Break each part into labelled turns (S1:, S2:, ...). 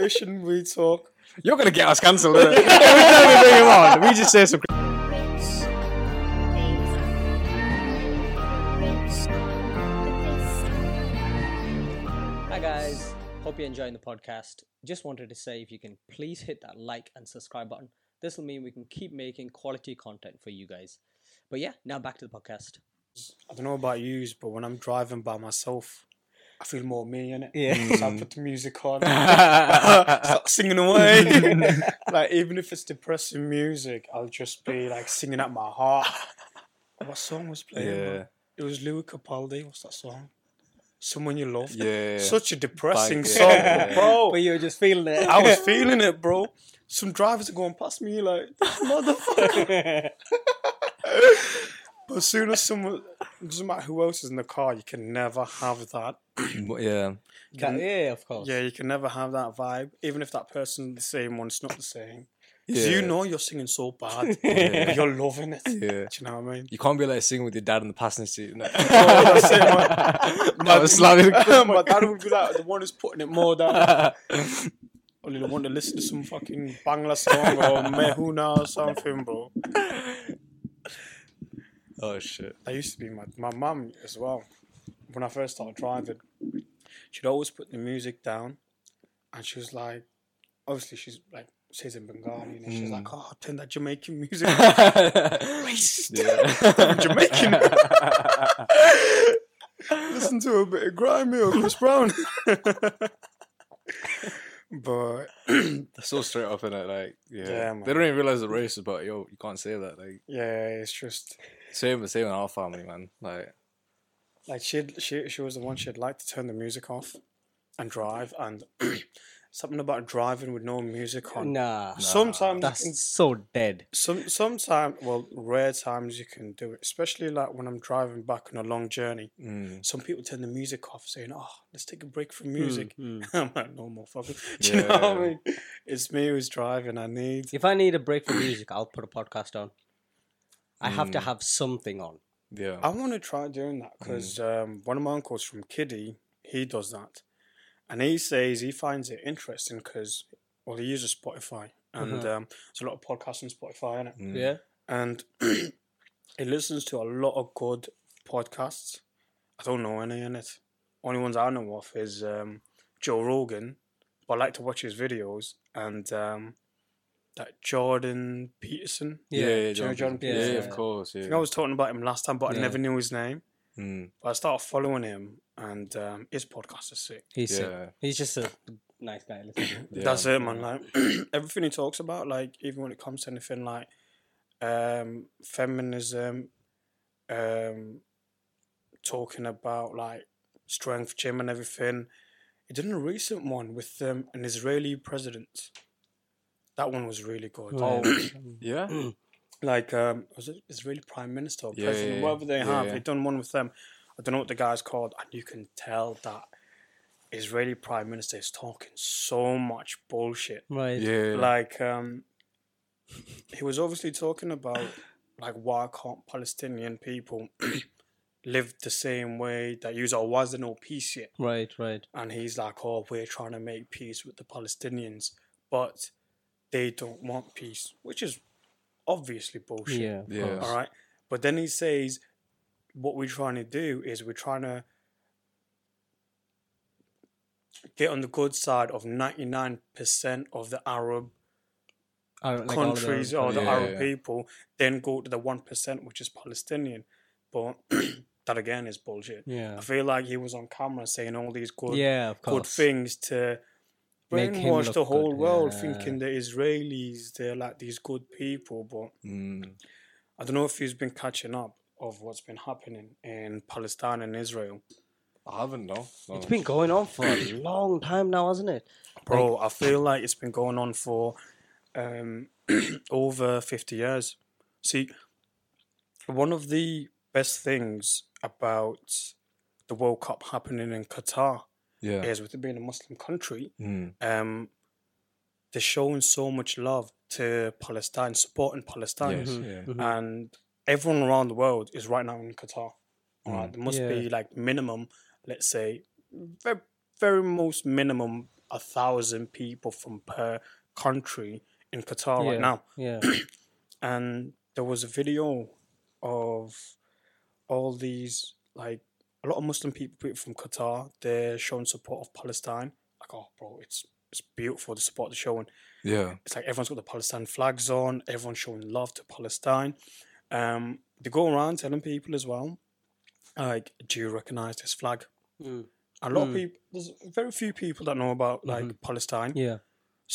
S1: ocean we talk.
S2: You're gonna get us cancelled. Every time we bring him on, we just say some.
S3: Hi guys, hope you're enjoying the podcast. Just wanted to say if you can please hit that like and subscribe button. This will mean we can keep making quality content for you guys. But yeah, now back to the podcast.
S1: I don't know about you, but when I'm driving by myself, I feel more me in it.
S4: Yeah.
S1: So I put the music on, start singing away. like even if it's depressing music, I'll just be like singing at my heart. What song was playing? man?
S4: yeah,
S1: It was Louis Capaldi. What's that song? Someone you love.
S4: yeah.
S1: Such a depressing
S4: Like,
S1: song,
S4: yeah.
S1: bro.
S3: But you were just feeling it.
S1: I was feeling it, bro. Some drivers are going past me like, motherfucker. but as soon as someone, doesn't matter who else is in the car, you can never have that.
S4: yeah.
S3: That- yeah, of course.
S1: Yeah, you can never have that vibe, even if that person's the same one's not the same. 'Cause
S4: Yeah.
S1: you know you're singing so bad,
S4: Yeah.
S1: but you're loving it. Do
S4: Yeah.
S1: you know what I mean?
S4: You can't be like singing with your dad in the passenger seat. No.
S1: that's it,
S4: That was slapping.
S1: My dad would be like the one who's putting it more down. Only the one to listen to some fucking Bangla song or Mehuna or something, bro.
S4: oh shit.
S1: That used to be my my mum as well. When I first started driving, she'd always put the music down, and she was like, obviously she's like she's in Bengali, and
S3: Hmm.
S1: she's like, oh, turn that Jamaican music. on." Racist.
S4: Yeah.
S1: Jamaican. Listen to a bit of grimy or Chris Brown. but
S4: That's so straight up in it, like yeah.
S1: Yeah, man.
S4: they don't even realize the racist, but yo, you can't say that. Like
S1: yeah, it's just
S4: same, same in our family, man. Like
S1: like she she she was the one she'd like to turn the music off and drive and something about driving with no music on.
S3: Nah,
S1: Sometimes you
S4: Mm-hmm.
S1: can
S3: that's so dead.
S1: Some sometimes, well, rare times you can do it, especially like when I'm driving back on a long journey.
S4: mm,
S1: Some people turn the music off, saying, "Oh, let's take a break from music."
S3: Mm, mm.
S1: I'm like, "No, motherfucker." Do you know what I
S4: Yeah.
S1: mean? It's me who's driving. I need.
S3: If I need a break from music, I'll put a podcast on. I have
S4: Mm.
S3: to have something on.
S4: yeah.
S1: I want to try doing that because um, one of my uncles from Kiddie, he does that, and he says he finds it interesting because, well, he uses Spotify, and um, there's a lot of podcasts on Spotify, is it?
S4: Mm.
S3: Yeah.
S1: and he listens to a lot of good podcasts. I don't know any in it. Only ones I know of is um, Joe Rogan, but I like to watch his videos and um, that Jordan Peterson.
S4: Yeah, yeah, yeah,
S1: Do you know Jordan
S4: yeah,
S1: Peterson?
S4: of course.
S1: I
S4: Yeah.
S1: think I was talking about him last time, but I
S3: Yeah.
S1: never knew his name.
S4: Mm,
S1: But I started following him, and um, his podcast is sick.
S3: He's sick.
S4: yeah.
S3: he's just a nice guy. Listen to him.
S4: yeah.
S1: That's it, man. Like everything he talks about, like even when it comes to anything like um feminism, um talking about like strength gym and everything. He did a recent one with um, an Israeli president. That one was really good.
S4: Oh, Yeah.
S1: Mm. Like um was it Israeli Prime Minister or
S4: Yeah,
S1: President,
S4: yeah,
S1: whatever they
S4: yeah,
S1: have.
S4: yeah.
S1: They done one with them. I don't know what the guy's called, and you can tell that Israeli Prime Minister is talking so much bullshit
S3: right.
S4: Yeah.
S1: like um he was obviously talking about like why can't palestinian people live the same way that you are why is there no peace yet
S3: Right, right.
S1: and he's like oh we're trying to make peace with the palestinians but they don't want peace which is obviously bullshit
S3: Yeah. Oh, of
S4: Oh, Yeah.
S3: course.
S1: all right. But then he says, what we're trying to do is we're trying to get on the good side of 99% of the Arab
S3: All right, Oh, like all of the-
S1: countries or the
S4: Yeah,
S1: Arab
S4: yeah.
S1: people, then go to the 1%, which is Palestinian. But that again is bullshit.
S3: Yeah.
S1: I feel like he was on camera saying all these good,
S3: yeah, of
S1: good
S3: course.
S1: things to
S3: Make him
S1: brainwash
S3: look
S1: the whole
S3: good,
S1: world,
S3: yeah.
S1: thinking the Israelis, they're like these good people. But
S4: Mm,
S1: I don't know if he's been catching up of what's been happening in Palestine and Israel.
S4: I haven't no. no.
S3: It's been going on for a long time now, hasn't it?
S1: Bro, I feel like it's been going on for um, over 50 years. See, one of the best things about the World Cup happening in Qatar
S4: yeah.
S1: is with it being a Muslim country,
S4: Mm,
S1: um, they're showing so much love to Palestine, supporting Palestine.
S4: yes,
S1: Mm-hmm.
S4: yeah.
S1: and everyone around the world is right now in Qatar. All right, there must
S3: Yeah.
S1: be like minimum, let's say, very, very most minimum a thousand people from per country in Qatar
S3: Yeah.
S1: right now.
S3: Yeah.
S1: and there was a video of all these like a lot of Muslim people, people from Qatar. They're showing support of Palestine. Like, oh, bro, it's it's beautiful the support they're showing.
S4: Yeah.
S1: It's like everyone's got the Palestine flags on. Everyone's showing love to Palestine. Um, they go around telling people as well, like, do you recognize this flag?
S3: Mm.
S1: A lot
S3: Mm.
S1: of people. There's very few people that know about like Palestine.
S3: Yeah.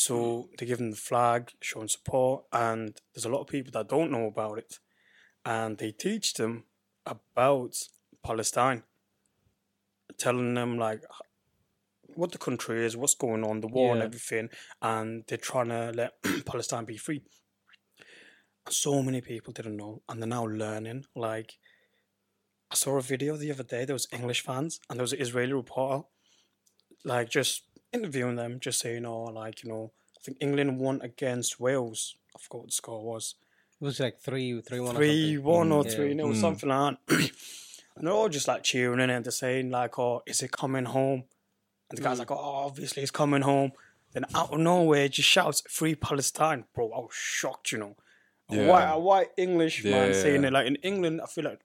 S1: So they give them the flag, showing support, and there's a lot of people that don't know about it, and they teach them about Palestine, telling them like h- what the country is, what's going on, the war and
S3: Yeah.
S1: everything, and they're trying to let Palestine be free. So many people didn't know, and they're now learning. Like, I saw a video the other day. There was English fans, and there was an Israeli reporter, like just interviewing them, just saying, "Oh, like you know, I think England won against Wales. I forgot what the score was.
S3: It was like three, three, one.
S1: Three one or
S3: Mm.
S1: three nil,
S4: Mm.
S1: something like that." and they're all just like cheering and they're saying like, "Oh, is it coming home?" And the
S4: Mm.
S1: guy's like, "Oh, obviously it's coming home." Then out of nowhere, just shouts, "Free Palestine, bro!" I was shocked, you know. A
S4: Yeah.
S1: White, a white English man
S4: Yeah.
S1: saying it like in England, I feel like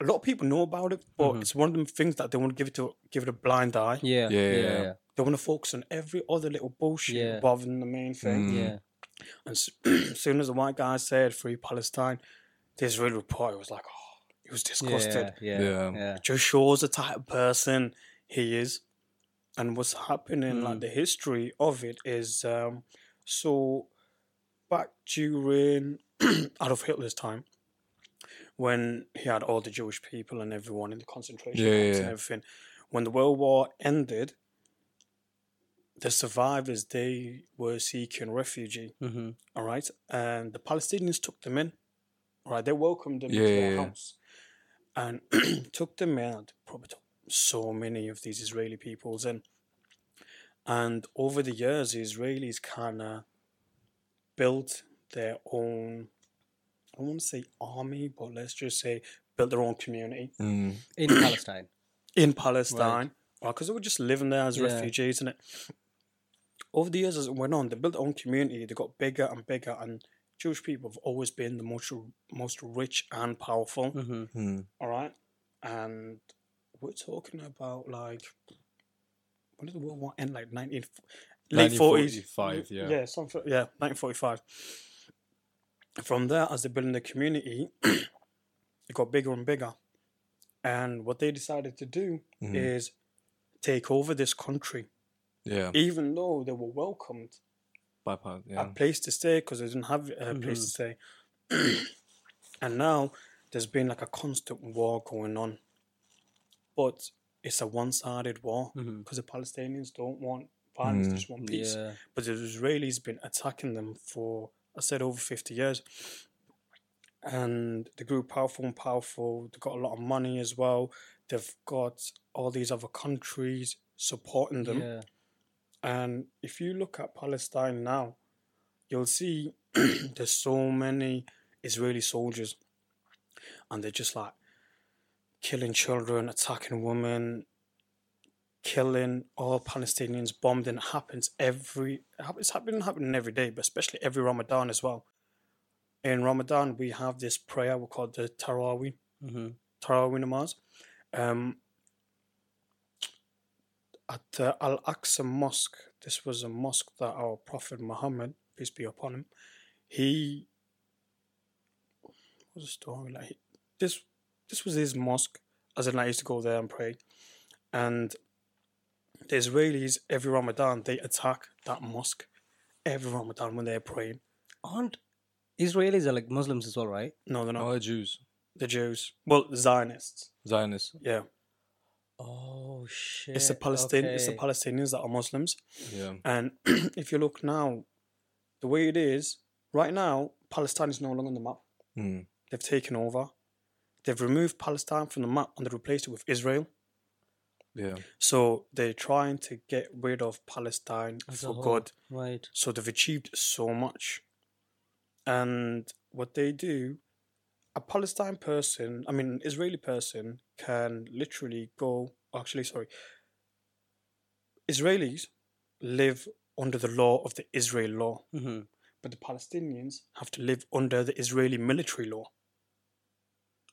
S1: a lot of people know about it, but
S4: Mm-hmm.
S1: it's one of them things that they want to give it to give it a blind eye
S4: Yeah,
S3: Yeah. Yeah.
S4: yeah.
S3: Yeah.
S1: they want to focus on every other little bullshit
S3: Yeah.
S1: rather than the main thing.
S4: Mm.
S3: yeah.
S1: And s- as soon as the white guy said free Palestine, the Israeli reporter was like, oh, he was disgusted.
S3: Yeah.
S4: Yeah.
S3: Yeah.
S1: Joe Shaw's the type of person he is. And what's happening,
S4: Hmm.
S1: like the history of it is um, so back during Adolf Hitler's time, when he had all the Jewish people and everyone in the concentration
S4: Yeah,
S1: camps and
S4: yeah.
S1: everything, when the World War ended, the survivors they were seeking refugee.
S3: Mm-hmm.
S1: All right. And the Palestinians took them in. All right. They welcomed them into
S4: Yeah,
S1: their
S4: yeah, yeah.
S1: house and took them in. and Probably took so many of these Israeli peoples in. And over the years, the Israelis kind of built their own, I don't want to say army, but let's just say built their own community
S4: Mm.
S3: In Palestine.
S1: in Palestine, because they were just living there as
S3: Yeah.
S1: refugees, and it over the years as it went on, they built their own community. They got bigger and bigger, and Jewish people have always been the most most rich and powerful.
S3: Mm-hmm.
S4: Mm.
S1: all right, and we're talking about like when did the World War end? Like nineteen late forties,
S4: 1945, yeah.
S1: yeah, something, yeah, nineteen forty five. From there, as they built in the community, it got bigger and bigger, and what they decided to do
S4: Mm.
S1: is take over this country,
S4: Yeah.
S1: even though they were welcomed
S4: Bypass,
S1: a
S4: Mm. yeah. Mm-hmm.
S1: place to stay because they didn't have a place to stay. and now there's been like a constant war going on, but it's a one-sided war
S4: Mm.
S3: Mhm.
S1: because the Palestinians don't want violence; they just want peace
S3: Yeah.
S1: but the Israelis been attacking them for I said over fifty years, and they grew powerful and powerful. They got a lot of money as well. They've got all these other countries supporting them.
S3: Yeah.
S1: And if you look at Palestine now, you'll see there's so many Israeli soldiers, and they're just like killing children, attacking women, killing all Palestinians, bombing. It happens every. it hap- It's happening happening every day, but especially every Ramadan as well. In Ramadan, we have this prayer we call the Tarawih.
S3: Mm-hmm.
S1: Tarawih namaz. Um, at the Al Aqsa Mosque, this was a mosque that our Prophet Muhammad, peace be upon him, he what was a story like he- this. This was his mosque, as in I used to go there and pray, and the Israelis every Ramadan they attack that mosque every Ramadan when they're praying.
S3: Aren't Israelis are like Muslims as well, right?
S1: No, they're not
S4: Oh, Jews.
S1: the Jews. Well, Zionists.
S4: Zionists.
S1: Yeah,
S3: Oh shit.
S1: it's the Palestinian. It's the
S3: okay.
S1: Palestinians that are Muslims.
S4: Yeah.
S1: And if you look now, the way it is right now, Palestine is no longer on the map.
S4: Mm.
S1: They've taken over. They've removed Palestine from the map and they replaced it with Israel.
S4: Yeah.
S1: So they're trying to get rid of Palestine
S3: As a
S1: for
S3: whole.
S1: good.
S3: Right.
S1: So they've achieved so much. And what they do, a Palestine person, I mean, an Israeli person can literally go, actually, sorry, Israelis live under the law of the Israel law,
S3: Mm-hmm.
S1: but the Palestinians have to live under the Israeli military law.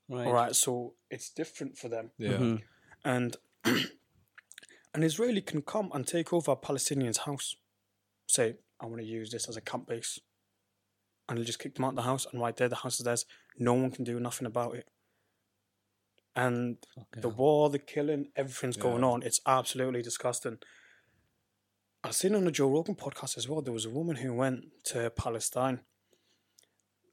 S3: Right.
S1: All right, so it's different for them.
S4: Yeah.
S3: Mhm.
S1: and an Israeli can come and take over a Palestinian's house. Say, I want to use this as a camp base, and they'll just kick them out the house, and right there, the house is theirs. No one can do nothing about it. And
S3: Fucking
S1: the
S3: hell.
S1: war, the killing, everything's going
S4: Yeah.
S1: on. It's absolutely disgusting. I seen on the Joe Rogan podcast as well. There was a woman who went to Palestine,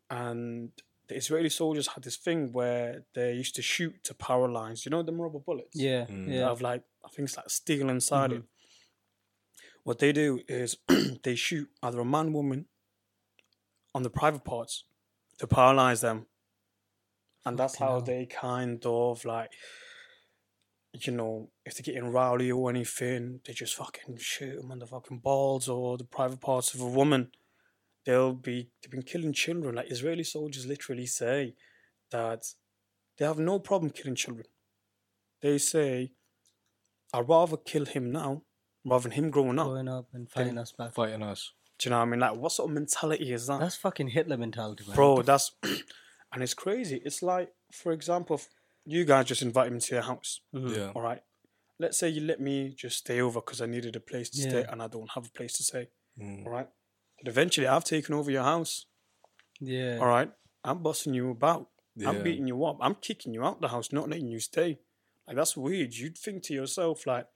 S1: and the Israeli soldiers had this thing where they used to shoot to paralyze. You know them rubber bullets
S3: Yeah.
S4: Mm.
S3: Yeah.
S1: of like I think it's like steel inside
S3: Mhm.
S1: it. What they do is they shoot either a man, woman, on the private parts to paralyze them, and that's
S3: Fucking
S1: how
S3: hell.
S1: they kind of like, you know, if they're getting rowdy or anything, they just fucking shoot them on the fucking balls or the private parts of a woman. They'll be they've been killing children. Like Israeli soldiers literally say that they have no problem killing children. They say, I'd rather kill him now rather than him growing up.
S3: Growing up and fighting us back.
S4: Fighting us.
S1: Do you know what I mean? Like, what sort of mentality is that?
S3: That's fucking Hitler mentality, man.
S1: Bro, that's. and it's crazy. It's like, for example, if you guys just invited me to your house,
S3: Mhm.
S4: Yeah.
S1: all right? Let's say you let me just stay over because I needed a place to stay
S3: Yeah.
S1: and I don't have a place to stay,
S4: Mm.
S1: all right? But eventually I've taken over your house,
S3: Yeah.
S1: all right? I'm busting you about.
S4: Yeah.
S1: I'm beating you up. I'm kicking you out the house, not letting you stay. Like that's weird. You'd think to yourself, like,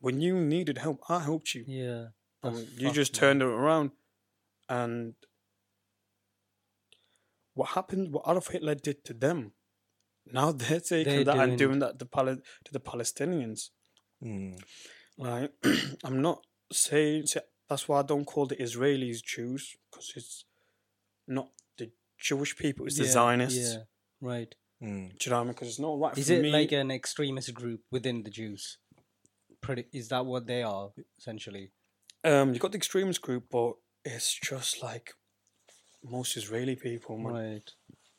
S1: when you needed help, I helped you.
S3: Yeah.
S1: And
S3: That's
S1: you just
S3: fucking-
S1: turned it around. And what happened? What Adolf Hitler did to them? Now they're taking
S3: They're
S1: that and
S3: doing-
S1: doing that to, Pal- to the Palestinians.
S4: Mm.
S1: Like, I'm not saying say- that's why I don't call the Israelis Jews because it's not the Jewish people; it's the
S3: Yeah,
S1: Zionists.
S3: Yeah. Right.
S4: Mm.
S1: Do you know what I mean? Because it's not right
S3: Is
S1: Uh, for
S3: it
S1: me.
S3: like an extremist group within the Jews? Pretty. Is that what they are essentially?
S1: um, you got the extremist group, but it's just like most Israeli people. Man.
S3: Right.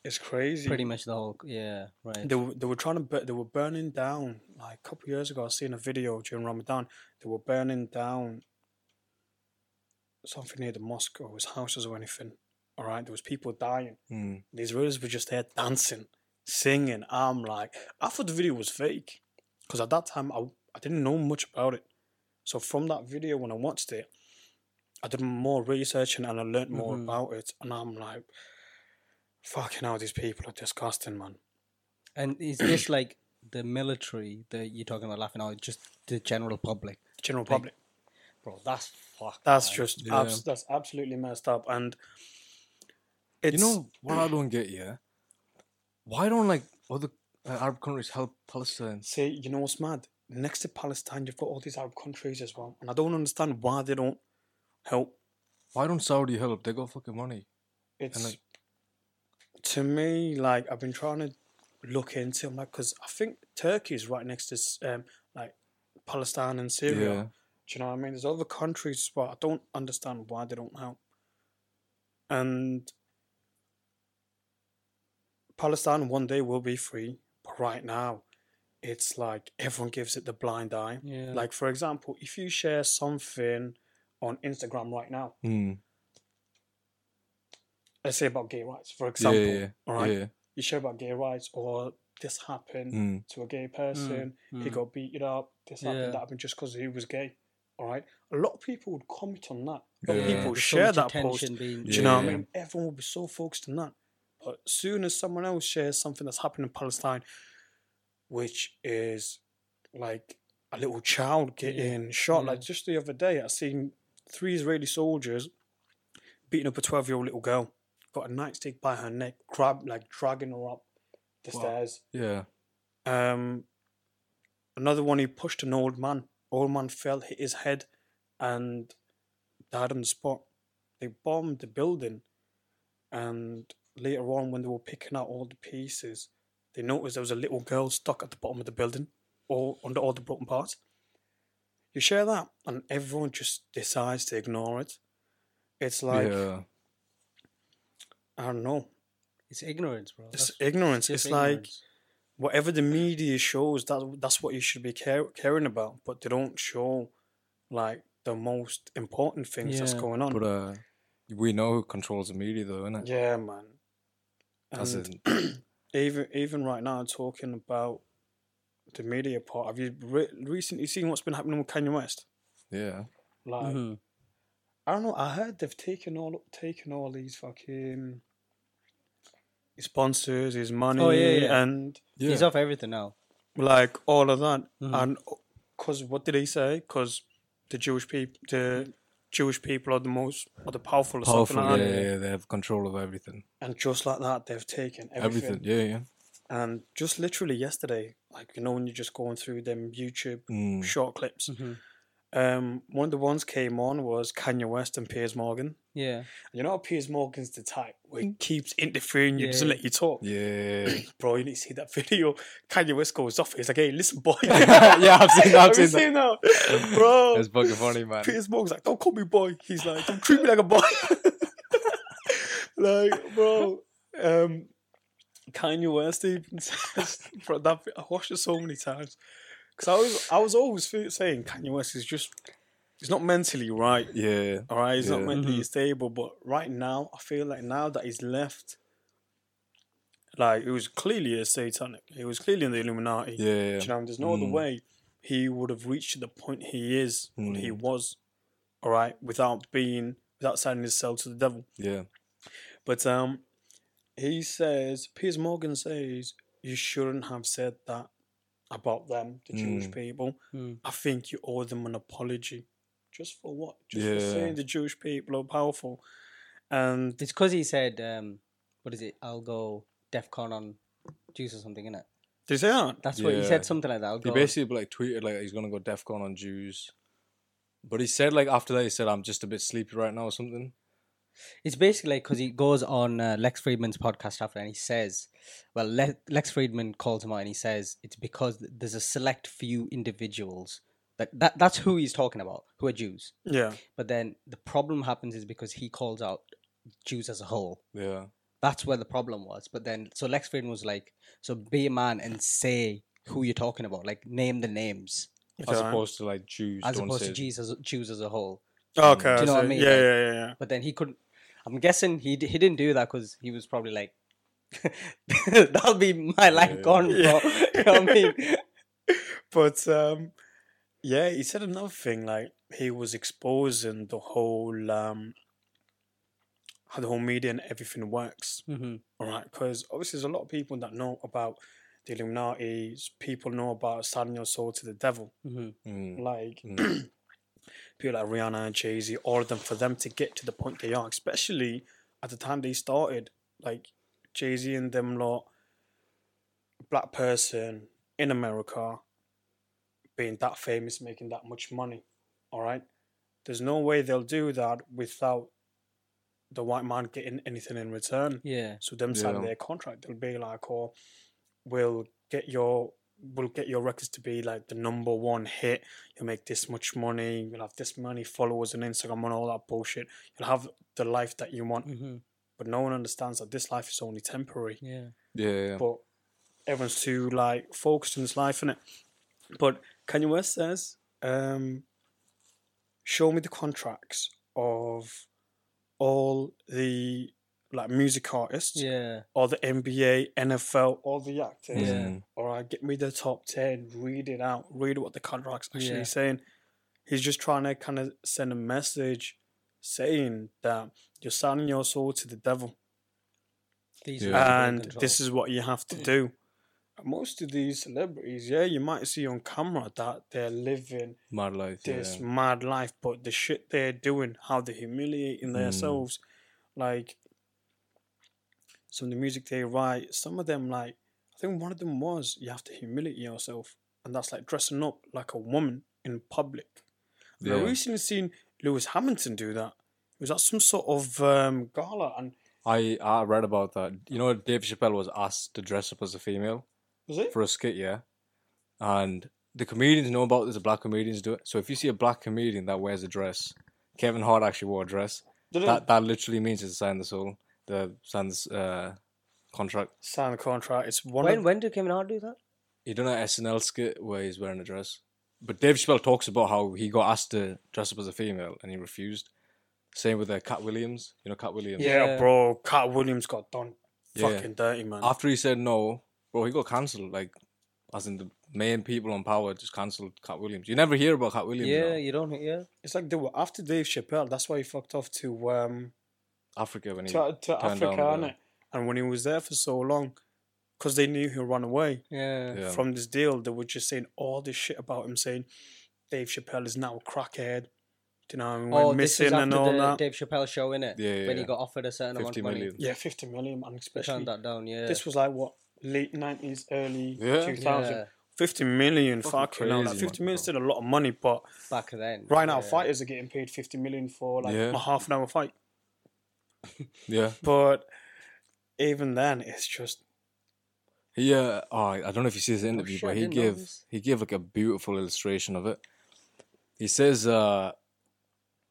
S1: It's crazy.
S3: Pretty much the whole. Yeah. Right.
S1: They were, they were trying to bur- they were burning down like a couple of years ago. I seen a video during Ramadan. They were burning down something near the mosque or his houses or anything. All right, there was people dying.
S4: Mm.
S1: The Israelis were just there dancing, singing. I'm like, I thought the video was fake because at that time I, I didn't know much about it. So from that video, when I watched it, I did more research and, and I learned more
S4: Mm-hmm.
S3: Mhm.
S1: about it. And I'm like, fucking hell, these people are disgusting, man.
S3: And is this like the military that you're talking about laughing out? Just the general public,
S1: General public.
S3: bro. That's fuck.
S1: That's just
S4: Yeah.
S1: abs- that's absolutely messed up, and
S4: You
S1: it's
S4: know what I don't get, yeah? Why don't like other uh, Arab countries help Palestine?
S1: say you know what's mad. Next to Palestine, you've got all these Arab countries as well, and I don't understand why they don't help.
S4: Why don't Saudi help? They got fucking money.
S1: It's
S4: like-
S1: to me like I've been trying to look into them, like because I think Turkey is right next to s- um, like Palestine and Syria. Do you know what I mean? There's other countries as well. I don't understand why they don't help. And Palestine one day will be free, but right now it's like everyone gives it the blind eye.
S3: yeah.
S1: Like, for example, if you share something on Instagram right now,
S4: Yeah. Mm.
S1: let's say about gay rights, for
S4: Yeah.
S1: example,
S4: Yeah.
S1: all right?
S4: yeah.
S1: You share about gay rights or this happened
S4: Mm.
S1: to a gay person, he
S3: Mm.
S1: got beaten up, this happened,
S3: Yeah.
S1: that happened just because he was gay. All right. A lot of people would comment on that. A lot
S4: Yeah.
S1: of people
S3: There's so
S1: share
S3: much
S1: that post.
S3: attention Being,
S1: Do you know what I
S4: Yeah.
S1: mean? Everyone will be so focused on that. But as soon as someone else shares something that's happened in Palestine, which is like a little child getting shot, like
S3: Yeah.
S4: Mm.
S1: just the other day, I seen three Israeli soldiers beating up a 12 year old little girl, got a nightstick by her neck, grab, like dragging her up the
S4: Wow.
S1: stairs.
S4: Yeah.
S1: Um, another one, he pushed an old man. Old man fell, hit his head, and died on the spot. They bombed the building, and later on, when they were picking out all the pieces, they noticed there was a little girl stuck at the bottom of the building, or under all the broken parts. You share that, and everyone just decides to ignore it. It's like
S4: yeah.
S1: I don't know.
S3: It's ignorance, bro.
S1: It's
S3: That's-
S1: ignorance.
S3: just
S1: It's like
S3: ignorance.
S1: whatever the media shows, that that's what you should be care, caring about. But they don't show like the most important things that's
S4: Yeah,
S1: going on.
S4: But uh, we know who controls the media, though, innit?
S1: yeah, man.
S4: That's
S1: And
S4: it.
S1: even even right now, talking about the media part, have you re- recently seen what's been happening with Kanye West?
S4: Yeah.
S1: Like,
S4: Mm-hmm.
S3: Mhm.
S1: I don't know. I heard they've taken all taken all these fucking his sponsors, his money,
S3: Oh, yeah.
S1: and
S4: Yeah.
S3: He's off everything now.
S1: like all of that.
S3: Mhm.
S4: Mm.
S1: And because what did he say? Because the Jewish people, the Jewish people are the most are the powerful, or
S4: Powerful.
S1: something like
S4: yeah,
S1: that.
S4: yeah, yeah, They have control of everything.
S1: And just like that, they've taken everything.
S4: Everything. Yeah, yeah.
S1: And just literally yesterday, like you know, when you're just going through them YouTube
S4: Mm.
S1: short clips,
S3: Mhm.
S1: um, one of the ones came on was Kanye West and Piers Morgan.
S3: Yeah.
S1: You know, how Piers Morgan's the type where he keeps interfering, you doesn't
S3: Yeah.
S1: let you talk.
S4: Mm. Yeah.
S1: Bro, you need to see that video. Kanye West goes off. He's like, hey, listen, boy.
S4: yeah, I've seen that.
S1: Have
S4: I've
S1: you
S4: seen that.
S1: seen that? Bro,
S4: It's fucking funny, man.
S1: Piers Morgan's like, don't call me boy. He's like, don't treat me like a boy. like, bro, um, Kanye West even says, bro, that, I watched it so many times. Because I was, I was always fe- saying Kanye West is just, he's not mentally right.
S4: Yeah.
S1: All right, he's not
S4: Yeah.
S1: mentally stable, but right now, I feel like now that he's left, like it was clearly a satanic. It was clearly in the Illuminati.
S4: Yeah. yeah.
S1: Do you know, there's no other
S4: Mm.
S1: way he would have reached the point he is, or he
S4: Mm.
S1: was, all right, without being, without selling his soul to the devil.
S4: Yeah.
S1: But um, he says, Piers Morgan says, you shouldn't have said that about them, the Jewish
S4: Mm.
S1: people.
S3: Mm.
S1: I think you owe them an apology. Just for what? Just for
S4: Yeah.
S1: saying the Jewish people are powerful. And
S3: It's because he said, um, what is it? I'll go DEFCON on Jews or something, innit?
S1: did he say that?
S3: That's what he
S4: Yeah.
S3: said, something like that. I'll
S4: He
S3: go.
S4: basically like tweeted like he's gonna go DefCon on Jews, but he said like after that he said I'm just a bit sleepy right now or something.
S3: It's basically because he goes on uh, Lex Friedman's podcast after and he says, well, Le- Lex Friedman calls him out and he says it's because th- there's a select few individuals that, that that's who he's talking about, who are Jews.
S1: Yeah.
S3: But then the problem happens is because he calls out Jews as a whole.
S4: Yeah.
S3: That's where the problem was. But then, so Lex Friedman was like, so be a man and say who you're talking about, like name the names,
S4: As
S1: Okay.
S4: opposed to like Jews.
S3: as
S4: don't
S3: opposed
S4: say
S3: to Jesus, Jews as a whole.
S1: Okay.
S3: Do you know
S1: so-
S3: what I mean?
S1: Yeah,
S3: Like-
S1: yeah, yeah, yeah.
S3: But then he couldn't. I'm guessing he d- he didn't do that because he was probably like, "That'll be my life
S4: Yeah.
S3: gone, bro." you know what I mean?
S1: But um, yeah, he said another thing like he was exposing the whole um, how the whole media and everything works.
S3: Mm-hmm.
S1: All right, because obviously there's a lot of people that know about the Illuminati. s- People know about selling your soul to the devil.
S3: Mm-hmm.
S4: Mm.
S1: Like
S4: Mm.
S1: people like Rihanna and Jay Z, all of them. For them to get to the point they are, especially at the time they started, like Jay Z and them lot, black person in America, being that famous, making that much money. All right, there's no way they'll do that without the white man getting anything in return.
S3: Yeah.
S1: So them signing
S4: Yeah.
S1: their contract, they'll be like, "Oh, we'll get your we'll get your records to be like the number one hit. You'll make this much money. You'll have this many followers on Instagram and all that bullshit. You'll have the life that you want."
S3: Mm-hmm.
S1: But no one understands that this life is only temporary.
S3: Yeah.
S4: Yeah. yeah.
S1: But everyone's too like focused on this life, innit? But Kanye West says, um, "Show me the contracts of all the like music artists."
S3: Yeah.
S1: or the NBA, NFL, all the actors.
S3: Yeah.
S4: Mm.
S1: All right, get me the top 10, read it out, read what the contract's actually
S3: Yeah.
S1: saying. He's just trying to kind of send a message saying that you're selling your soul to the devil
S3: These
S4: Yeah.
S3: people in
S1: and
S3: control.
S1: this is what you have to do. And most of these celebrities, yeah, you might see on camera that they're living
S4: Mad life. Yeah.
S1: this mad life, but the shit they're doing, how they're
S4: Hmm.
S1: humiliating themselves, like some of the music they write, some of them like I think one of them was you have to humiliate yourself, and that's like dressing up like a woman in public. And I
S4: Yeah.
S1: recently seen Lewis Hamilton do that. It was at some sort of um, gala, and
S4: I I read about that. You know, Dave Chappelle was asked to dress up as a female
S1: was it?
S4: for a skit, yeah, and the comedians know about this. The black comedians do it. So if you see a black comedian that wears a dress, Kevin Hart actually wore a dress.
S1: Did it
S4: That that literally means it's signed the soul, the signed this uh, contract.
S1: sign a contract? It's one.
S3: when
S1: of,
S3: when did Kevin Hart do that?
S4: He done an SNL skit where he's wearing a dress. But Dave Chappelle talks about how he got asked to dress up as a female and he refused. Same with uh, Cat Williams. You know Cat Williams.
S3: Yeah.
S1: Yeah, bro. Cat Williams got done
S4: Yeah.
S1: fucking dirty, man.
S4: After he said no, bro, he got cancelled. Like, as in the main people on power just cancelled Cat Williams. You never hear about Cat Williams.
S3: Yeah,
S4: now.
S3: you don't. Yeah,
S1: it's like they were after Dave Chappelle. That's why he fucked off to um
S4: Africa when he.
S1: to, to
S4: turned down
S1: Africa,
S4: the-
S1: innit? And when he was there for so long, because they knew he'll run away
S3: yeah.
S4: yeah.
S1: from this deal, they were just saying all this shit about him, saying Dave Chappelle is now a crackhead. Do you know what I mean?
S3: Oh,
S1: We're
S3: this is
S1: missing
S3: after
S1: and all
S3: the
S1: that.
S3: Dave Chappelle show, innit?
S4: Yeah, yeah,
S3: When he
S4: yeah.
S3: got offered a certain amount
S4: 50
S3: of money,
S4: million.
S1: yeah, 50 million, man,
S3: they
S1: especially.
S3: turned that down. Yeah.
S1: This was like what late nineties, early
S4: Yeah.
S1: 2000s.
S3: Yeah,
S1: 50 million, fucking,
S4: Fucking
S1: hell, like,
S4: crazy,
S1: 50
S4: man,
S1: million
S4: bro.
S1: is still a lot of money, but
S3: back then.
S1: right now
S3: yeah.
S1: fighters are getting paid 50 million for like
S4: Yeah.
S1: a half an hour fight.
S4: Yeah.
S1: But even then, it's just
S4: He, uh, oh, I don't know if you see this interview,
S3: shit, I
S4: but he
S3: didn't know
S4: gave
S3: this.
S4: he gave like a beautiful illustration of it. He says uh,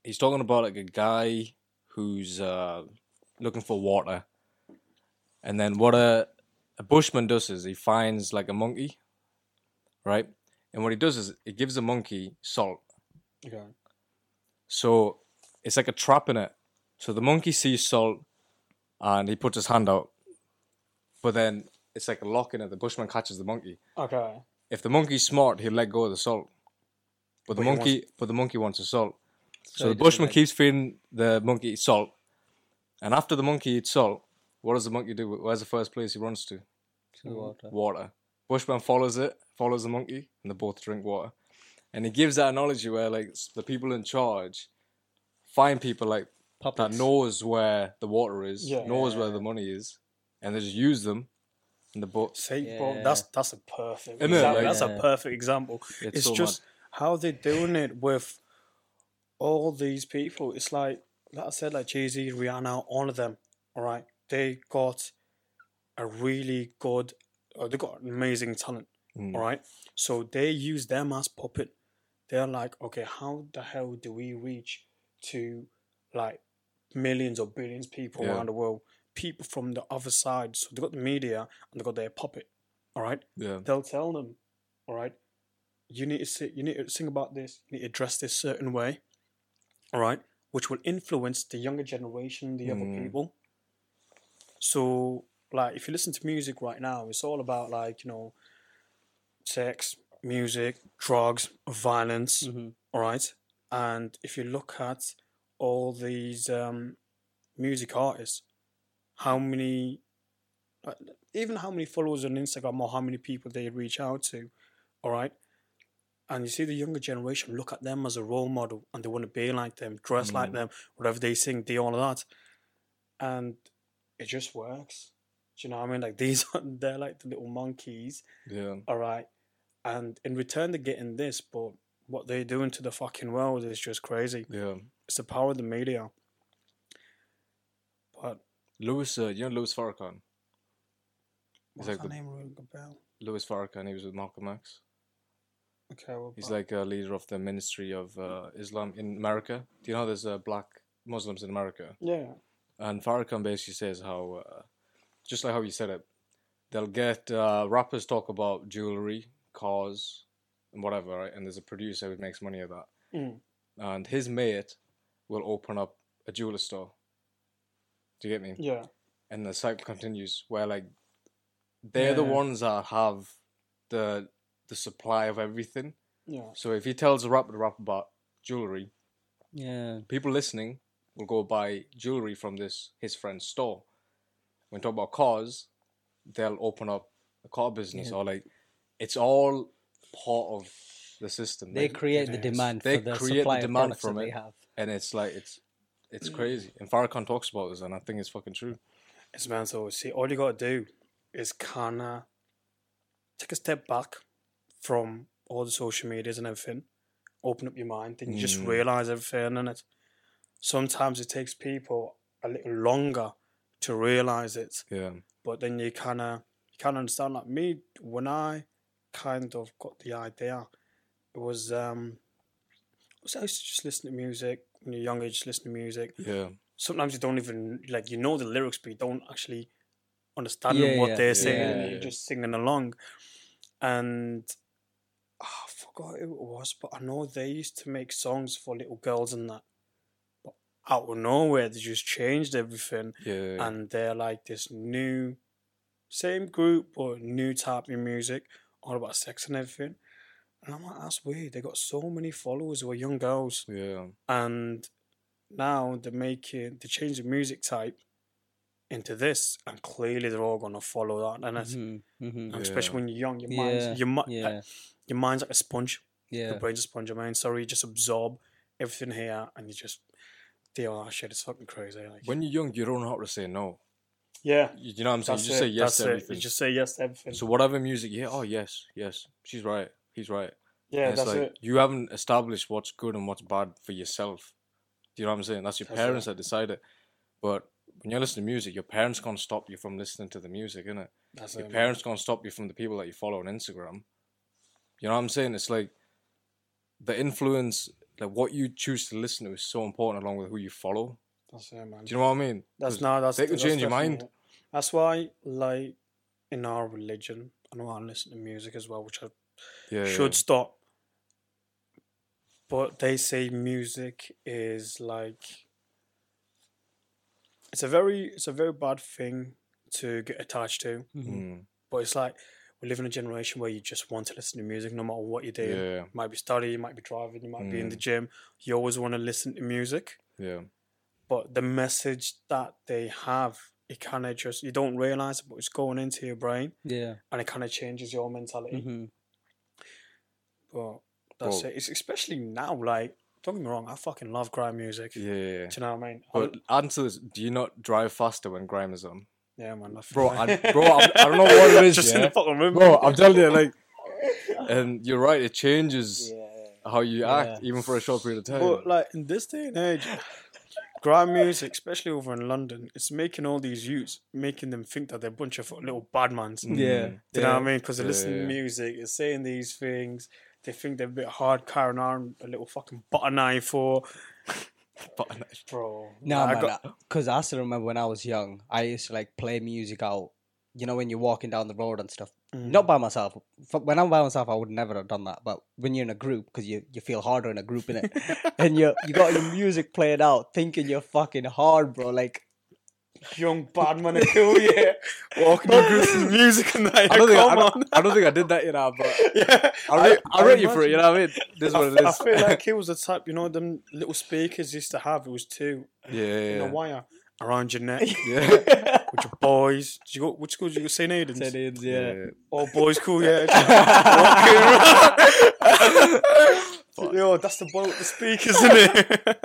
S4: he's talking about like a guy who's uh, looking for water, and then what a, a bushman does is he finds like a monkey, right? And what he does is he gives the monkey salt,
S1: yeah,
S4: so it's like a trap in it. So the monkey sees salt and he puts his hand out. But then it's like a lock in it. The bushman catches the monkey.
S1: okay.
S4: If the monkey's smart, he'll let go of the salt. But the
S1: But he
S4: monkey but the monkey wants the salt. So, the
S3: he doesn't
S4: bushman
S3: like-
S4: keeps feeding the monkey salt. And after the monkey eats salt, what does the monkey do? Where's the first place he runs to?
S3: To water.
S4: Water. Bushman follows it, follows the monkey, and they both drink water. And he gives that analogy where like s- the people in charge find people like that
S3: Puppets.
S4: knows where the water is,
S1: Yeah.
S4: knows where the money is, and they just use them in the boat.
S1: See, bro,
S3: Yeah.
S1: that's that's a perfect
S4: Isn't it,
S1: example.
S4: like-
S1: that's
S3: Yeah.
S1: a perfect example.
S4: It's
S1: It's,
S4: so
S1: just how they're doing it with all these people. It's like like I said, like Jay Z, Rihanna, all of them. All right, they got a really good. Oh, they got amazing talent.
S4: Mm.
S1: All right, so they use them as puppet. They're like, okay, how the hell do we reach to like millions or billions of people
S4: Yeah.
S1: around the world? People from the other side. So they got the media and they got their puppet. All right
S4: Yeah.
S1: they'll tell them, all right, you need to si- you need to sing about this, you need to dress this certain way, all right, which will influence the younger generation, the
S4: Mm.
S1: other people. So, like, if you listen to music right now, it's all about like you know, sex, music, drugs, violence,
S3: Mhm.
S1: all right. And if you look at all these um, music artists, how many, uh, even how many followers on Instagram or how many people they reach out to, all right? And you see the younger generation look at them as a role model and they want to be like them, dress like
S4: Mm.
S1: them, whatever they sing, they all of that. And it just works. Do you know what I mean? Like these are, they're like the little monkeys
S4: Yeah.
S1: all right. And in return, they're getting this, but what they're doing to the fucking world is just crazy.
S4: Yeah.
S1: It's the power of the media. But
S4: Louis, uh, you know Louis Farrakhan?
S1: what's
S4: like
S1: her
S4: the-
S1: name? Ring a bell.
S4: Louis Farrakhan, he was with Malcolm X.
S1: Okay, well,
S4: He's
S1: but-
S4: like a leader of the Ministry of uh, Islam in America. Do you know there's uh, black Muslims in America?
S1: yeah,
S4: And Farrakhan basically says how, uh, just like how you said it, they'll get uh, rappers talk about jewelry, cars, and whatever, right? And there's a producer who makes money of that.
S1: Mm.
S4: And his mate will open up a jeweler store. Do you get me?
S1: yeah,
S4: And the cycle continues where, like, they're the
S1: Yeah.
S4: ones that have the the supply of everything.
S1: yeah.
S4: So if he tells a rapper to rap about jewelry,
S3: Yeah.
S4: people listening will go buy jewelry from this his friend's store. When talk about cars, they'll open up a car business or like it's all part of the system.
S3: They
S4: like,
S3: create the
S1: Yes.
S3: demand
S4: They
S3: for the
S4: create the
S3: supply
S4: demand
S3: of products
S4: from
S3: that they
S4: it.
S3: have.
S4: and it's like it's it's crazy. And Farrakhan talks about this, and I think it's fucking true.
S1: It's mental. See, all you gotta do is kinda take a step back from all the social medias and everything. Open up your mind, then you just
S4: Mm.
S1: realize everything in it. Sometimes it takes people a little longer to realize it.
S4: Yeah,
S1: but then you kind of you kind of understand like me when i kind of got the idea it was um so i used to just listen to music when you're younger you just listen to music
S4: yeah,
S1: sometimes you don't even like you know the lyrics but you don't actually understand
S3: Yeah,
S1: what
S3: yeah,
S1: they're
S3: yeah,
S1: saying
S4: yeah,
S1: you're
S4: yeah.
S1: just singing along and ah, I forgot who it was, but I know they used to make songs for little girls and that. But out of nowhere, they just changed everything,
S4: Yeah.
S1: and they're like this new, same group but new type of music, all about sex and everything. And I'm like, that's weird. They got so many followers who are young girls,
S4: yeah.
S1: and now they're making they change the music type into this, and clearly they're all gonna follow that. And that's
S3: Mm-hmm. Mm-hmm.
S1: and especially
S4: Yeah.
S1: when you're young, your mind's
S3: Yeah.
S1: your, mi-
S3: Yeah.
S1: like, your mind's like a sponge.
S3: yeah.
S1: Your brain's a sponge. Your mind, sorry, you just absorb everything here, and you just deal with that shit. It's fucking crazy. Like,
S4: When you're young, you don't know how to say no.
S1: yeah,
S4: You, you know what I'm saying?
S1: that's
S4: you just say
S1: it,
S4: yes
S1: that's
S4: to
S1: it.
S4: everything.
S1: You just say yes to everything.
S4: So whatever music, yeah, oh yes, yes, she's right, he's right.
S1: yeah,
S4: And it's
S1: that's
S4: like
S1: it.
S4: you haven't established what's good and what's bad for yourself. Do you know what I'm saying? That's your
S1: That's
S4: parents that decide it. But when you're listening to music, your parents can't stop you from listening to the music, innit?
S1: That's
S4: Your
S1: it.
S4: parents can't stop you from the people that you follow on Instagram. You know what I'm saying? It's like the influence, like what you choose to listen to, is so important along with who you follow.
S1: That's it, man.
S4: Do you know what I mean?
S1: That's
S4: 'Cause
S1: now. That's
S4: they can
S1: that's
S4: change your
S1: definitely
S4: mind.
S1: it. That's why, like, in our religion, I know I listen to music as well, which I
S4: yeah,
S1: should stop. But they say music is like it's a very it's a very bad thing to get attached to.
S3: Mm-hmm.
S4: Mm,
S1: But it's like we live in a generation where you just want to listen to music no matter what you do.
S4: yeah,
S1: You might be studying, you might be driving, you might be in the
S4: Mm.
S1: gym. You always want to listen to music.
S4: yeah,
S1: But the message that they have, it kind of just you don't realize it, but it's going into your brain
S3: Yeah.
S1: and it kind of changes your mentality.
S4: Mm.
S3: Mm-hmm.
S1: But that's
S4: Well-
S1: it. It's especially now, like, don't get me wrong, I fucking love grime music.
S4: yeah, yeah.
S1: Do you know what I mean? I-
S4: But answer this: Do you not drive faster when grime is on?
S1: yeah, man. I
S4: bro, I, bro, I, I don't know what it is,
S1: Just in
S4: yeah.
S1: the fucking room.
S4: bro. I'm telling you, like, and you're right, it changes how you act, even for a short period of time.
S1: But, like, in this day and age, grime music, especially over in London, it's making all these youths, making them think that they're a bunch of little bad mans. Do you
S4: Mm. Yeah.
S1: know what I mean? Because they
S4: Yeah,
S1: listen
S4: yeah.
S1: to music, they're saying these things. They think they're a bit hard carrying on a little fucking butter knife or
S4: But-
S1: bro.
S3: No,
S1: I
S3: man,
S1: got-
S3: because I still remember when I was young, I used to like play music out. You know, when you're walking down the road and stuff.
S1: Mm.
S3: Not by myself. F- When I'm by myself, I would never have done that. But when you're in a group, because you, you feel harder in a group, innit? and you you got your music playing out, thinking you're fucking hard, bro. Like,
S1: young bad man to kill you. Walking the groups with music and that.
S4: I don't, think,
S1: come
S4: I,
S1: on.
S4: don't, I don't think I did that, you know, but
S1: Yeah.
S4: I, re-
S1: I
S4: I, rate you for
S1: imagine-
S4: it, you know what I mean? This is
S1: I,
S4: what it
S1: I
S4: is.
S1: feel like he was the type, you know, them little speakers used to have. It was two in a
S4: yeah,
S1: wire around your neck with
S4: yeah, yeah.
S1: your boys. Did you go? Which school did you go? St Aidan's.
S3: said it,
S4: yeah.
S3: yeah.
S1: Oh, boys, cool, yeah. Walking around. Yo, that's the boy with the speakers, isn't it?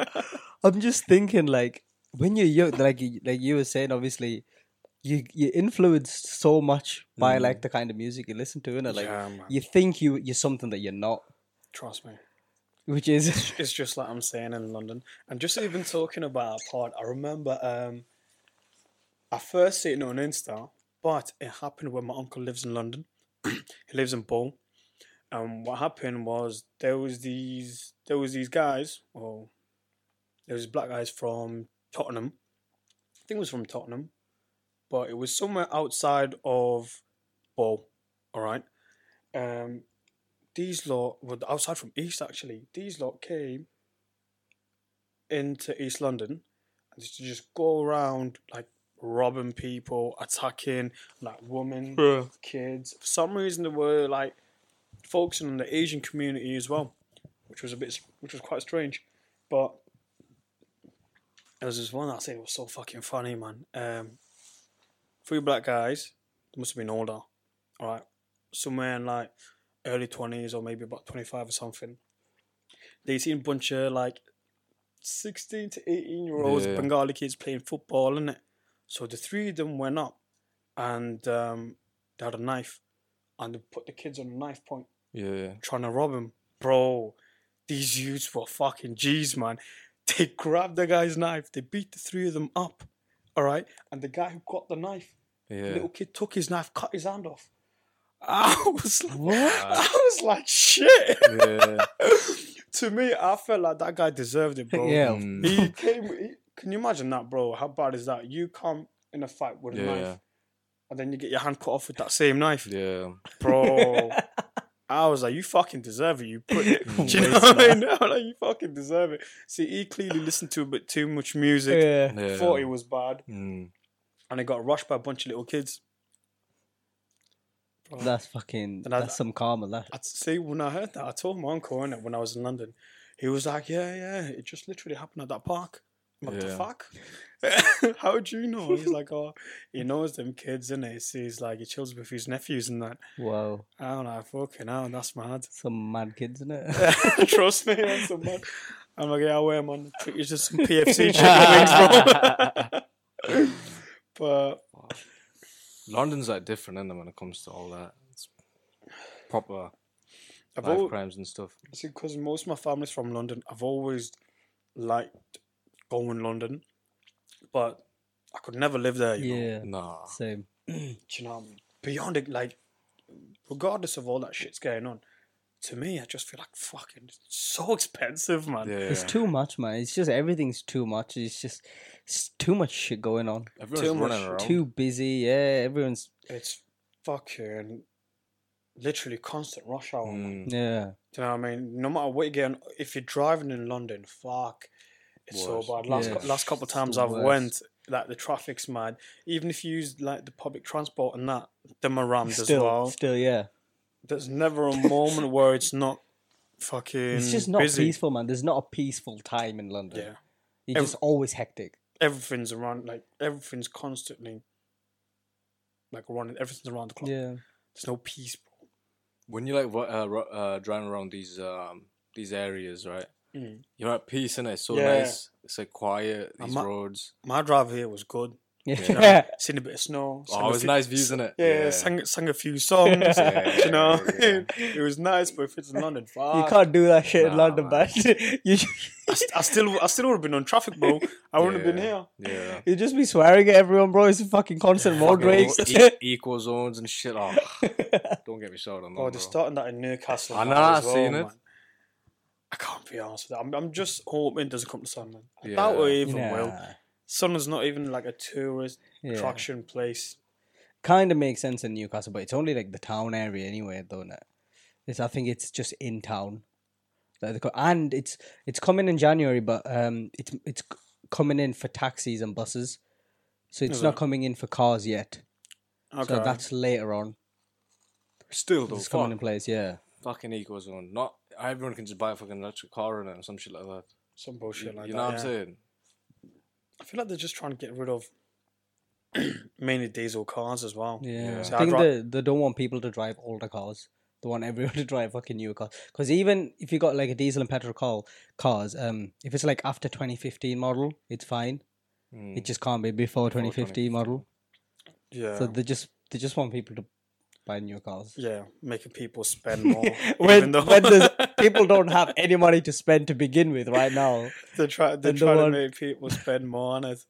S3: I'm just thinking, like, when you're young, like, you- like you were saying, obviously, you, you're influenced so much by,
S4: Mm.
S3: like, the kind of music you listen to, innit? Like,
S1: yeah, man.
S3: you think you, you're something that you're not,
S1: Trust me.
S3: which is.
S1: it's just like I'm saying in London. And just even talking about a pod, I remember um, I first seen it on Insta, but it happened when my uncle lives in London. he lives in Bull. And what happened was there was these there was these guys, or there was black guys from Tottenham. I think it was from Tottenham, but it was somewhere outside of Bull. All right. Um, these lot were outside from East actually. These lot came into East London and used to just go around like robbing people, attacking like women, kids. For some reason, they were like focusing on the Asian community as well, which was a bit, which was quite strange. But there was this one that I said it was so fucking funny, man. Um, three black guys, they must have been older, all right, somewhere in like early 20s or maybe about 25 or something. They seen a bunch of like 16 to 18 year olds
S4: Yeah.
S1: Bengali kids playing football, innit? So the three of them went up and um, they had a knife and they put the kids on a knife point
S4: yeah.
S1: trying to rob him. Bro, these youths were fucking G's, man. They grabbed the guy's knife, they beat the three of them up, all right? And the guy who got the knife,
S4: yeah.
S1: little kid took his knife, cut his hand off. I was like, I was like, shit.
S4: yeah.
S1: to me, I felt like that guy deserved it, bro.
S3: Yeah.
S4: Mm,
S1: He came. He, can you imagine that, bro? How bad is that? You come in a fight with a
S4: yeah,
S1: knife, and then you get your hand cut off with that same knife,
S4: yeah.
S1: bro. I was like, you fucking deserve it. You put, do you know what I mean? I'm like, you fucking deserve it. See, he clearly listened to a bit too much music.
S2: Yeah.
S4: Yeah.
S1: Thought it was bad,
S4: Mm.
S1: and it got rushed by a bunch of little kids.
S3: That's fucking.
S1: And I-
S3: That's some karma. That
S1: I see when I heard that, I told my uncle innit, when I was in London. He was like, "Yeah, yeah, it just literally happened at that park." I'm like,
S4: Yeah.
S1: "The fuck? How would you know?" He's like, "Oh, he knows them kids, and he sees like he chills with his nephews and that."
S3: wow.
S1: I'm like, "Fucking hell, that's mad."
S3: Some mad kids, isn't it?
S1: Trust me, I'm so mad. I'm like, "Yeah, I wear man. It's just some PFC chicken wings, bro." but
S4: London's like different, isn't it, when it comes to all that? It's proper
S1: I've
S4: life
S1: al-
S4: crimes and stuff.
S1: See, because most of my family's from London, I've always liked going London, but I could never live there. You know?
S3: yeah.
S4: Nah.
S3: Same.
S1: Do you know, what I mean? beyond it, like, regardless of all that shit's going on, to me, I just feel like fucking it's so expensive, man.
S4: Yeah.
S3: It's too much, man. It's just everything's too much. It's just it's too much shit going on.
S4: Everyone's
S1: too much-
S4: running around.
S3: Too busy. Yeah, everyone's.
S1: It's fucking literally constant rush hour. man.
S4: Mm.
S3: Yeah.
S1: Do you know what I mean? No matter what you're getting, if you're driving in London, fuck, it's
S4: Worse.
S1: so bad. Last
S3: Yeah.
S1: cou- last couple of
S3: It's
S1: times
S3: the
S1: I've
S3: worst.
S1: went, like the traffic's mad. Even if you use like the public transport and that, the Marams as
S3: Still,
S1: well.
S3: still, yeah.
S1: There's never a moment where it's not fucking.
S3: It's just not
S1: busy.
S3: peaceful, man. There's not a peaceful time in London.
S1: Yeah,
S3: You're
S1: Ev-
S3: just always hectic.
S1: everything's around. Like everything's constantly, like running. Everything's around the clock.
S3: Yeah.
S1: There's no peace. bro.
S4: when you like wa- uh, ru- uh, driving around these um these areas, right?
S1: Mm.
S4: You're at peace and it's so
S1: Yeah.
S4: nice. It's like quiet. These
S1: I'm not-
S4: roads.
S1: My drive here was good.
S3: Yeah.
S1: Seen a bit of snow. seen
S4: Oh,
S1: a
S4: it was
S1: few-
S4: nice views, isn't it?
S1: Yeah, Sang, sang a few songs.
S4: Yeah,
S1: you know,
S4: yeah,
S1: it was nice, but if it's in London, fuck.
S3: you can't do that shit in
S4: Nah,
S3: London,
S4: man.
S3: man. you ju-
S1: I, st- I still, I still would have been on traffic, bro. I wouldn't have been
S4: Yeah.
S1: here.
S4: Yeah.
S3: you just be swearing at everyone, bro. It's fucking constant road
S4: Fucking
S3: rage.
S4: e- equal zones and shit. Oh, don't get me started on that.
S1: Oh,
S4: bro.
S1: they're starting that in Newcastle.
S4: I
S1: now
S4: know, I
S1: as well,
S4: seen it.
S1: Man. I can't be honest with that. I'm, I'm just hoping it doesn't come to sun, man. I
S4: Yeah.
S1: doubt it even
S3: Nah.
S1: will. Sunderland's not even like a tourist
S3: Yeah.
S1: attraction place.
S3: kind of makes sense in Newcastle, but it's only like the town area anyway, though. innit? It's I think it's just in town, Like, the co- and it's it's coming in January, but um, it's it's c- coming in for taxis and buses, so it's
S1: Is
S3: not
S1: it?
S3: coming in for cars yet.
S1: Okay.
S3: So that's later on.
S4: still though.
S3: it's coming
S4: fuck.
S3: in place, yeah.
S4: fucking equal zone. Not everyone can just buy a fucking electric car in it or some shit like that.
S1: Some bullshit like
S4: you
S1: that.
S4: know what I'm
S1: yeah.
S4: saying?
S1: I feel like they're just trying to get rid of mainly diesel cars as well.
S3: Yeah,
S1: So
S3: I
S1: I'd
S3: think
S1: ra-
S3: they, they don't want people to drive older cars. They want everyone to drive fucking newer cars. Because even if you got like a diesel and petrol car, cars, um, if it's like after 2015 model, it's fine.
S4: Mm.
S3: It just can't be before 2015 model.
S1: Yeah.
S3: So they just they just want people to buy new cars.
S1: yeah, making people spend more. even
S3: When,
S1: though
S3: when there's- people don't have any money to spend to begin with right now.
S1: they're trying they're
S3: And the
S1: trying
S3: one-
S1: to make people spend more on it.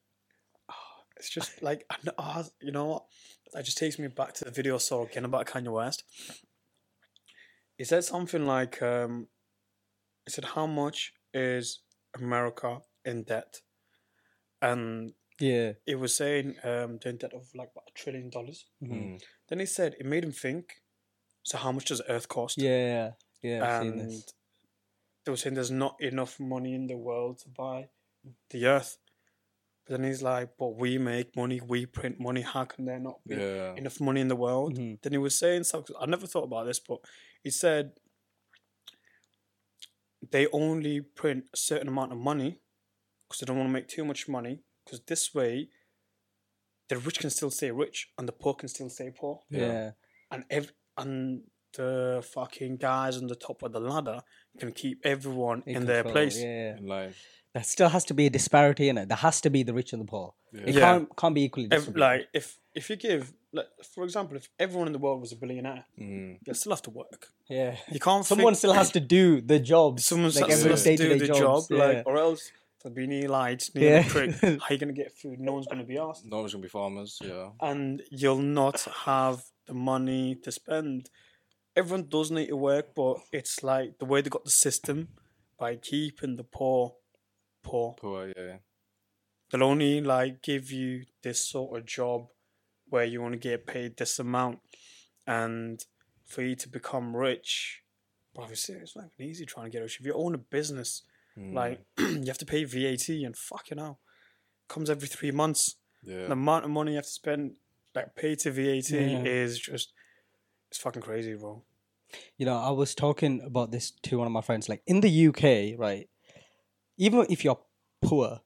S1: Oh, It's just like I know, oh, you know what? That just takes me back to the video I saw again about Kanye West. He said something like, um, "He said how much is America in debt?" And
S3: Yeah.
S1: he was saying um, they're in debt of like about a trillion dollars.
S3: Mhm.
S4: Mm.
S1: Then he said it made him think. So how much does Earth cost?
S3: Yeah. Yeah. I've seen
S1: and
S3: this.
S1: they were saying there's not enough money in the world to buy the earth. But then he's like, but we make money, we print money, how can there not be
S4: Yeah.
S1: enough money in the world?
S3: Mhm.
S1: Then he was saying something, I never thought about this, but he said they only print a certain amount of money because they don't want to make too much money because this way the rich can still stay rich and the poor can still stay poor
S4: Yeah.
S3: Yeah.
S1: and ev- and the fucking guys on the top of the ladder can keep everyone in, their
S3: control,
S1: place.
S3: Yeah.
S4: In life.
S3: That still has to be a disparity in it. There has to be the rich and the poor. It
S1: Yeah.
S3: can't can't be equally
S1: Ev-
S3: distributed.
S1: like if if you give, like, for example, if everyone in the world was a billionaire,
S4: Mm.
S1: you'd still have to work.
S3: yeah.
S1: You can't.
S3: Someone
S1: think-
S3: still has to do the job.
S1: Someone
S3: like
S1: still
S3: everyone's
S1: has to do
S3: day-to-day
S1: the job,
S3: jobs, yeah.
S1: like, or else there'll be any lights, near yeah.
S3: Yeah.
S1: prick. How are you gonna get food? No one's gonna be asked,
S4: No one's gonna be farmers. Yeah.
S1: and you'll not have the money to spend. Everyone does need to work, but it's like the way they got the system by keeping the poor poor.
S4: Poor. Yeah.
S1: they'll only like give you this sort of job where you want to get paid this amount and for you to become rich, but obviously it's not even easy trying to get rich. If you own a business,
S4: Mm,
S1: like you have to pay VAT and fucking hell, comes every three months.
S4: yeah.
S1: The amount of money you have to spend, like pay to VAT,
S3: Yeah.
S1: is just it's fucking crazy, bro.
S3: You know, I was talking about this to one of my friends. Like in the UK, right? Even if you're poor,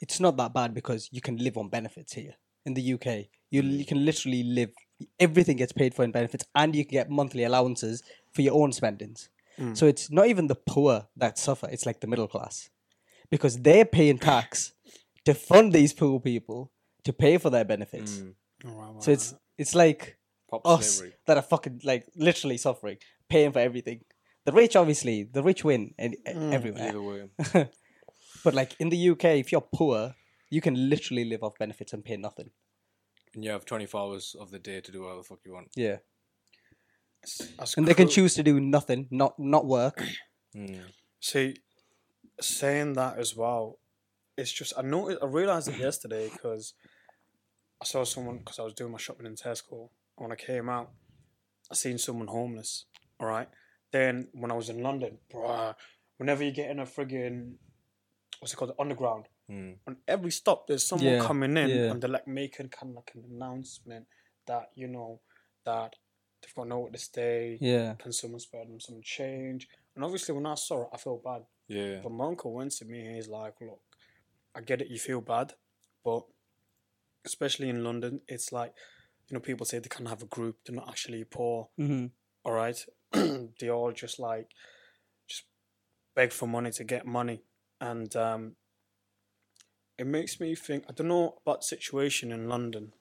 S3: it's not that bad because you can live on benefits here. In the UK, you, you can literally live. Everything gets paid for in benefits, and you can get monthly allowances for your own spendings. So it's not even the poor that suffer; it's like the middle class, because they're paying tax to fund these poor people to pay for their benefits.
S1: All right,
S3: So it's it's like
S4: Pop
S3: us
S4: slavery.
S3: that are fucking like literally suffering, paying for everything. The rich, obviously, the rich win and, everywhere.
S4: Either way.
S3: But like in the UK, if you're poor, you can literally live off benefits and pay nothing.
S4: And you have 24 hours of the day to do whatever the fuck you want.
S3: Yeah,
S1: That's
S3: and they can
S1: cru-
S3: choose to do nothing, not not work.
S4: Hmm,
S1: See, saying that as well, it's just I know I realized it yesterday because I saw someone because I was doing my shopping in Tesco. And when I came out, I seen someone homeless. All right. Then when I was in London, bruh, whenever you get in a friggin' what's it called, the underground,
S4: Mm.
S1: on every stop there's someone
S3: Yeah,
S1: coming in
S3: yeah.
S1: and they're like making kind of like an announcement that you know that they've got nowhere to stay.
S3: Yeah,
S1: Can someone spare them some change? And obviously, when I saw it, I felt bad.
S4: Yeah.
S1: But my uncle went to me and he's like, Look, I get it, you feel bad, but especially in London, it's like, you know, people say they can't have a group, they're not actually poor,
S3: mm-hmm.
S1: all right? they all just like, just beg for money to get money. And um, it makes me think, I don't know about the situation in London,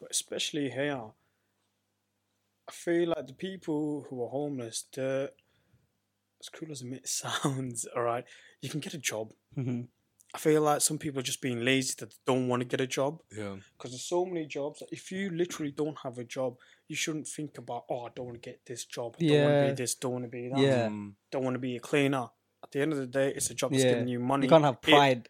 S1: but especially here, I feel like the people who are homeless, they're, as cruel as it sounds, all right, you can get a job.
S3: Mm-hmm.
S1: I feel like some people are just being lazy that they don't want to get a job
S4: Yeah.
S1: because there's so many jobs. that If you literally don't have a job, you shouldn't think about, oh, I don't want to get this job. I don't want
S3: Yeah.
S1: to be this, don't want to be that.
S3: Yeah.
S4: Mm.
S1: Don't want to be a cleaner. At the end of the day, it's a job that's
S3: Yeah.
S1: giving you money.
S3: You can't have
S1: It-
S3: pride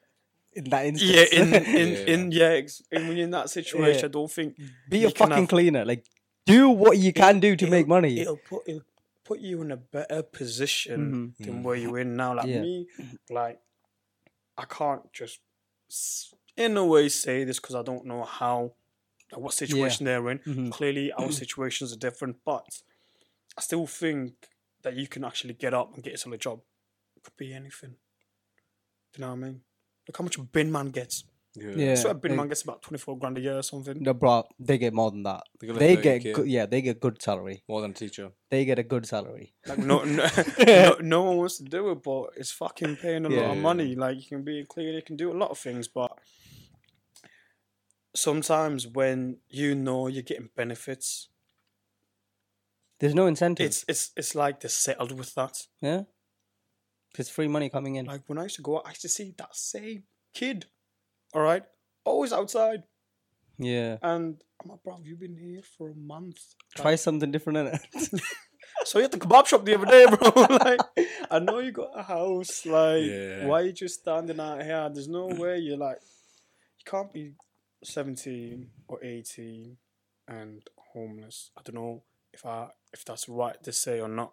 S3: in that instance.
S1: yeah, in in
S4: Yeah.
S1: in yeah, ex- and when you're in that situation,
S3: Yeah.
S1: I don't think
S3: be
S1: you
S3: a
S1: can
S3: fucking
S1: have-
S3: cleaner. Like, do what you can do to make
S1: it'll-
S3: money.
S1: It'll put it'll put you in a better position than
S4: Mhm.
S1: where you're in now. Like
S3: Mm-hmm. Yeah. Mm-hmm.
S1: me, like I can't just s- in a way say this because I don't know how like, what situation they're in.
S3: Mhm.
S1: Clearly, our situations are different, but I still think that you can actually get up and get yourself a job. It could be anything. Do you know what I mean? Look how much a bin man gets.
S4: Yeah.
S3: Yeah,
S1: I swear a bin
S3: like-
S1: man gets about twenty four grand a year or something.
S3: No, bro, they get more than that.
S4: They get like
S3: They
S4: 30K.
S3: get good, yeah, they get good salary.
S4: More than a teacher.
S3: They get a good salary.
S1: Like no, no, no, no one wants to do it, but it's fucking paying a lot of
S4: Yeah.
S1: money. Like you can be clear, you can do a lot of things, but sometimes when you know you're getting benefits,
S3: There's no incentive.
S1: it's it's it's like they're settled with that.
S3: yeah, there's free money coming in.
S1: Like when I used to go out, I used to see that same kid, all right, always outside,
S3: yeah,
S1: and I'm like, bro, you've been here for a month. Like,
S3: try something different. innit?
S1: So you at the kebab shop the other day, bro. like, I know you got a house. Like,
S4: Yeah.
S1: why you just standing out here? There's no way you're like, you can't be 17 or 18 and homeless. I don't know if I if that's right to say or not,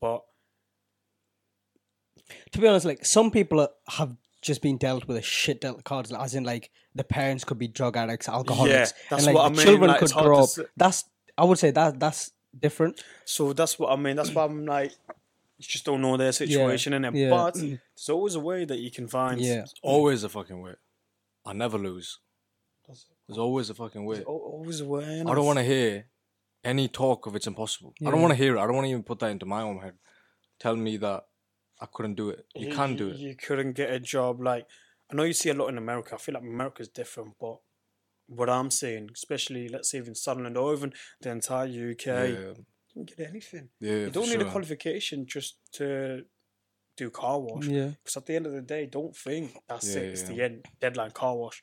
S1: but
S3: to be honest, like some people are, have just been dealt with a shit dealt cards, as in like the parents could be drug addicts, alcoholics,
S1: that's
S3: and like
S1: what I
S3: the
S1: mean,
S3: children
S1: like,
S3: could
S1: it's hard
S3: grow
S1: to
S3: up.
S1: say.
S3: That's I would say that that's different.
S1: so that's what I mean. That's why I'm like, you just don't know their situation in it.
S3: yeah.
S1: But there's always a way that you can find.
S3: Yeah.
S4: Always a fucking way. I never lose. There's always a fucking way.
S1: There's al- always a way.
S4: I don't want to hear any talk of it's impossible. I don't
S3: Yeah.
S4: want to hear it. I don't want to even put that into my own head. Tell me that I couldn't do it. You can do it.
S1: You couldn't get a job. Like I know you see a lot in America. I feel like America's different, but what I'm seeing, especially let's say even Sunderland or even the entire UK, you
S4: Yeah.
S1: can get anything.
S4: Yeah.
S1: you
S4: for
S1: don't need a
S4: sure.
S1: qualification just to do car wash. Because
S3: Yeah,
S1: at the end of the day, don't think that's
S4: Yeah,
S1: it. It's
S4: yeah.
S1: the end deadline car wash.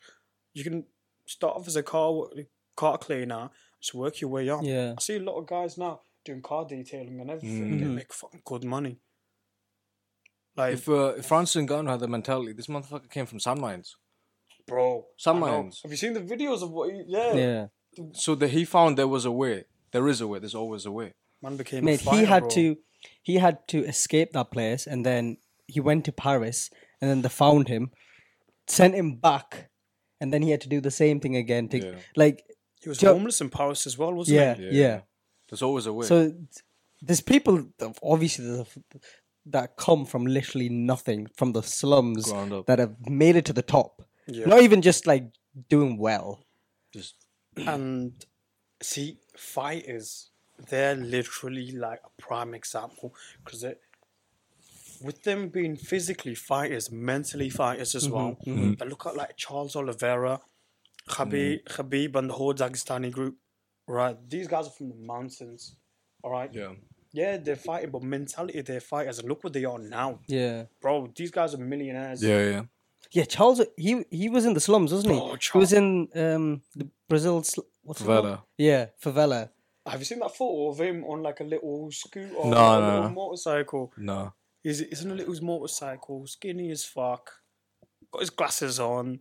S1: You can start off as a car wa- car cleaner, just work your way up.
S3: yeah.
S1: I see a lot of guys now doing car detailing and everything. They
S3: Mhm.
S1: make fucking good money. Like
S4: Mm-hmm. If, uh, if Francis Ngannou had the mentality, this motherfucker came from sand mines.
S1: bro.
S4: Sand
S1: I know.
S4: mines.
S1: Have you seen the videos of what? He, yeah.
S3: Yeah,
S4: So that he found there was a way. There is a way. There's always a way.
S1: Man became a
S3: Mate,
S1: fighter,
S3: he had
S1: bro.
S3: to he had to escape that place and then he went to Paris and then they found him, sent him back, and then he had to do the same thing again to
S4: Yeah.
S3: like
S1: He was
S3: Jo-
S1: homeless in Paris as well, wasn't
S3: yeah,
S1: he?
S4: Yeah.
S3: yeah.
S4: There's always a way.
S3: So th- there's people that- obviously that have- that come from literally nothing from the slums
S4: Ground up.
S3: that have made it to the top.
S1: Yeah.
S3: Not even just like doing well.
S4: Just
S1: And see, fighters, they're literally like a prime example because it, with them being physically fighters, mentally fighters as well.
S4: Mm-hmm,
S1: But look at like Charles Oliveira, Khabib,
S4: Mm-hmm.
S1: Khabib, and the whole Dagestani group. Right, these guys are from the mountains. All right,
S4: yeah.
S1: yeah, they're fighting, but mentality, they're fighters, and look what they are now,
S3: Yeah.
S1: bro. These guys are millionaires.
S4: Yeah, yeah.
S3: Yeah, Charles. He he was in the slums, wasn't he?
S1: Oh,
S3: he was in um the Brazil. Sl- what's it called?
S4: Favela.
S3: Yeah, favela.
S1: Have you seen that photo of him on like a little scooter, or
S4: No,
S1: a
S4: no,
S1: little
S4: no.
S1: motorcycle?
S4: No.
S1: He's, he's on a little motorcycle, skinny as fuck, got his glasses on.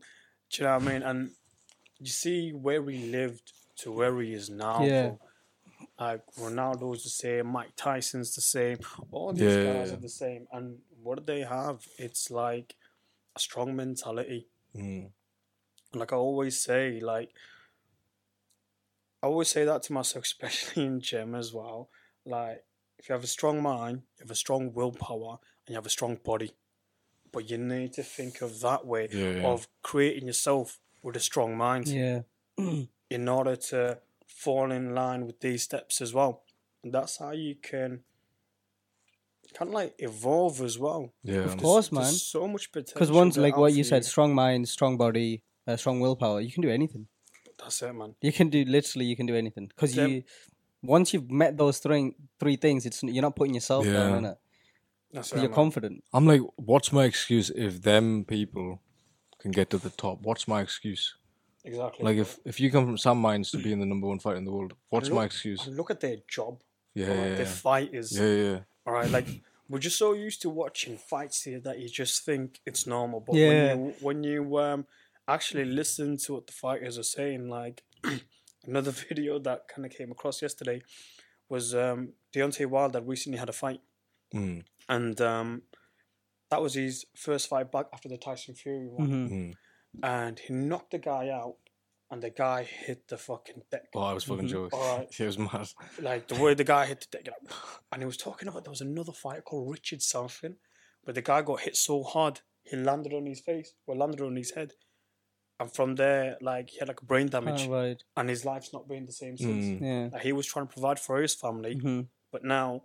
S1: Do you know what I mean? And you see where he lived to where he is now.
S3: Yeah.
S1: bro. Like Ronaldo's the same, Mike Tyson's the same, all these
S4: Yeah, yeah,
S1: guys
S4: yeah.
S1: are the same. And what do they have? It's like a strong mentality.
S4: Mm.
S1: And like I always say, like I always say that to myself, especially in gym as well. Like if you have a strong mind, you have a strong willpower, and you have a strong body, but you need to think of that way
S4: Yeah, yeah.
S1: of creating yourself with a strong mind
S3: Yeah.
S1: in order to fall in line with these steps as well. And that's how you can kind of like evolve as well.
S4: Yeah.
S3: Of course,
S1: There's
S3: man.
S1: so much potential.
S3: Because once,
S1: there
S3: like
S1: out
S3: what
S1: for
S3: you said, strong mind, strong body, uh, strong willpower. You can do anything.
S1: That's it, man.
S3: You can do literally. You can do anything. Because
S1: Yep.
S3: you, once you've met those three three things, it's you're not putting yourself
S4: Yeah.
S3: down in it.
S1: That's it,
S3: You're
S1: man.
S3: confident.
S4: I'm like, what's my excuse if them people can get to the top? What's my excuse?
S1: Exactly.
S4: Like if if you come from some mines to being the number one fighter in the world, what's my excuse?
S1: And look at their job.
S4: Yeah,
S1: alright,
S4: yeah,
S1: Their
S4: yeah.
S1: fighters.
S4: Yeah, yeah.
S1: All right. Like we're just so used to watching fights here that you just think it's normal. But
S3: Yeah.
S1: when you when you um actually listen to what the fighters are saying, like another video that kind of came across yesterday was um Deontay Wilder recently had a fight
S4: Mm.
S1: and um that was his first fight back after the Tyson Fury one.
S3: Mhm.
S4: Mm.
S1: And he knocked the guy out and the guy hit the fucking deck.
S4: Oh, I was
S1: Mm-hmm.
S4: fucking joking.
S1: Alright.
S4: It was mad.
S1: like the way the guy hit the deck, you're like, and he was talking about there was another fight called Richard something, but the guy got hit so hard he landed on his face, well landed on his head, and from there like he had like brain damage,
S3: Oh, right.
S1: and his life's not been the same since.
S4: Mm.
S3: Yeah.
S1: Like, he was trying to provide for his family,
S3: hmm
S1: but now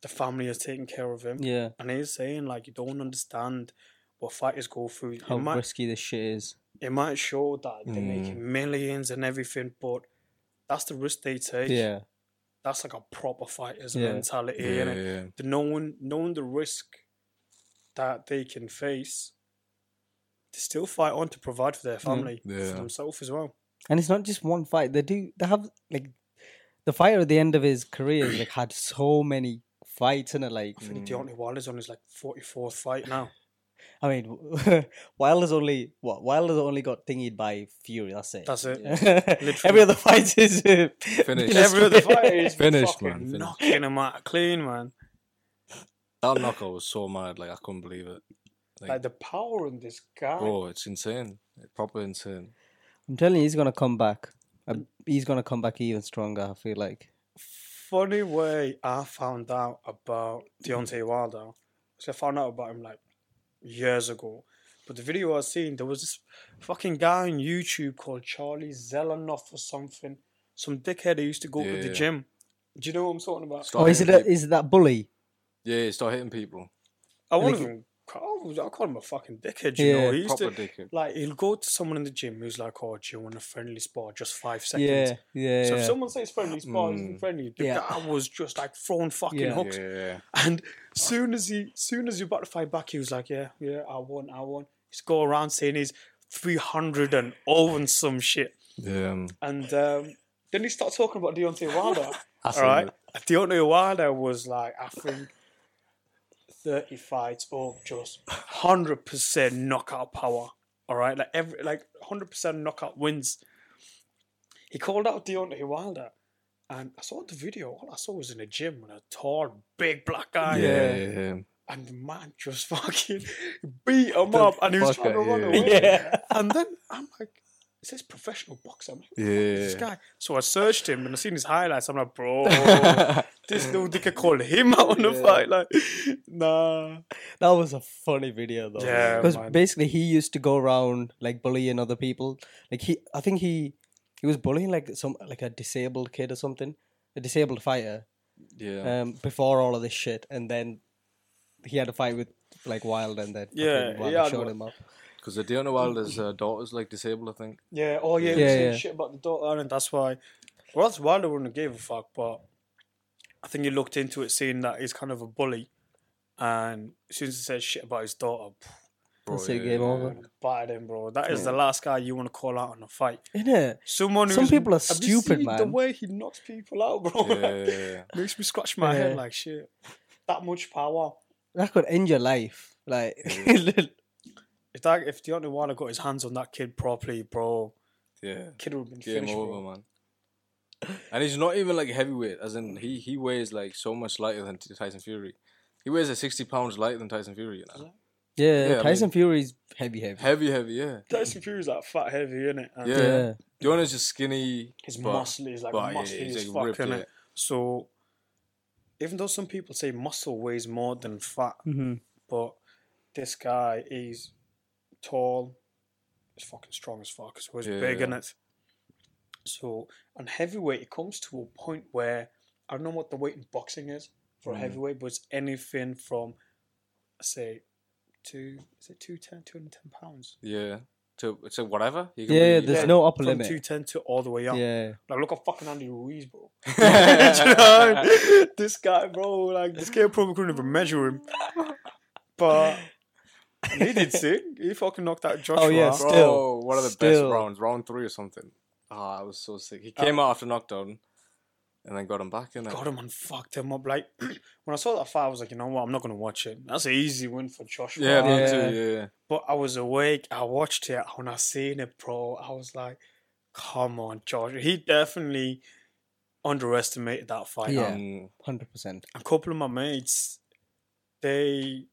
S1: the family is taking care of him,
S3: Yeah.
S1: and he's saying like you don't understand what fighters go through.
S3: How
S1: it might
S3: risky this shit is.
S1: it might show that they're
S4: Mm.
S1: making millions and everything, but that's the risk they take
S3: Yeah.
S1: that's like a proper fighter's
S3: Yeah.
S1: mentality,
S4: Yeah,
S1: innit?
S4: yeah.
S1: The knowing knowing the risk that they can face, they still fight on to provide for their family,
S4: Yeah.
S1: for themselves as well.
S3: And it's not just one fight. They do. They have like the fighter at the end of his career has, like had so many fights in it. Like
S1: I
S4: Mm.
S1: think Deontay Wilder's on his like forty fourth fight now.
S3: I mean, Wilder's only what Wilder's only got thingied by Fury. That's it.
S1: That's it.
S3: Every other fight is uh,
S4: Finished.
S1: Every other fight is
S4: Finished,
S1: fucking
S4: man, finished.
S1: knocking him out clean, man.
S4: That knockout was so mad. Like I couldn't believe it. Like-
S1: Like the power in this guy.
S4: Bro, it's insane. Proper insane.
S3: I'm telling you, he's gonna come back. Um, He's gonna come back even stronger. I feel like.
S1: funny way I found out about
S3: Mm-hmm.
S1: Deontay Wilder. So I found out about him like years ago. But the video I was seeing, there was this fucking guy on YouTube called Charlie Zelenoff or something. Some dickhead who used to go to the
S4: Yeah.
S1: gym. Do you know what I'm talking about?
S4: Start
S3: Oh, is it
S4: hitting
S3: that,
S4: peop-
S3: is it that bully?
S4: Yeah, start hitting people.
S1: I won't
S3: Like-
S1: even. I call him a fucking dickhead. You know,
S3: Yeah,
S1: he used
S4: Proper
S1: to
S4: dickhead.
S1: like he'll go to someone in the gym who's like, "Oh, do you want a friendly spot? Just five seconds."
S3: Yeah, yeah.
S1: So
S3: yeah.
S1: if someone says friendly spot, isn't
S4: Mm.
S1: friendly. The
S3: Yeah.
S1: guy was just like throwing fucking
S3: Yeah.
S1: hooks.
S4: Yeah.
S1: And soon as he, soon as you're about to fight back, he was like, "Yeah, yeah, I won, I won." He's go around saying he's three hundred and oh and some shit,
S4: Yeah. Um,
S1: and um, then he starts talking about Deontay Wilder.
S4: I
S1: all
S4: seen
S1: right,
S4: it.
S1: Deontay Wilder was like, I think. 30 fights or just 100% knockout power. All right, like every like 100% knockout wins. He called out Deontay Wilder And I saw the video. All I saw was in a gym with a tall, big black guy.
S4: yeah, yeah.
S1: And the man just fucking beat him up and he was
S4: fuck
S1: trying to
S4: it,
S1: run
S4: yeah.
S1: away.
S3: Yeah.
S1: And then I'm like, is this professional boxer? I'm like,
S4: yeah.
S1: this guy. So I searched him and I seen his highlights. I'm like, bro, this little dicker called him out on the fight. Like, nah.
S3: That was a funny video though.
S1: Yeah,
S3: because
S1: man.
S3: basically he used to go around like bullying other people. Like he, I think he, he was bullying like some like a disabled kid or something, a disabled fighter.
S4: yeah.
S1: Uh,
S3: Um, before all of this shit, and then he had a fight with like Wild, and then fucking
S1: Yeah, he
S3: Wilder
S1: had
S3: showed
S1: one.
S3: him up.
S4: Because Adriana Wilder's uh, daughter's like disabled, I think.
S1: Yeah, oh yeah,
S3: Yeah,
S1: yeah, saying
S3: yeah.
S1: shit about the daughter, and that's why. Well, that's Wilder wouldn't have gave a fuck, but I think he looked into it, seeing that he's kind of a bully, and as soon as he said shit about his daughter, pff,
S4: Bro,
S3: That's it,
S4: yeah,
S3: game
S4: yeah,
S3: over.
S1: battered him, bro. That is the last guy you want to call out in a fight.
S3: Innit?
S1: Someone.
S3: Some
S1: who's-
S3: people are
S1: Have you
S3: stupid,
S1: seen The
S3: man.
S1: way he knocks people out, bro,
S4: Yeah, yeah, yeah, yeah.
S1: makes me scratch my head
S3: Yeah.
S1: like shit. That much power.
S3: That could end your life. Like,
S1: If that, if Deontay Wilder got his hands on that kid properly, bro,
S4: yeah.
S1: kid would have been
S4: Game
S1: finished.
S4: over,
S1: bro.
S4: man. And he's not even like heavyweight, as in he he weighs like so much lighter than T- Tyson Fury. He weighs like sixty pounds lighter than Tyson Fury. You know?
S3: yeah,
S4: I
S3: Tyson Fury's heavy, heavy.
S4: Heavy, heavy, yeah.
S1: Tyson Fury's like fat heavy, isn't it?
S4: Yeah.
S3: Yeah,
S4: Jonas just skinny.
S1: His
S4: but-
S1: muscle is like
S4: but, yeah,
S1: muscle
S4: he's,
S1: is
S4: like, ripped,
S1: fucking
S4: yeah.
S1: it. So even though some people say muscle weighs more than fat,
S3: Mhm.
S1: but this guy is tall, he's fucking strong as fuck, so he's
S4: Yeah,
S1: big
S4: yeah.
S1: in it. So and heavyweight it comes to a point where I don't know what the weight in boxing is for a heavyweight, but it's anything from say two is it 210, 210 pounds.
S4: Yeah. To to whatever. You
S3: yeah.
S4: be-
S3: There's no upper
S1: From
S3: limit.
S1: 210 to all the way up.
S3: Yeah,
S1: Like, look at fucking Andy Ruiz, bro. Do you know what I mean? This guy, bro, like, this guy probably couldn't even measure him. But he did sing. He fucking knocked out Joshua.
S3: yeah,
S1: bro.
S4: Bro,
S3: Still,
S4: one of the
S3: still.
S4: best rounds, round three or something. Ah, I was so sick. He came out after knockdown, and then got him back in.
S1: Got him and fucked him up. Like, when I saw that fight, I was like, you know what? I'm not going to watch it. That's an easy win for Joshua.
S4: Yeah,
S3: Yeah.
S4: me too. Yeah,
S1: But I was awake. I watched it. When I seen it, bro, I was like, come on, Josh. He definitely underestimated that fight.
S3: Yeah.
S4: Um,
S3: hundred percent.
S1: a couple of my mates, they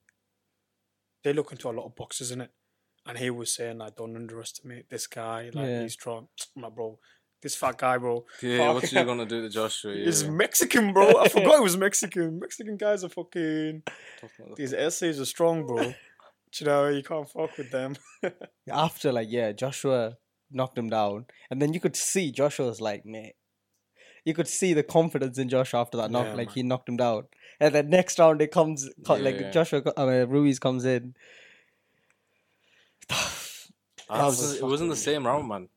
S1: they look into a lot of boxes in it, and he was saying, "I don't underestimate this guy. Like
S3: Yeah.
S1: he's strong, my bro. This fat guy, bro,
S4: yeah. What's
S1: Fucking-
S4: you gonna do to Joshua? Yeah.
S1: is Mexican, bro. I forgot he was Mexican. Mexican guys are fucking.
S4: Tough motherfucker.
S1: These essays are strong, bro. Do you know you can't fuck with them.
S3: After like, yeah, Joshua knocked him down, and then you could see Joshua was like, mate. You could see the confidence in Joshua after that knock.
S1: Yeah,
S3: like
S1: man.
S3: he knocked him down, and then next round it comes co-
S4: Yeah,
S3: like
S4: yeah.
S3: Joshua co- I mean, Ruiz comes in.
S4: Ah,
S1: That
S4: it
S1: was
S4: was- it
S1: fucking
S4: wasn't the same round, man.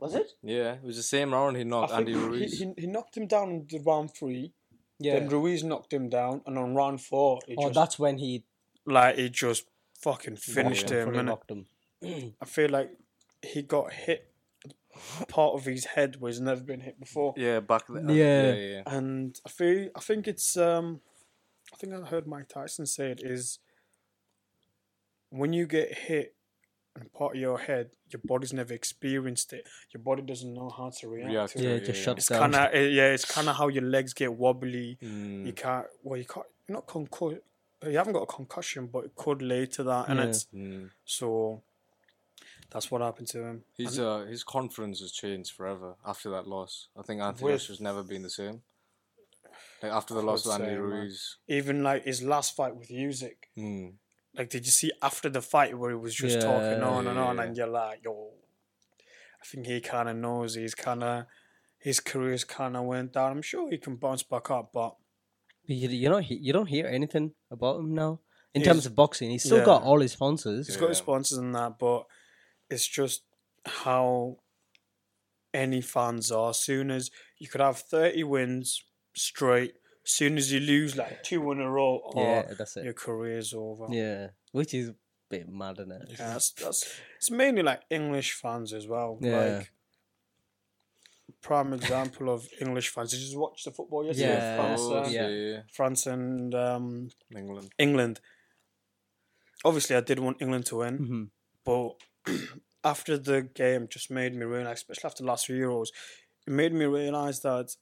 S3: Was it?
S4: Yeah, it was the same round. He knocked
S1: I
S4: Andy
S1: think he,
S4: Ruiz.
S1: he, he knocked him down in the round three.
S3: Yeah.
S1: Then Ruiz knocked him down, and on round four, he
S3: oh,
S1: just,
S3: that's when he
S1: like he just fucking finished
S4: him,
S1: him.
S3: fully
S1: innit?
S3: knocked him.
S1: I feel like he got hit. Part of his head was never been hit before,
S4: yeah, back then.
S3: Yeah.
S4: yeah, yeah.
S1: and I feel I think it's um, I think I heard Mike Tyson say it is when you get hit and part of your head, your body's never experienced it. Your body doesn't know how to react.
S4: React
S1: to
S4: to
S1: it.
S3: Yeah,
S4: Yeah,
S3: it just
S4: yeah.
S3: shuts
S1: It's
S3: down.
S1: kind of yeah, it's kind of how your legs get wobbly.
S4: Mm.
S1: You can't well, you can't you're not concu- You haven't got a concussion, but it could lead to that, and
S3: Yeah.
S1: it's
S4: Mm.
S1: so. That's what happened to him.
S4: His uh, his confidence has changed forever after that loss. I think Anthony
S1: With-
S4: Joshua's never been the same. Like after the
S1: I
S4: loss
S1: would
S4: of Andy
S1: say, man.
S4: Ruiz.
S1: even like his last fight with Usyk.
S4: Mm.
S1: Like, did you see after the fight where he was just talking
S3: Yeah,
S1: on and on,
S4: yeah.
S1: and you're like, yo, I think he kind of knows he's kind of his career's kind of went down. I'm sure he can bounce back up, but
S3: But you, you don't he- you don't hear anything about him now in
S1: He's-
S3: terms of boxing. He's still
S1: yeah.
S3: got all his sponsors.
S1: he's
S4: Yeah.
S1: got his sponsors and that. But it's just how any fans are. Soon as you could have 30 wins straight, soon as you lose like two in a row, oh,
S3: Yeah, that's it.
S1: your career's over.
S3: Yeah, which is a bit mad, isn't it?
S1: Yeah, that's, that's it's mainly like English fans as well.
S3: Yeah.
S1: Like prime example of English fans. Did you just watch the football yesterday?
S3: Yeah,
S1: France, uh,
S4: yeah,
S3: yeah.
S4: yeah.
S1: France and um,
S4: England.
S1: England. Obviously, I did want England to win,
S3: hmm
S1: but after the game, just made me realize, especially after the last few Euros, it made me realize that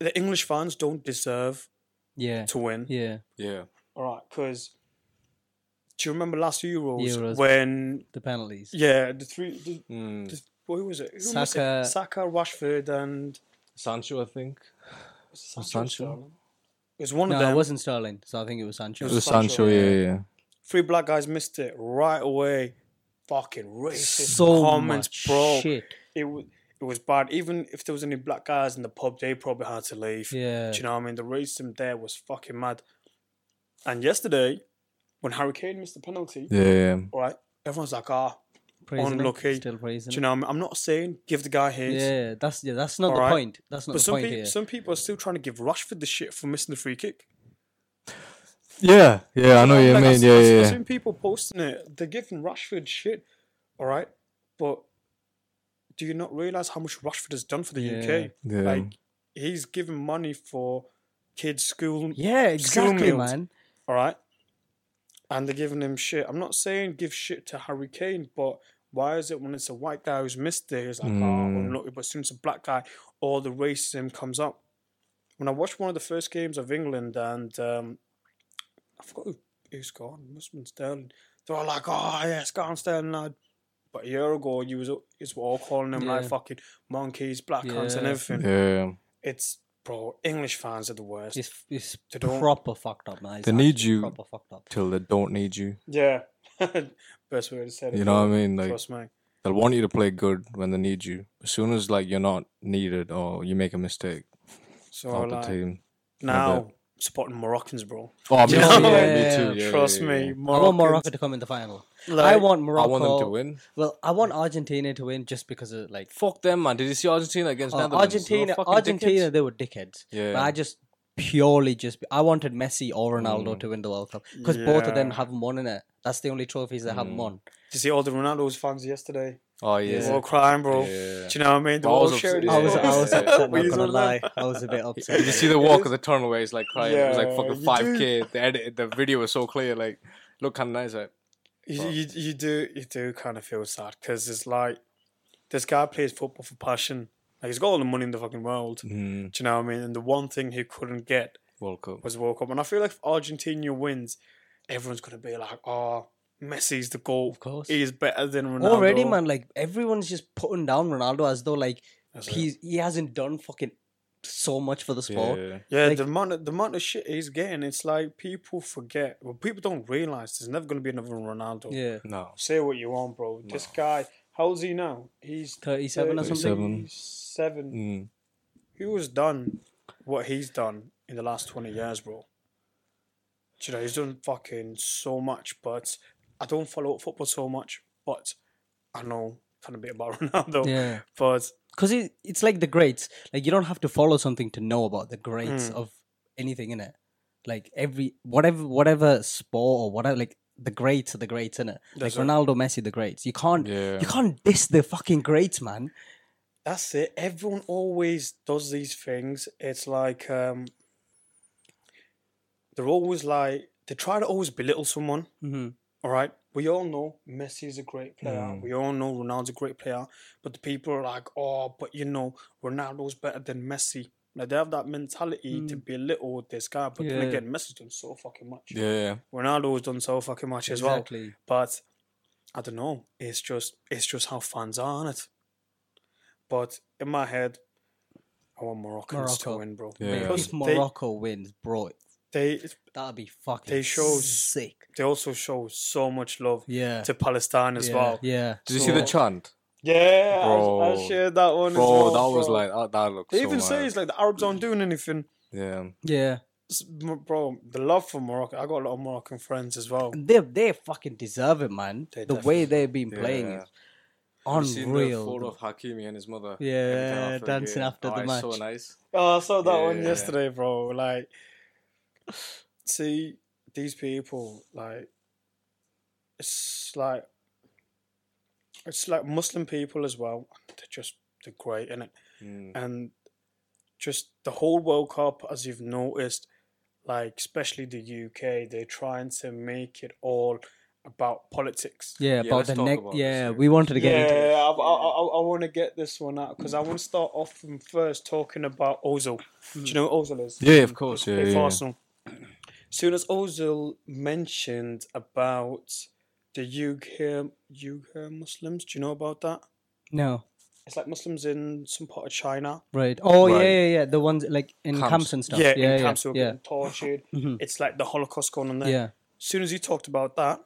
S1: the English fans don't deserve
S3: Yeah.
S1: to win.
S3: Yeah.
S4: Yeah.
S1: All right, because do you remember last Euros,
S3: Euros.
S1: when
S3: The penalties.
S1: yeah the three the,
S4: Mm.
S1: the, who was it? Who
S3: Saka-
S1: was it? Saka, Rashford, and
S4: Sancho, I think. Sancho?
S1: Sterling? It was one
S3: No,
S1: of them.
S3: it wasn't Sterling, so I think it was Sancho.
S1: It was Sancho,
S4: yeah, yeah.
S1: Three black guys missed it right away. Fucking racist
S3: so
S1: comments,
S3: much
S1: bro.
S3: shit.
S1: It was it was bad. Even if there was any black guys in the pub, they probably had to leave.
S3: Yeah.
S1: Do you know what I mean? The racism there was fucking mad. And yesterday, when Harry Kane missed the penalty,
S4: Yeah, yeah.
S1: right, everyone's like, ah,
S3: Praising him,
S1: unlucky.
S3: Still praising
S1: do you
S3: him.
S1: know what I mean? I'm not saying give the guy hate.
S3: Yeah, that's yeah, that's not
S1: All
S3: the
S1: right.
S3: point. That's not
S1: But
S3: the
S1: some,
S3: point
S1: pe-
S3: here.
S1: some people are still trying to give Rashford the shit for missing the free kick.
S4: Yeah, yeah, I know what you
S1: Like,
S4: mean.
S1: I've,
S4: Yeah,
S1: I've- I've
S4: yeah, yeah.
S1: seen people posting it. They're giving Rashford shit, all right? But do you not realise how much Rashford has done for the UK?
S4: Yeah.
S1: Like, he's given money for kids' school,
S3: yeah,
S1: Skill
S3: exactly,
S1: meals.
S3: man.
S1: all right? And they're giving him shit. I'm not saying give shit to Harry Kane, but why is it when it's a white guy who's missed it, it's like, oh,
S4: Mm.
S1: unlucky. But as soon as a black guy, all the racism comes up. When I watched one of the first games of England, and um, I forgot who, who scored, it must have been Sterling. They were like, oh, yeah, it's gone Sterling, lad. But a year ago, you was, is all calling him like
S3: Yeah.
S1: fucking monkeys, black cunts, and
S3: Yeah.
S1: everything.
S4: yeah.
S1: It's, bro, English fans are the worst.
S3: It's, it's
S1: They don't-
S3: proper fucked up, man. It's
S4: They need
S3: actually
S4: you
S3: Proper fucked up.
S4: Till they don't need you.
S1: Yeah. Best way to say it.
S4: You know what I mean? Like
S1: Trust me.
S4: they'll want you to play good when they need you. As soon as like you're not needed or you make a mistake,
S1: So
S4: out the
S1: like
S4: team.
S1: now supporting Moroccans, bro.
S4: Oh,
S1: me Yeah. too,
S3: yeah,
S4: me too. yeah,
S1: Trust
S4: yeah,
S1: me,
S4: yeah.
S3: I
S1: Moroccans.
S3: want Morocco to come in the final.
S1: like,
S3: I want Morocco.
S4: I want them to win.
S3: Well, I want Argentina to win just because of like
S4: Fuck them, man. Did you see Argentina against
S3: uh,
S4: Netherlands?
S3: Argentina.
S4: They're fucking
S3: Argentina,
S4: dickheads.
S3: they were dickheads.
S4: Yeah.
S3: But I just purely just I wanted Messi or
S4: Mm.
S3: Ronaldo to win the World Cup because both of them
S1: Yeah.
S3: haven't won in it. That's the only trophies they
S4: Mm.
S3: haven't won.
S1: Did you see all the Ronaldo's fans yesterday?
S4: Oh
S1: They
S4: yeah.
S1: were all crying, bro.
S4: Yeah.
S1: Do you know what I mean? They
S4: I
S1: were all
S4: was upset.
S1: sharing.
S4: Yeah.
S3: I was I was upset.
S1: We
S3: not
S1: just wanna
S3: gonna lie, I was a bit upset.
S4: Did you see the walk of the tunnel where he's like crying? it was like
S1: Yeah,
S4: fucking
S1: you
S4: five k. The edit, the video was so clear. Like, look kind of nice. Like,
S1: You, you, you do you do kind of feel sad because it's like this guy plays football for passion. Like he's got all the money in the fucking world. Do you know what I mean? And the one thing he couldn't get
S4: Mm-hmm. World Cup.
S1: was World Cup. And I feel like if Argentina wins, everyone's gonna be like, "Oh, Messi's the goal. Of
S3: course.
S1: he's better than Ronaldo."
S3: Already, man, like everyone's just putting down Ronaldo as though like
S1: it.
S3: he's, he hasn't done fucking so much for the sport.
S4: Yeah.
S1: Yeah,
S3: Like-
S1: the amount of, the amount of shit he's getting, it's like people forget. Well, people don't realize there's never gonna be another Ronaldo.
S3: Yeah.
S4: No.
S1: Say what you want, bro. This guy, how old's he now? He's
S3: 37 or something.
S4: 37.
S1: 37.
S4: Mm.
S1: He was done what he's done in the last twenty years, bro. Do You know, he's done fucking so much, but I don't follow up football so much, but I know kind of bit about Ronaldo.
S3: Yeah.
S1: But
S3: Because it, it's like the greats. Like, you don't have to follow something to know about the greats
S1: Mm.
S3: of anything in it. Like, every, whatever, whatever sport or whatever, like, the greats are the greats in it. Like,
S1: That's right.
S3: Ronaldo, Messi, the greats. You can't,
S4: Yeah.
S3: you can't diss the fucking greats, man.
S1: that's it. Everyone always does these things. It's like um, they're always like they try to always belittle someone.
S3: Mm-hmm.
S1: All right, we all know Messi is a great player.
S4: Mm.
S1: We all know Ronaldo's a great player. But the people are like, oh, but you know, Ronaldo's better than Messi. Now they have that mentality to belittle this guy. But
S3: Yeah.
S1: then again, Messi's done so fucking much.
S4: Yeah.
S1: Ronaldo's done so fucking much as well.
S3: Exactly.
S1: But I don't know. It's just it's just how fans are on it. But in my head, I want Moroccans
S3: Morocco.
S1: to win, bro.
S4: Yeah.
S3: Mate,
S1: Because
S3: If Morocco wins, bro,
S1: they they
S3: that'd be fucking
S1: They show-
S3: sick.
S1: they also show so much love
S3: Yeah.
S1: to Palestine as
S3: yeah.
S1: well.
S3: Yeah.
S4: Did you see the
S1: So-
S4: chant?
S1: Yeah, I- I,
S4: Bro.
S1: shared that one. as
S4: Bro,
S1: well,
S4: that was
S1: bro.
S4: like that, that looks.
S1: They
S4: so
S1: even say
S4: mad.
S1: it's like the Arabs aren't doing anything.
S4: yeah.
S3: Yeah.
S1: S- m- Bro, the love for Morocco. I got a lot of Moroccan friends as well.
S3: They they fucking deserve it, man.
S1: They
S3: the way they've been playing
S4: Yeah.
S3: is
S4: Have you seen the
S3: unreal.
S4: photo
S3: though.
S4: of Hakimi and his mother.
S3: Yeah,
S4: every time after a
S3: dancing
S4: game?
S3: after
S4: Oh,
S3: the
S4: it's So
S3: match.
S4: nice.
S1: Oh, I saw that one
S4: Yeah.
S1: yesterday, bro. Like, see these people, like, it's like, it's like Muslim people as well. They're just they're great, innit?
S4: Mm.
S1: and just the whole World Cup, as you've noticed, like especially the UK, they're trying to make it all about politics.
S3: Yeah, about
S4: let's
S3: the
S4: talk
S3: next.
S4: about this,
S3: Yeah,
S4: yeah.
S3: we wanted to get into it.
S1: yeah, I, want to get this one out because I want to start off from first talking about Ozil. Do you know what Ozil is?
S4: Yeah, of course. Yeah,
S1: If
S4: yeah, yeah.
S1: Arsenal. Soon as Ozil mentioned about the Uyghur, Uyghur Muslims, do you know about that?
S3: No,
S1: It's like Muslims in some part of China.
S3: right. Oh
S4: Right.
S3: yeah, yeah, yeah. The ones like in camps,
S4: Camps.
S3: and stuff.
S1: Yeah,
S3: yeah,
S1: in camps who are
S3: yeah,
S1: getting tortured.
S3: Mhm.
S1: It's like the Holocaust going on
S3: yeah,
S1: there.
S3: yeah.
S1: soon as he talked about that,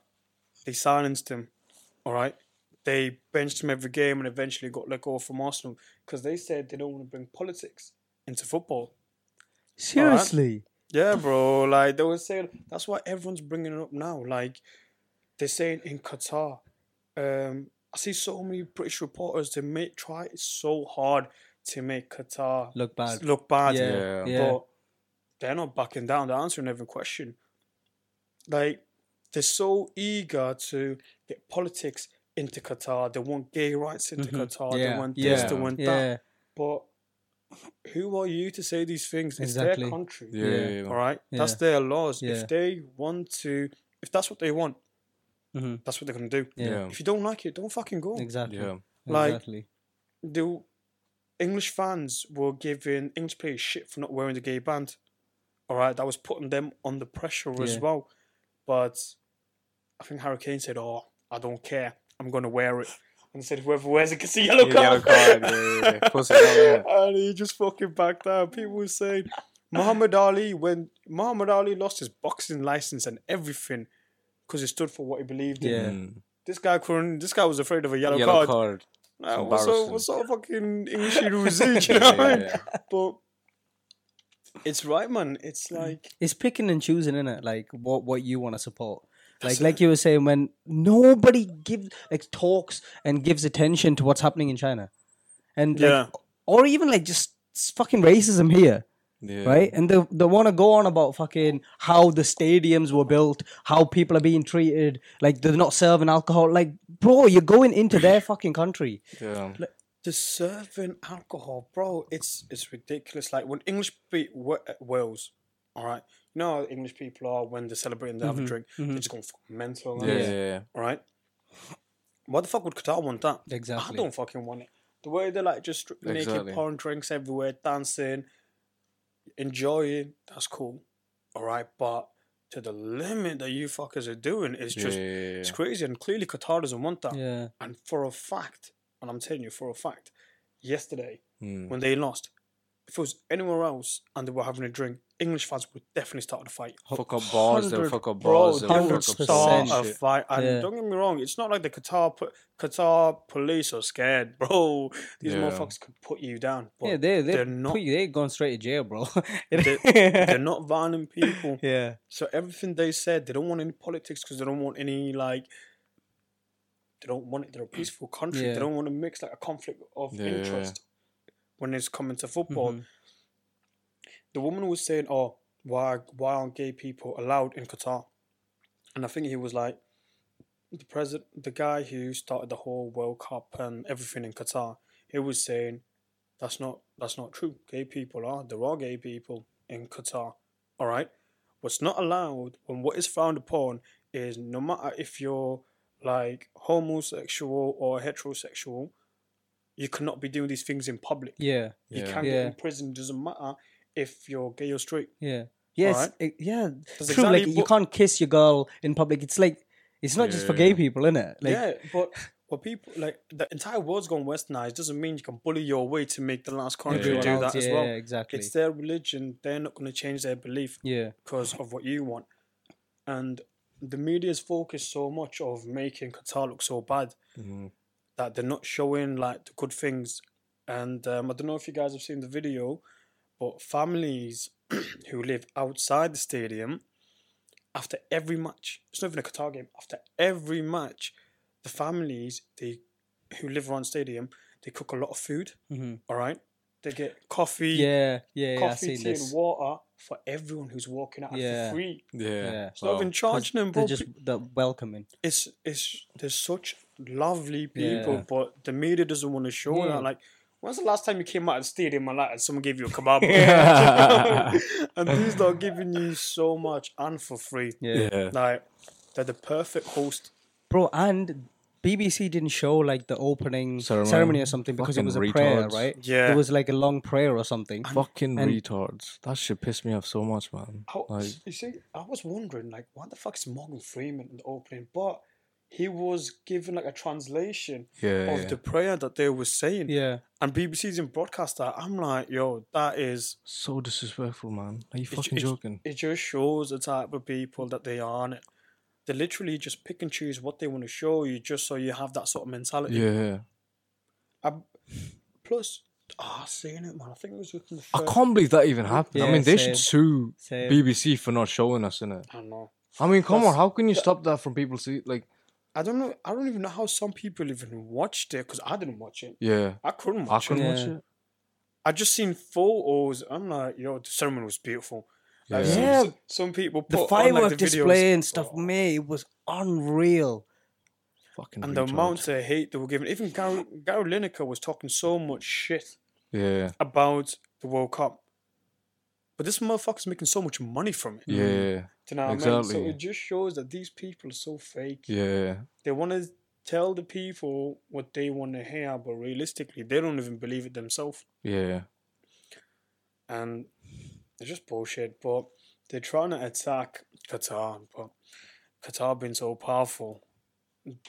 S1: they silenced him. All right. They benched him every game and eventually got let go from Arsenal because they said they don't want to bring politics into football.
S3: Seriously.
S1: Yeah, bro. Like they were saying, that's why everyone's bringing it up now. Like they're saying in Qatar, um, I see so many British reporters. They make try so hard to make Qatar
S3: Look bad.
S1: look bad.
S3: Yeah,
S4: Yeah.
S3: yeah.
S1: But they're not backing down. They're answering every question. Like, they're so eager to get politics into Qatar. They want gay rights into
S3: Mhm.
S1: Qatar.
S3: Yeah,
S1: They want this,
S4: yeah,
S1: they want that.
S3: yeah,
S1: But who are you to say these things? It's
S3: Exactly.
S1: their country.
S4: Yeah, yeah, yeah.
S1: All right? That's
S3: Yeah.
S1: their laws.
S3: Yeah.
S1: If they want to, if that's what they want,
S3: Mhm.
S1: that's what they're going to do.
S3: yeah.
S4: Yeah.
S1: If you don't like it, don't fucking go
S3: Exactly.
S4: Yeah.
S1: Like-
S3: exactly.
S1: the English fans were giving English players shit for not wearing the gay band. All right, that was putting them under pressure as
S3: Yeah.
S1: well. But I think Harry Kane said, "Oh, I don't care. I'm gonna wear it." And said, "Whoever wears it gets a yellow
S4: Yellow
S1: card."
S4: card. Yeah, yeah, yeah. Pussy, yeah.
S1: and he just fucking backed down. People were saying, "Muhammad Ali, when Muhammad Ali lost his boxing license and everything, because he stood for what he believed in.
S3: Yeah.
S4: Mm.
S1: This guy couldn't. This guy was afraid of a yellow,
S4: Yellow
S1: card.
S4: card.
S1: Uh,
S4: It's
S1: what sort
S4: embarrassing.
S1: what sort of fucking English music, you know what I mean? But it's right, man. It's like
S3: It's picking and choosing, isn't it? Like what what you want to support. Like
S1: That's
S3: like you were saying, when nobody gives like talks and gives attention to what's happening in China, and like,
S1: yeah,
S3: or even like just s- fucking racism here.
S4: Yeah.
S3: right? And they they want to go on about fucking how the stadiums were built, how people are being treated, like they're not serving alcohol. Like, bro, you're going into their fucking country.
S4: Yeah.
S1: the serving alcohol, bro. It's it's ridiculous. Like when English beat Wa- Wales, all right. You know how English people are when they're celebrating, they have a drink,
S3: Mm-hmm.
S1: they're just going fucking mental.
S4: Yeah.
S1: aren't
S4: yeah,
S1: they?
S4: yeah.
S1: All right. Why the fuck would Qatar want that?
S3: Exactly.
S1: I don't fucking want it. The way they're like just stri- naked,
S4: Exactly.
S1: pouring drinks everywhere, dancing, enjoying, that's cool. All right. But to the limit that you fuckers are doing is
S4: Yeah,
S1: just,
S4: yeah, yeah,
S1: it's
S4: yeah.
S1: crazy. And clearly Qatar doesn't want that.
S3: Yeah,
S1: And for a fact, and I'm telling you for a fact, yesterday
S4: Mm.
S1: when they lost, if it was anywhere else and they were having a drink, English fans would definitely start the fight.
S4: Fuck up bars, they'll fuck up
S1: Bro,
S4: bars, they'll
S1: they
S4: fuck
S1: would
S4: up
S3: percent.
S1: start
S4: some
S1: a
S4: shit.
S1: fight. And
S3: Yeah.
S1: don't get me wrong, it's not like the Qatar po- Qatar police are scared, bro. These
S4: Yeah.
S1: motherfuckers could put you down. But
S3: yeah, they
S1: they're
S3: they're
S1: not-
S3: not. They're going straight to jail, bro.
S1: they're not violent people.
S3: yeah,
S1: So everything they said, they don't want any politics because they don't want any like. They don't want it. They're a peaceful country.
S3: Yeah.
S1: They don't want to mix like a conflict of
S4: Yeah, yeah, yeah.
S1: interest when it's coming to football.
S3: Mm-hmm.
S1: The woman was saying, "Oh, why why aren't gay people allowed in Qatar?" And I think he was like, the president, the guy who started the whole World Cup and everything in Qatar. He was saying, "That's not that's not true. Gay people are there are gay people in Qatar. All right, what's not allowed and what is frowned upon is no matter if you're like homosexual or heterosexual, you cannot be doing these things in public.
S3: yeah,
S1: You
S4: Yeah.
S1: can
S3: Yeah.
S1: get in prison. Doesn't matter if you're gay or straight.
S3: yeah. Yes,
S1: Alright.
S3: it- yeah.
S1: That's
S3: True,
S1: exactly
S3: like you
S1: what-
S3: can't kiss your girl in public. It's like it's not just for gay
S4: Yeah.
S3: people, innit? Like,
S1: yeah, but but people like the entire world's gone westernized doesn't mean you can bully your way to make the last country
S4: Yeah.
S1: do
S3: everyone
S1: that
S3: else-
S1: as
S3: yeah,
S1: well.
S3: exactly.
S1: It's their religion. They're not going to change their belief
S3: yeah,
S1: because of what you want. And the media's focused so much of making Qatar look so bad
S4: Mm.
S1: that they're not showing like the good things. And um, I don't know if you guys have seen the video, but families who live outside the stadium, after every match, it's not even a Qatar game. After every match, the families they who live around the stadium they cook a lot of food.
S3: Mhm.
S1: all right, they get coffee,
S3: yeah, yeah. yeah I've
S1: coffee,
S3: seen
S1: tea,
S3: this.
S1: and water for everyone who's walking out
S3: Yeah.
S1: for free.
S4: Yeah.
S3: Yeah.
S1: It's not
S4: Wow.
S1: even charging them, bro.
S3: They're just the welcoming.
S1: it's it's there's such lovely people,
S3: Yeah.
S1: but the media doesn't want to show
S3: Yeah.
S1: that. Like, when's the last time you came out of the stadium and like someone gave you a kebab? and these are giving you so much and for free.
S3: Yeah.
S4: Yeah.
S1: Like, They're the perfect host.
S3: bro. And BBC didn't show like the opening
S4: Ceremony.
S3: ceremony, or something because it
S4: Fucking
S3: was a prayer,
S4: retards.
S3: right?
S1: Yeah.
S3: it was like a long prayer or something.
S4: Fucking
S3: and-
S4: retards. That shit pissed me off so much, man.
S1: I,
S4: Like,
S1: you see, I was wondering, like, why the fuck is Morgan Freeman in the opening? But he was given like a translation
S4: yeah,
S1: of
S4: yeah.
S1: the prayer that they were saying.
S3: Yeah,
S1: And BBC's in broadcast that. I'm like, yo, that is.
S4: so disrespectful, man. Are you
S1: it-
S4: fucking
S1: it-
S4: joking?
S1: It just shows the type of people that they are. And they literally just pick and choose what they want to show you just so you have that sort of mentality.
S4: yeah,
S1: I, plus, ah, seeing it, man. I think it was within the
S4: I
S1: first.
S4: can't believe that even happened. I
S3: Yeah,
S4: mean, they should sue
S3: same.
S4: BBC for not showing us in it.
S1: I don't know.
S4: I mean, come on,
S1: That's-
S4: how can you stop that from people see? Like,
S1: I don't know. I don't even know how some people even watched it because I didn't watch it.
S4: yeah,
S1: I couldn't
S4: I
S1: watch
S4: couldn't
S1: it.
S4: watch
S3: Yeah.
S4: it.
S1: I just seen photos. I'm like, yo, the ceremony was beautiful. Like,
S4: Yeah.
S1: some-
S3: Yeah.
S1: Some, people put
S3: the
S1: on,
S3: firework
S1: like, the videos,
S3: display and stuff,
S1: oh,
S3: mate, it was unreal.
S4: Fucking
S1: and the
S4: retards.
S1: amount of hate they were given. Even Gary, Gary Lineker was talking so much shit
S4: Yeah,
S1: about the World Cup. But this motherfucker's making so much money from it.
S4: yeah,
S3: Mm.
S1: Do you know what I mean?
S4: exactly.
S1: So it just shows that these people are so fake.
S4: yeah.
S1: They want to tell the people what they want to hear, but realistically, they don't even believe it themselves.
S4: Yeah,
S1: and it's just bullshit. But they're trying to attack Qatar, but Qatar being so powerful,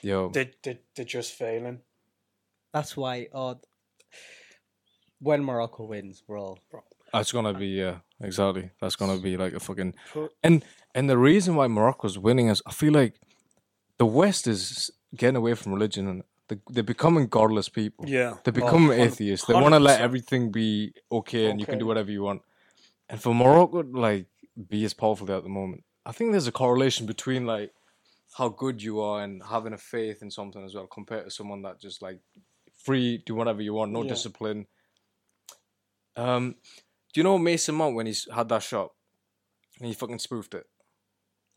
S4: yo,
S1: they they they're just failing.
S3: That's why. Uh, when Morocco wins, bro,
S4: that's gonna be yeah, exactly. That's gonna be like a fucking
S1: But
S4: and and the reason why Morocco's winning is I feel like the West is getting away from religion and the, they're becoming godless people.
S1: yeah, Oh,
S4: They become
S1: hundred-
S4: atheists. They want to let
S1: 100%.
S4: everything be okay and you can
S1: Okay.
S4: do whatever you want. And for Morocco to like be as powerful at the moment, I think there's a correlation between like how good you are and having a faith in something as well compared to someone that just like free, do whatever you want, no
S1: Yeah.
S4: discipline. Um, do you know Mason Mount when he's had that shot and he fucking spoofed it?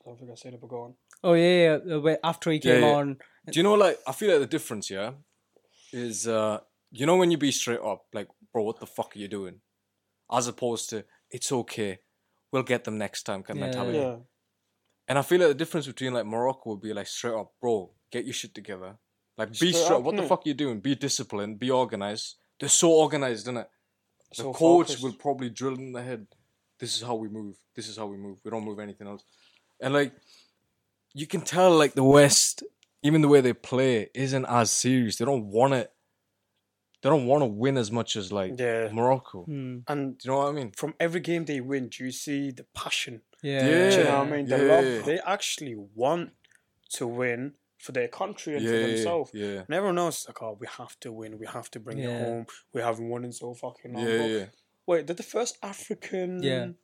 S1: I don't think I said it, but go on.
S3: Oh yeah, yeah. uh, wait, After he
S4: Yeah,
S3: came
S4: yeah.
S3: on,
S4: Do you know like I feel like the difference, yeah, is uh you know when you be straight up, like, bro, what the fuck are you doing? As opposed to it's okay, we'll get them next time kind of
S3: Yeah.
S4: mentality.
S1: Yeah,
S4: And I feel like the difference between like Morocco would be like straight up, bro, get your shit together. Like be straight,
S1: Straight
S4: up,
S1: up,
S4: what the
S1: innit?
S4: fuck you doing? Be disciplined, be organized. They're so organized, isn't it? The
S1: So
S4: coach
S1: focused.
S4: will probably drill in the head. This is how we move. This is how we move. We don't move anything else. And like, you can tell like the West, even the way they play, isn't as serious. They don't want it. They don't want to win as much as like
S1: Yeah.
S4: Morocco. Do
S1: and
S4: you know what I mean?
S1: from every game they win, do you see the passion?
S3: yeah,
S1: Do you know what I mean? They
S4: Yeah.
S1: love. They actually want to win for their country and for themselves.
S4: yeah,
S1: And everyone else is like, oh, we have to win. We have to bring
S3: Yeah.
S1: it home. We haven't won in so fucking long.
S4: yeah,
S1: But
S4: yeah,
S1: Wait, they're the first African.
S3: Yeah.
S1: um,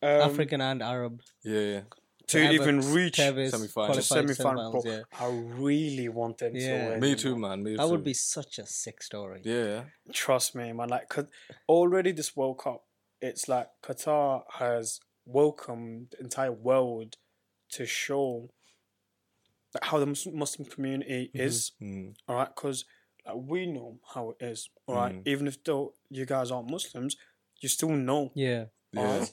S3: African and Arab
S4: yeah, yeah.
S1: to
S3: have
S1: even
S3: a
S1: reach
S3: have a
S4: semifinals.
S1: the
S3: qualified
S1: semi-final.
S3: semifinals,
S1: bro.
S3: yeah.
S1: I really want them
S3: Yeah.
S1: to win.
S4: Me too, man. Me
S3: That
S4: too.
S3: would be such a sick story.
S4: yeah,
S1: Trust me, man. Like, 'cause already this World Cup, it's like Qatar has welcomed the entire world to show like, how the Mus- Muslim community is.
S4: Mm.
S1: All right, because like, we know how it is. All right, even if though you guys aren't Muslims, you still know.
S3: Yeah,
S4: yeah,
S1: alright?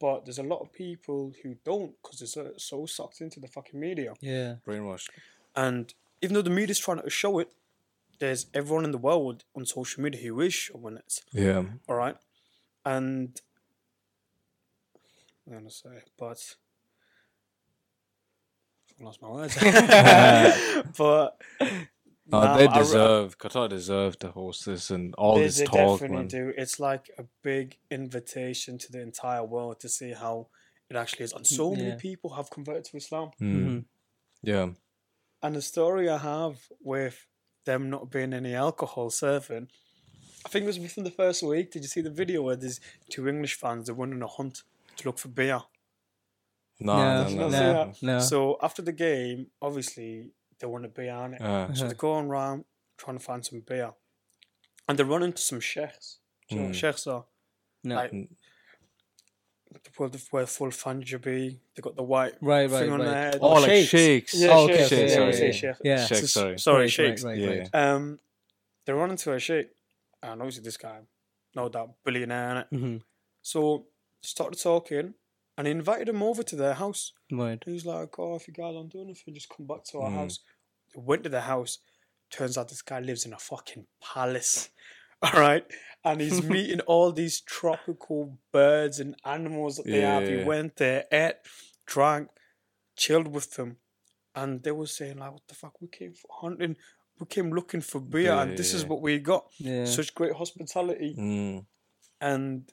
S1: But there's a lot of people who don't because they're so- so sucked into the fucking media.
S3: yeah,
S4: brainwashed.
S1: And even though the media's trying to show it, there's everyone in the world on social media who is showing it.
S4: Yeah,
S1: All right. And I'm going to say, but I lost my words. but nah,
S4: no, Oh, Uh, they
S1: I re-
S4: deserve. Qatar deserve to host this and all
S1: they,
S4: this
S1: they
S4: talk,
S1: definitely
S4: man.
S1: do. It's like a big invitation to the entire world to see how it actually is. And so
S3: yeah.
S1: many people have converted to Islam.
S3: Mm-hmm.
S4: Mm. Yeah.
S1: And the story I have with them not being any alcohol serving, I think it was within the first week. Did you see the video where there's two English fans that went on a hunt to look for beer?
S4: No,
S3: No,
S4: no, no,
S1: no,
S4: no.
S3: no.
S1: So after the game, obviously they want a beer on it.
S4: Uh,
S1: So they're going around trying to find some beer. And they run into some sheikhs. Do you know what sheikhs are?
S3: no,
S1: Like, They wear, they wear full Punjabi. They got the white
S3: right, right,
S1: thing on their
S3: right.
S1: head.
S4: oh, like
S3: shakes.
S4: shakes.
S1: yeah,
S3: oh, okay,
S1: sheikhs.
S3: okay,
S1: yeah,
S3: yeah,
S1: I
S3: yeah,
S1: say
S3: yeah.
S1: sheikh.
S3: yeah.
S4: Shakes,
S1: So-
S4: sorry.
S1: Sorry,
S3: Right,
S1: sheikhs.
S3: Right,
S4: Yeah.
S3: right, right.
S1: Um, they run into a sheikh, and
S3: Mm-hmm.
S1: obviously this guy, no doubt, billionaire, innit?
S3: Mhm.
S1: So started talking, and he invited him over to their house.
S2: Word.
S1: He was like, "Oh, if you guys aren't doing anything, just come back to our
S4: Mm.
S1: house." They went to the house. Turns out this guy lives in a fucking palace. All right, and he's meeting all these tropical birds and animals that they have. He
S4: Yeah.
S1: went there, ate, drank, chilled with them, and they were saying like, "What the fuck? We came for hunting. We came looking for beer, and this is
S4: Beer.
S1: what we got.
S2: Yeah.
S1: Such great hospitality."
S4: Mm,
S1: And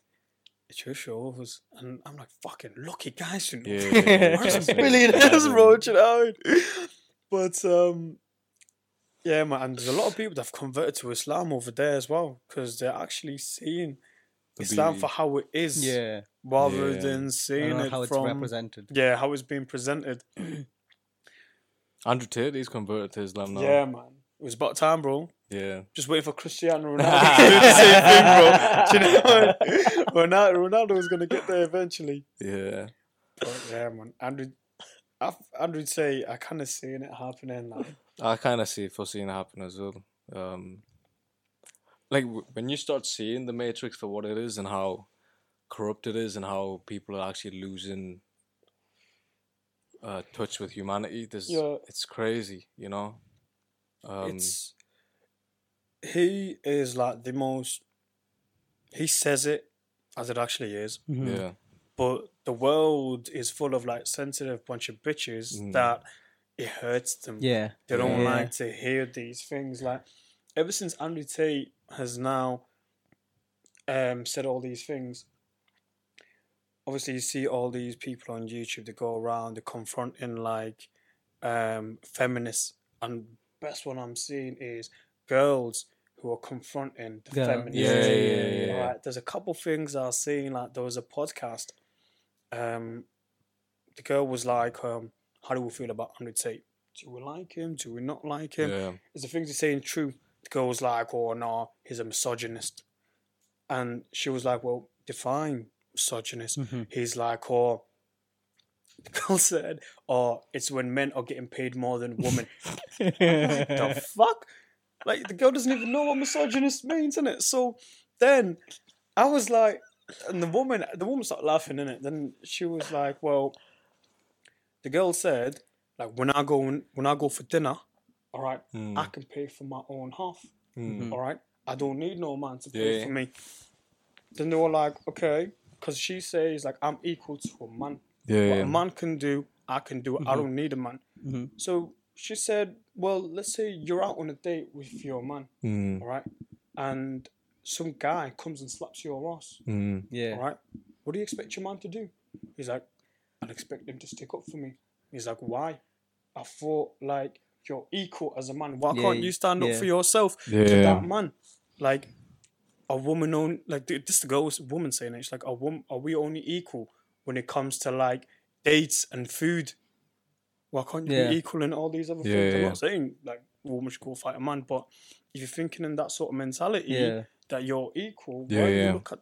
S1: it just shows. And I'm like, "Fucking lucky guys, you know."
S4: yeah,
S1: We're some
S4: trust me.
S1: billionaires
S4: Yeah.
S1: roaching out. But um, yeah, man, and there's a lot of people that have converted to Islam over there as well because they're actually seeing
S4: The
S1: Islam
S4: beauty.
S1: for how it is,
S3: Yeah.
S1: rather
S4: Yeah.
S1: than
S3: I
S1: seeing
S3: don't know
S1: it
S3: how it's
S1: from
S3: represented.
S1: yeah how it's being presented.
S4: Andrew Tate is converted to Islam now.
S1: Yeah, man, it was about time, bro.
S4: yeah.
S1: Just waiting for Cristiano Ronaldo to do the same thing, bro. Do you know what? I mean? Ronaldo, Ronaldo was gonna get there eventually.
S4: Yeah.
S1: But yeah, man, Andrew, I, Andrew'd say I kind of seen it happening. Like,
S4: I kind of see foreseeing it happen as well. Um, like w- when you start seeing the Matrix for what it is and how corrupt it is and how people are actually losing uh, touch with humanity, this
S1: Yeah.
S4: it's crazy, you know. Um,
S1: it's he is like the most he says it as it actually is
S3: Mm-hmm.
S4: yeah,
S1: but the world is full of like sensitive bunch of bitches
S4: Mm.
S1: that it hurts them
S3: Yeah.
S1: they don't
S3: Yeah.
S1: like to hear these things like ever since andrew tate has now um said all these things obviously you see all these people on youtube that go around they're confronting like um feminists and best one i'm seeing is girls who are confronting the
S3: Girl.
S1: feminists
S4: yeah, yeah, yeah, yeah.
S1: Right. There's a couple things I've seen. Like there was a podcast. Um, the girl was like, um, "How do we feel about Andrew Tate? Do we like him? Do we not like him?
S4: yeah,
S1: Is the things he's saying true?" The girl was like, "Oh no, he's a misogynist," and she was like, "Well, define misogynist."
S3: Mhm.
S1: He's like, "Oh." The girl said, "Oh, it's when men are getting paid more than women." the fuck? Like the girl doesn't even know what misogynist means, innit? So then I was like, and the woman, the woman started laughing, innit? Then she was like, well, the girl said, like when I go when I go for dinner, all right,
S4: Mm.
S1: I can pay for my own half,
S4: Mm.
S1: all right. I don't need no man to pay
S4: Yeah.
S1: for me. Then they were like, okay, because she says like I'm equal to a man.
S4: yeah, Mm-hmm.
S1: What a man can do, I can do. I don't need a man.
S3: Mhm.
S1: So she said, well, let's say you're out on a date with your man,
S4: Mm.
S1: all right? And some guy comes and slaps your ass,
S4: Mm.
S3: Yeah.
S1: all right? What do you expect your man to do? He's like, I'd expect him to stick up for me. He's like, why? I thought, like, you're equal as a man. Why
S3: Yeah,
S1: can't you stand up
S3: yeah.
S1: for yourself to
S4: Yeah.
S1: that man? Like, a woman on like th- this is the girl's woman saying it. She's like, a woman, are we only equal when it comes to like dates and food? Why can't you
S3: Yeah.
S1: be equal in all these other
S4: Yeah,
S1: things? I'm
S4: yeah,
S1: not saying like a woman should go fight a man, but if you're thinking in that sort of mentality
S3: Yeah.
S1: that you're equal,
S4: Yeah,
S1: why do you
S4: yeah.
S1: look at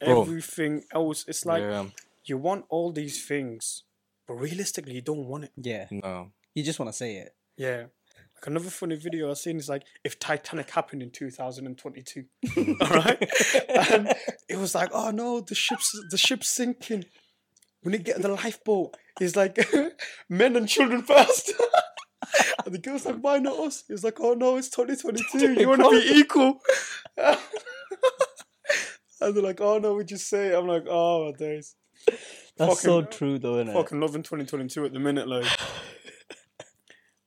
S4: Bro.
S1: everything else? It's like
S4: yeah,
S1: you want all these things, but realistically, you don't want it.
S3: Yeah.
S4: no,
S3: You just want to say it.
S1: Yeah. Like another funny video I've seen is like if Titanic happened in 2022. all right. And it was like, oh no, the ship's the ship's sinking. We need to get on the lifeboat. He's like, men and children first. and the girl's like, why not us? He's like, oh no, it's 2022. You want to be equal. and they're like, oh no, we just say it. I'm like, oh my days.
S2: That's so
S1: Fucking-
S2: true, though, isn't it?
S1: Fucking loving 2022 at the minute, like.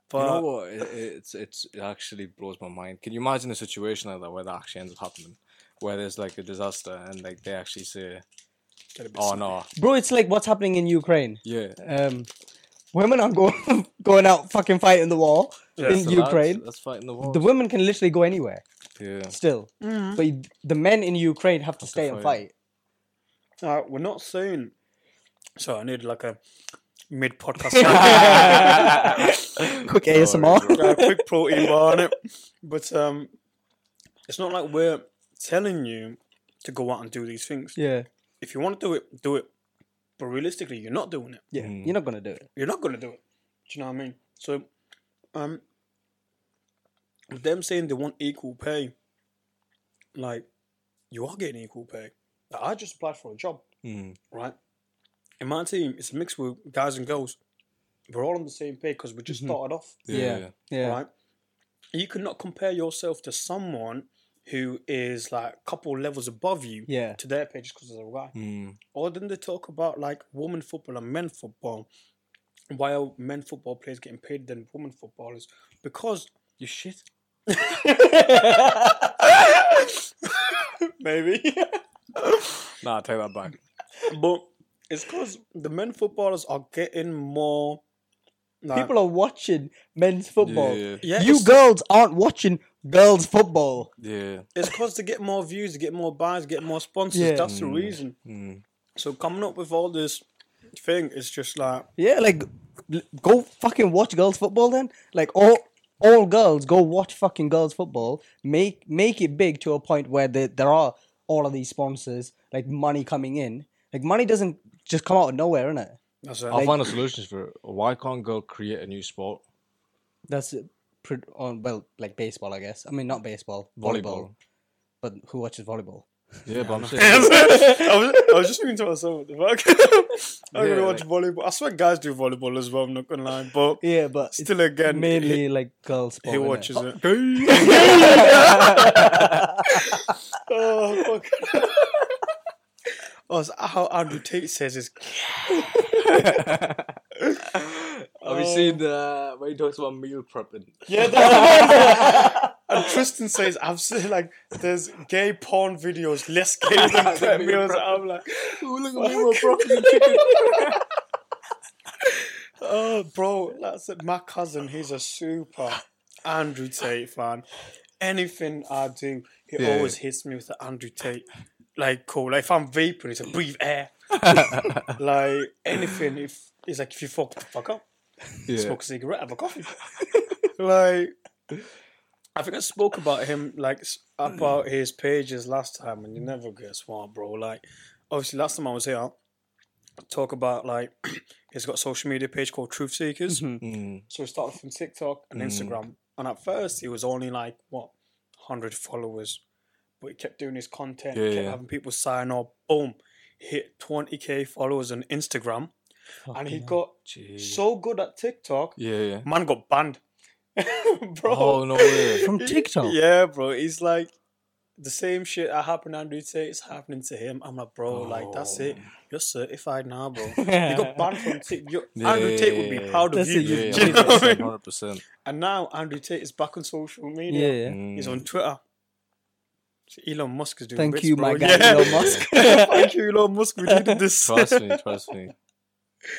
S1: But
S4: you know what? It, it's it's it actually blows my mind. Can you imagine a situation like that where that actually ends up happening, where there's like a disaster and like they actually say,
S1: Get a bit
S4: "Oh no,
S3: Bro, it's like what's happening in Ukraine.
S4: yeah,
S3: Um, women are going going out fucking fighting the war
S4: that's
S3: in
S4: the lads,
S3: Ukraine.
S4: that's fighting the war."
S3: The women can literally go anywhere
S4: yeah,
S3: still,
S1: Mm-hmm.
S3: but you- the men in Ukraine have to stay and
S4: fight.
S3: fight.
S1: Uh, we're not saying. So I need like a mid podcast
S3: Quick ASMR.
S1: a quick protein bar on it. But um, it's not like we're telling you to go out and do these things.
S3: Yeah,
S1: If you want to do it, do it. But realistically, you're not doing it.
S3: yeah.
S4: Mm.
S3: You're not gonna do it.
S1: You're not going to do it. Do you know what I mean? So, um, with them saying they want equal pay, like, you are getting equal pay. Like, I just applied for a job.
S4: Mm.
S1: right? in my team, it's mixed with guys and girls. We're all on the same page because we just started off,
S4: Yeah.
S3: Yeah. Mm-hmm. Yeah.
S1: right? You cannot compare yourself to someone who is like a couple levels above you
S3: Yeah.
S1: to their page because they're a guy.
S4: Mm.
S1: Or then they talk about like women football and men football. Why are men football players getting paid than women footballers? Because
S4: You shit.
S1: maybe,
S4: Nah, take that back.
S1: but it's because the men footballers are getting more. like-
S3: People are watching men's football.
S4: Yeah.
S1: yeah,
S3: You
S1: it's-
S3: girls aren't watching girls football.
S4: Yeah.
S1: It's because to get more views, to get more buys, get more sponsors.
S3: Yeah.
S1: That's the reason.
S4: Mm.
S1: So coming up with all this thing is just like
S3: Yeah, like l- go fucking watch girls football then. Like all all girls go watch fucking girls football. Make make it big to a point where there there are all of these sponsors, like money coming in. Like money doesn't just come out of nowhere, innit?
S1: that's it.
S4: I'll find a solution for it. Why can't girl create a new sport?
S3: That's it. Pre- on well, like baseball, I guess. I mean, not baseball, volleyball.
S4: Volleyball.
S3: But who watches volleyball?
S4: Yeah, but I'm saying.
S1: I, was, I was just thinking to myself, what the fuck? I'm
S4: Yeah,
S1: gonna watch
S4: like-
S1: volleyball. I swear, guys do volleyball as well. I'm not gonna lie, but
S3: Yeah, but it's
S1: still, again,
S3: mainly like girls.
S1: he,
S3: Sport,
S1: he
S3: innit?
S1: watches it. oh fuck! oh, it's how Andrew Tate says is
S4: Have you seen uh, when he talks about meal prepping?
S1: Yeah, that- and Tristan says, I've seen like there's gay porn videos, less gay than prep meals. I'm like,
S4: Ooh, look
S1: at me with oh, bro, that's it. My cousin, he's a super Andrew Tate fan. Anything I do, he
S4: Yeah.
S1: always hits me with the Andrew Tate. Like, cool. Like, if I'm vaping, it's a breathe air. like, anything. If He's like, if you fuck, fuck up.
S4: Yeah.
S1: smoke a cigarette, have a coffee. like, I think I spoke about him, like, s-
S4: Mm.
S1: about his pages last time, and you never guess what, bro. Like, obviously, last time I was here, I talk about, like, he's got a social media page called Truth Seekers.
S4: Mm.
S1: So we started from TikTok and Instagram. And at first, he was only like, what, 100 followers. But he kept doing his content,
S4: Yeah,
S1: kept
S4: yeah.
S1: having people sign up. Boom. Hit 20K followers on Instagram. and he got so good at TikTok,
S4: Yeah, yeah.
S1: man got banned. bro.
S4: Oh no way.
S3: from TikTok.
S1: Yeah, bro. It's like the same shit that happened to Andrew Tate is happening to him. I'm like, bro, like that's it. You're certified now, bro. you got banned from TikTok.
S4: Yeah,
S1: Andrew Tate would be proud of
S3: That's
S1: you.
S3: it,
S1: Do
S4: Yeah,
S1: you
S3: Yeah.
S1: know what I mean?
S4: 100 percent. Mm.
S1: And now Andrew Tate is back on social media.
S3: Yeah.
S1: He's on Twitter. So Elon Musk is doing
S3: Thank
S1: bits,
S3: you,
S1: bro.
S3: my guy,
S1: Yeah.
S3: Elon Musk.
S1: Thank you, Elon Musk. We did this.
S4: Trust me, trust me.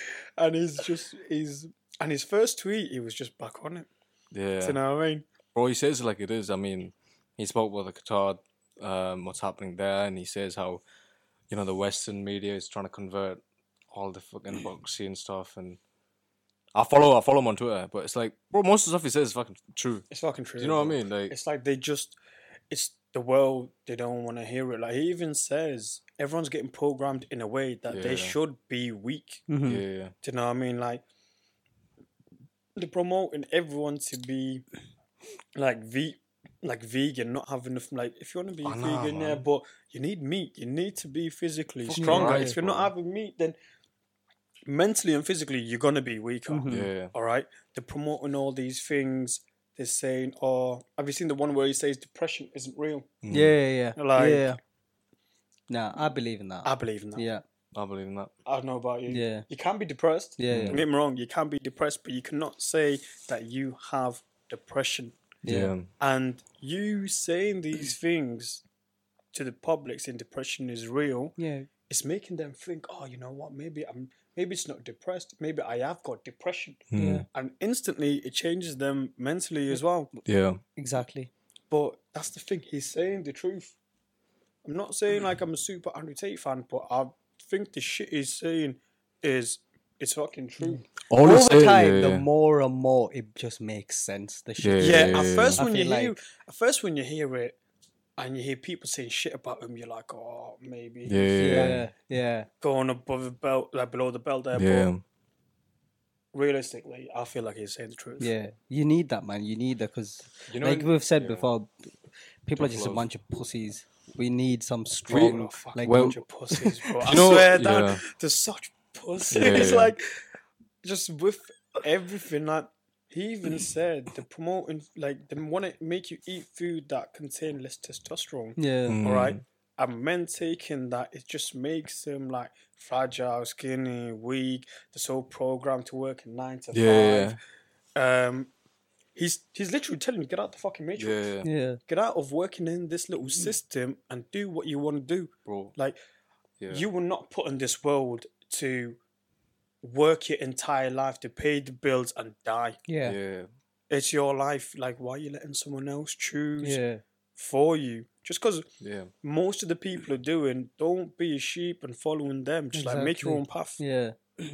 S1: and he's just he's and his first tweet, he was just back on it.
S4: Yeah.
S1: Do you know what I mean?
S4: Bro, he says it like it is. I mean, he spoke with the Qatar, um, what's happening there, and he says how, you know, the Western media is trying to convert all the fucking boxy and stuff. And I follow, I follow him on Twitter, but it's like, bro, most of the stuff he says is fucking true.
S1: It's fucking true.
S4: Do you know what
S1: bro.
S4: I mean? Like,
S1: It's like they just, it's the world. They don't want to hear it. Like he even says, everyone's getting programmed in a way that
S4: Yeah.
S1: they should be weak.
S3: Mhm.
S4: yeah, yeah,
S1: Do you know what I mean? Like they're promoting everyone to be like ve like vegan, not having enough. Like if you want to be
S4: I know,
S1: vegan, yeah,
S4: man.
S1: but you need meat. You need to be physically
S4: Fucking
S1: stronger.
S4: right,
S1: if you're not
S4: bro.
S1: having meat, then mentally and physically you're gonna be weaker.
S3: Mhm.
S4: yeah.
S1: All right, they're promoting all these things. They're saying, "Oh, have you seen the one where he says depression isn't real?"
S4: Mm,
S3: Yeah, yeah, yeah.
S1: Like-
S3: yeah. Nah, I believe in that.
S1: I believe in that.
S3: yeah,
S4: Mm. I believe in that.
S1: I don't know about you.
S3: yeah,
S1: You can be depressed.
S3: yeah, yeah.
S1: Don't get me wrong. You can be depressed, but you cannot say that you have depression.
S3: Yeah.
S1: And you saying these things to the public, saying depression is real,
S3: yeah.
S1: it's making them think, "Oh, you know what? Maybe I'm. Maybe it's not depressed. Maybe I have got depression."
S3: Hmm.
S4: Mm,
S1: And instantly, it changes them mentally as well.
S4: yeah,
S3: Exactly.
S1: But that's the thing, he's saying the truth. I'm not
S4: Mm.
S1: saying like I'm a super Andrew Tate fan, but I think the shit he's saying is it's fucking
S4: Mm.
S1: true.
S4: All he's
S3: Over
S4: saying-
S3: time,
S4: yeah,
S3: the
S4: yeah.
S3: more and more it just makes sense. The shit.
S4: Yeah,
S1: Yeah,
S4: yeah, yeah.
S1: at first
S3: I
S1: when you
S3: feel
S1: hear
S3: like-
S1: at first when you hear it and you hear people saying shit about him, you're like, oh maybe
S4: Yeah, yeah, yeah.
S3: yeah, yeah.
S1: going above the belt like below the belt there,
S4: yeah.
S1: but realistically I feel like he's saying the truth.
S3: yeah. You need that, man. You need that because,
S4: You know,
S3: like we've said
S4: yeah.
S3: before, people are just a
S4: Love.
S3: bunch of pussies. We need some
S1: Bro,
S3: strong,
S1: we, fucking
S3: like,
S4: Well-
S1: bunch of pussies, bro. I
S4: You know-
S1: swear that
S4: yeah.
S1: there's such puss.
S4: Yeah,
S1: it's
S4: yeah.
S1: like just with everything. Like he even said, the promoting like they want to make you eat food that contain less testosterone.
S3: Yeah.
S4: Mm.
S1: All right, and men taking that it just makes them like fragile, skinny, weak. They're so programmed to work in nine to
S4: Yeah,
S1: five. Um, he's he's literally telling you get out the fucking
S4: yeah,
S1: matrix.
S4: yeah, yeah,
S3: Yeah.
S1: Get out of working in this little system and do what you want to do.
S4: bro.
S1: Like
S4: Yeah.
S1: you were not put in this world to work your entire life to pay the bills and die.
S3: Yeah. Yeah.
S4: yeah,
S1: It's your life. Like, why are you letting someone else choose
S3: Yeah.
S1: for you? Just because
S4: yeah,
S1: most of the people are doing, don't be a sheep and following them. Just like make your
S3: Exactly.
S1: own path.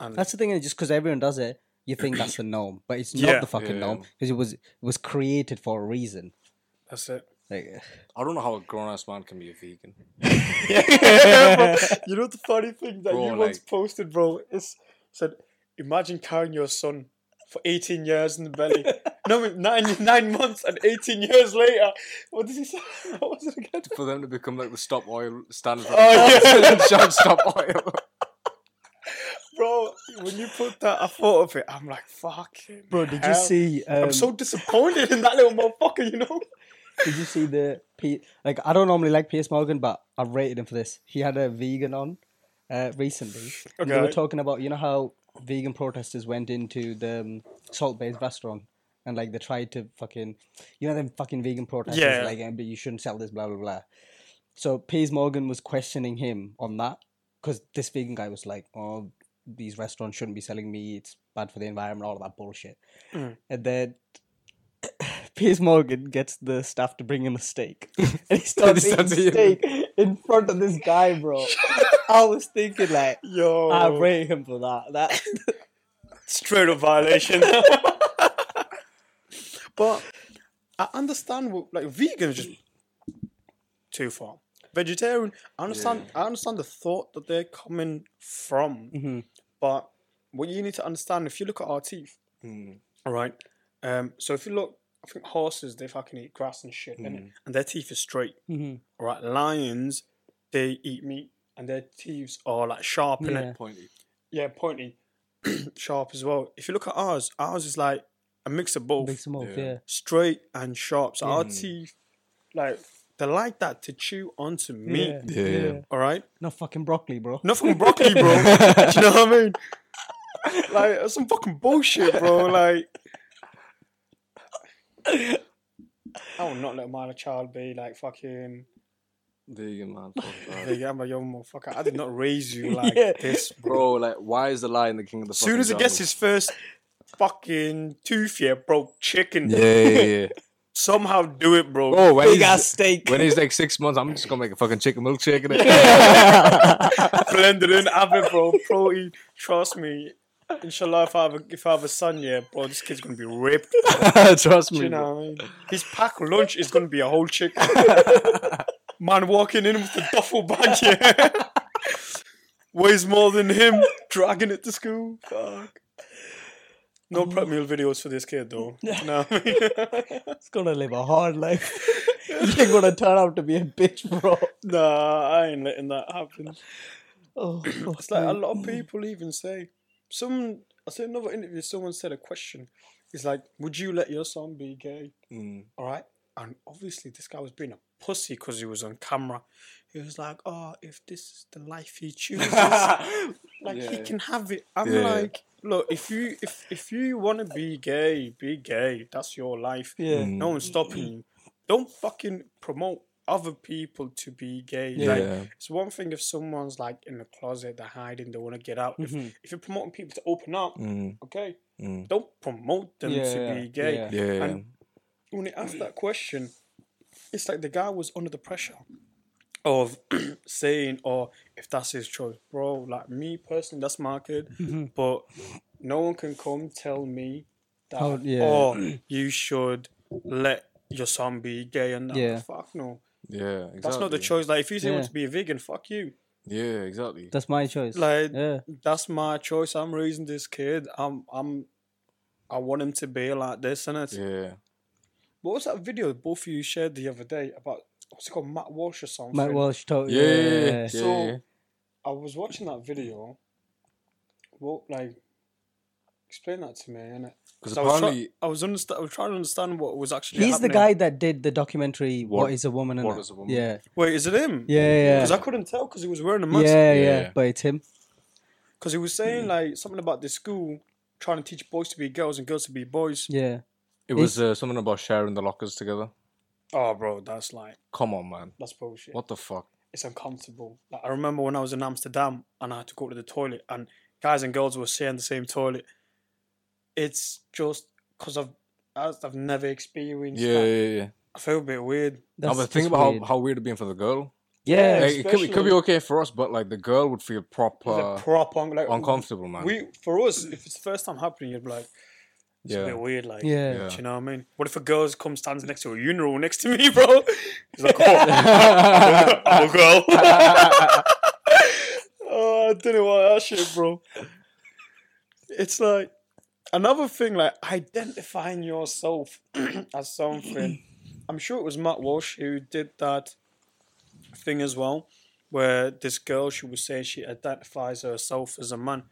S1: And
S3: That's the thing. is Just because everyone does it, you think that's the norm, but it's
S1: Yeah.
S3: not the fucking
S4: Yeah.
S3: norm because it was it was created for a reason.
S1: that's it.
S3: Like,
S4: I don't know how a grown ass man can be a vegan.
S1: you know the funny thing that
S4: Bro,
S1: you once
S4: like-
S1: posted, bro, is said, imagine carrying your son for 18 years in the belly. no, wait, nine, nine months and 18 years later. What did he say? What was it again?
S4: For them to become like the stop oil standard,
S1: Oh, yeah.
S4: Shut stop oil.
S1: Bro, when you put that, I thought of it. I'm like, fuck.
S3: bro, did you
S1: hell.
S3: see? Um,
S1: I'm so disappointed in that little motherfucker, you know?
S3: Did you see the P? Like, I don't normally like Piers Morgan, but I rated him for this. He had a vegan on uh, recently. And They were
S1: Okay.
S3: talking about you know how vegan protesters went into the um, Salt Bay's restaurant and like they tried to fucking you know them fucking vegan protesters
S1: Yeah.
S3: like "Eh, but you shouldn't sell this blah blah blah. So Piers Morgan was questioning him on that because this vegan guy was like, oh, these restaurants shouldn't be selling meat. It's bad for the environment. All of that bullshit. And then Piers Morgan gets the staff to bring him a steak. And he starts
S4: He
S3: eating
S4: starts eating.
S3: steak in front of this guy, bro. I was thinking, like,
S1: Yo.
S3: I rate him for that. That
S1: straight up violation. but I understand what like vegans just too far. Vegetarian, I understand I understand the thought that they're coming from. But what you need to understand if you look at our teeth,
S4: Hmm,
S1: all right. Um so if you look I think horses they fucking eat grass and shit innit? and their teeth are straight.
S3: Mhm.
S1: All right. Lions, they eat meat and their teeth are like sharp and
S3: Yeah.
S4: Pointy.
S1: yeah, pointy, sharp as well. If you look at ours, ours is like a mix of both,
S3: makes him off,
S4: Yeah.
S3: yeah.
S1: straight and sharp. So our
S3: Mm.
S1: teeth, like they like that to chew onto meat.
S3: Yeah.
S4: Yeah, yeah.
S1: All right,
S3: No fucking broccoli, bro.
S1: not from broccoli, bro. Do you know what I mean? Like that's some fucking bullshit, bro. Like. I will not let my child be like fucking.
S4: vegan man.
S1: Like, I'm a young motherfucker. I did not raise you like
S3: Yeah.
S1: this, bro.
S4: Bro, like, why is the lion the king of the?
S1: As soon as he gets his first fucking tooth, yeah, bro, chicken.
S4: yeah, yeah, yeah.
S1: Somehow do it, bro.
S4: Bro, when
S3: Big
S4: he's,
S3: ass steak.
S4: when he's like six months, I'm just gonna make a fucking chicken milkshake in it.
S1: Blend it in, have it, bro. Protein. Trust me. Inshallah, if I have a, if I have a son, yeah, bro, this kid's gonna be ripped.
S4: Trust me.
S1: You
S4: bro.
S1: know, what I mean? his pack lunch is gonna be a whole chicken. Man walking in with a duffel bag, yeah, weighs more than him, dragging it to school. Fuck. No prep meal videos for this kid though. No.
S3: He's gonna live a hard life. You're gonna turn out to be a bitch, bro.
S1: Nah, I ain't letting that happen.
S3: Oh,
S1: It's like a lot of people even say, some, I saw another interview, someone said a question. It's like, would you let your son be gay?
S4: Mm.
S1: All right. And obviously, this guy was being a pussy because he was on camera. He was like, oh, if this is the life he chooses, like he
S4: Yeah.
S1: can have it. I'm
S4: Yeah.
S1: like, look, if you if if you want to be gay, be gay. That's your life.
S3: Yeah.
S4: Mm. hmm.
S1: No one's stopping you. Don't fucking promote other people to be gay. Like,
S4: Yeah.
S1: it's one thing if someone's like in the closet, they're hiding, they want to get out.
S3: Mm-hmm.
S1: If, if you're promoting people to open up,
S4: Mm.
S1: okay,
S4: Mm.
S1: don't promote them
S3: Yeah,
S1: to
S3: yeah,
S1: be gay.
S3: yeah.
S4: Yeah, yeah.
S1: And- When he asked that question, it's like the guy was under the pressure of saying, "Oh, if that's his choice, bro." Like me personally, that's my kid,
S3: Mm-hmm.
S1: but no one can come tell me that.
S3: Oh, yeah.
S1: Oh, you should let your son be gay and that.
S3: Yeah.
S1: Fuck no,
S4: yeah. Exactly.
S1: that's not the choice. Like if you say
S3: Yeah.
S1: want to be a vegan, fuck you.
S4: Yeah, exactly.
S3: That's my choice.
S1: Like
S3: yeah.
S1: that's my choice. I'm raising this kid. I'm I'm I want him to be like this, and it's
S4: Yeah.
S1: what was that video both of you shared the other day about what's it called Matt Walsh or something?
S3: Matt Walsh told
S4: Yeah. Yeah.
S1: So- I was watching that video Well, like, explain that to me, innit?
S4: Because
S1: I was, try-
S4: apparently,
S1: I was understa- I was trying to understand what was actually.
S2: He's the
S1: happening.
S2: guy that did the documentary.
S4: What-
S2: what is a woman?
S4: What
S2: innit?
S4: is a Woman?
S2: Yeah,
S1: Wait, is it him?
S2: yeah, yeah.
S1: Because I couldn't tell because he was wearing a
S2: yeah,
S1: mask.
S2: yeah,
S4: Yeah.
S2: But it's him.
S1: Because he was saying
S4: Mm.
S1: like something about the school trying to teach boys to be girls and girls to be boys.
S2: Yeah, he-
S4: it was uh, something about sharing the lockers together.
S1: Oh, bro, that's like
S4: Come on, man.
S1: that's bullshit.
S4: What the fuck?
S1: It's uncomfortable. Like I remember when I was in Amsterdam and I had to go to the toilet, and guys and girls were sharing the same toilet. It's just because I've as I've never experienced.
S4: Yeah, yeah,
S1: that.
S4: yeah. yeah.
S1: I feel a bit weird.
S4: Now,
S2: that's
S4: but think
S2: just
S4: about
S2: weird.
S4: how, how weird it'd been for the girl.
S2: yeah,
S4: Like, it, could, it could
S1: especially-
S4: be okay for us, but like the girl would feel
S1: Uh,
S4: proper
S1: prop on, like
S4: uncomfortable, man.
S1: we for us if it's the first time happening, you'd be like, it's a
S4: yeah.
S1: bit weird, like
S2: yeah.
S4: Yeah.
S1: Do you know what I mean? What if a girl comes stands next to a urinal next to me, bro? He's like, oh, I'm a girl. oh, I don't know why that shit, bro. It's like another thing, like identifying yourself as something. I'm sure it was Matt Walsh who did that thing as well, where this girl she was saying she identifies herself as a man,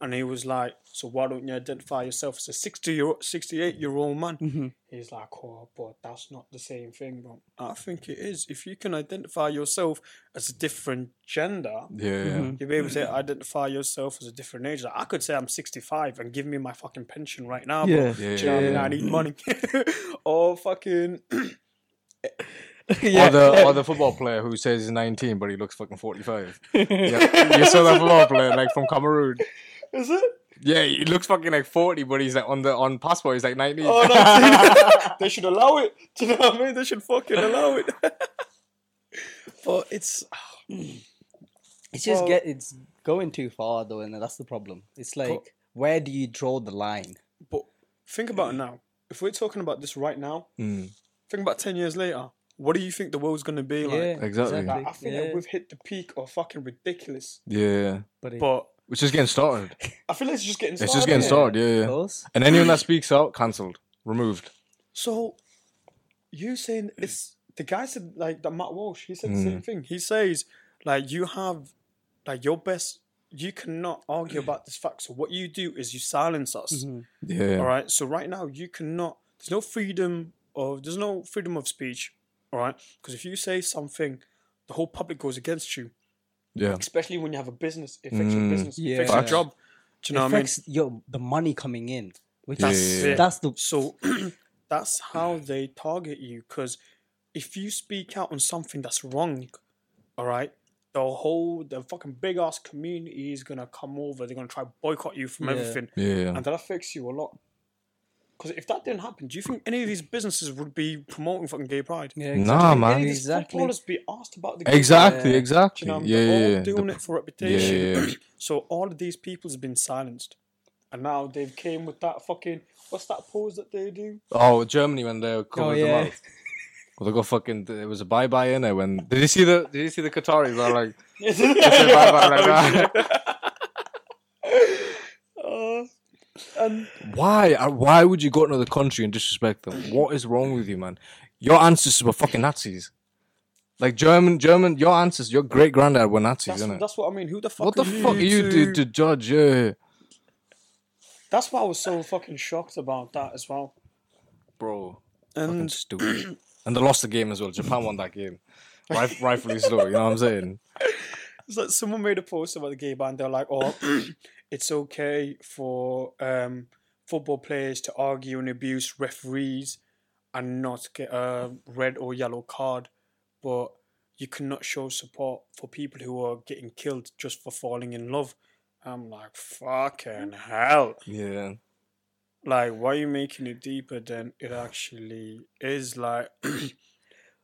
S1: and he was like, "So why don't you identify yourself as a sixty year, sixty-eight year old man?" He's like, "Oh, but that's not the same thing, bro." I think it is. If you can identify yourself as a different gender,
S4: Yeah, yeah.
S1: you'll be able to identify yourself as a different age. Like, I could say I'm sixty-five and give me my fucking pension right now, bro.
S2: Yeah.
S4: Yeah,
S1: Do you know what I mean?
S4: yeah,
S1: I need money. or fucking
S4: Or the or the football player who says he's 19 but he looks fucking 45. yeah. You saw that football player like from Cameroon.
S1: is it?
S4: Yeah, he looks fucking like 40, but he's like on the on passport he's like 19.
S1: Oh, no, I've seen it. they should allow it. Do you know what I mean? They should fucking allow it. but it's
S2: It's just
S1: Well-
S2: get it's going too far though, and that's the problem. It's like where do you draw the line?
S1: but think about it now. If we're talking about this right now,
S4: Hmm,
S1: think about ten years later. What do you think the world's gonna be like?
S2: yeah,
S4: exactly.
S1: Like, I think
S2: yeah,
S1: that we've hit the peak of fucking ridiculous.
S4: Yeah.
S2: but it,
S1: But
S4: Which is getting started.
S1: I feel it's just getting started.
S4: It's just getting
S1: innit?
S4: started, yeah,
S2: of
S4: yeah.
S2: course.
S4: And anyone that speaks out, cancelled. Removed.
S1: So you saying it's the guy said like that Matt Walsh, he said the
S4: Mm.
S1: same thing. He says like you have like your best you cannot argue about this fact. So what you do is you silence us.
S4: Mm-hmm.
S2: mm-hmm.
S4: Yeah.
S1: All right. So right now you cannot. There's no freedom of. There's no freedom of speech. All right. Because if you say something, the whole public goes against you.
S4: Yeah.
S1: Especially when you have a business, it affects your
S4: Mm.
S1: business, it affects
S2: Yeah.
S1: your job. Do you know
S2: it
S1: what I mean?
S2: affects your the money coming in, which
S4: Yeah,
S2: is
S4: yeah, yeah.
S2: that's the
S1: So that's how they target you. Because if you speak out on something that's wrong, all right, the whole the fucking big ass community is gonna come over. They're gonna try boycott you from
S2: Yeah.
S1: everything,
S4: Yeah.
S1: and that affects you a lot. Because if that didn't happen, do you think any of these businesses would be promoting fucking gay pride?
S2: yeah,
S1: Any
S4: Nah,
S1: of
S4: man.
S1: these
S2: Exactly.
S1: footballers be asked about the gay pride?
S4: Exactly,
S2: Yeah.
S1: Do
S4: exactly.
S1: you know,
S4: yeah,
S1: they're
S4: yeah,
S1: all
S4: yeah.
S1: doing
S4: The-
S1: it for reputation.
S4: yeah, yeah.
S1: so all of these people has been silenced, and now they've came with that fucking what's that pose that they do?
S4: Oh, Germany when they
S2: Oh,
S4: covered them
S2: yeah.
S4: up. Well, they got fucking. It was a bye bye in there when. Did you see the? Did you see the Qataris? They're like, they said bye bye like that.
S1: Uh, and
S4: Why? uh, Why would you go to another country and disrespect them? What is wrong with you, man? Your ancestors were fucking Nazis. Like German, German. Your ancestors, your great granddad were Nazis,
S1: that's,
S4: isn't it?
S1: that's what I mean. Who the fuck?
S4: What the
S1: are
S4: fuck are you to, to judge? Yeah,
S1: That's why I was so fucking shocked about that as well.
S4: bro. Fucking
S1: And
S4: stupid. and they lost the game as well. Japan won that game, Rif- rightfully so. You know what I'm saying?
S1: It's like someone made a post about the gay ban. They're like, "Oh, it's okay for um, football players to argue and abuse referees and not get a red or yellow card, but you cannot show support for people who are getting killed just for falling in love." I'm like, "Fucking hell!"
S4: Yeah.
S1: Like, why are you making it deeper than it actually is? Like,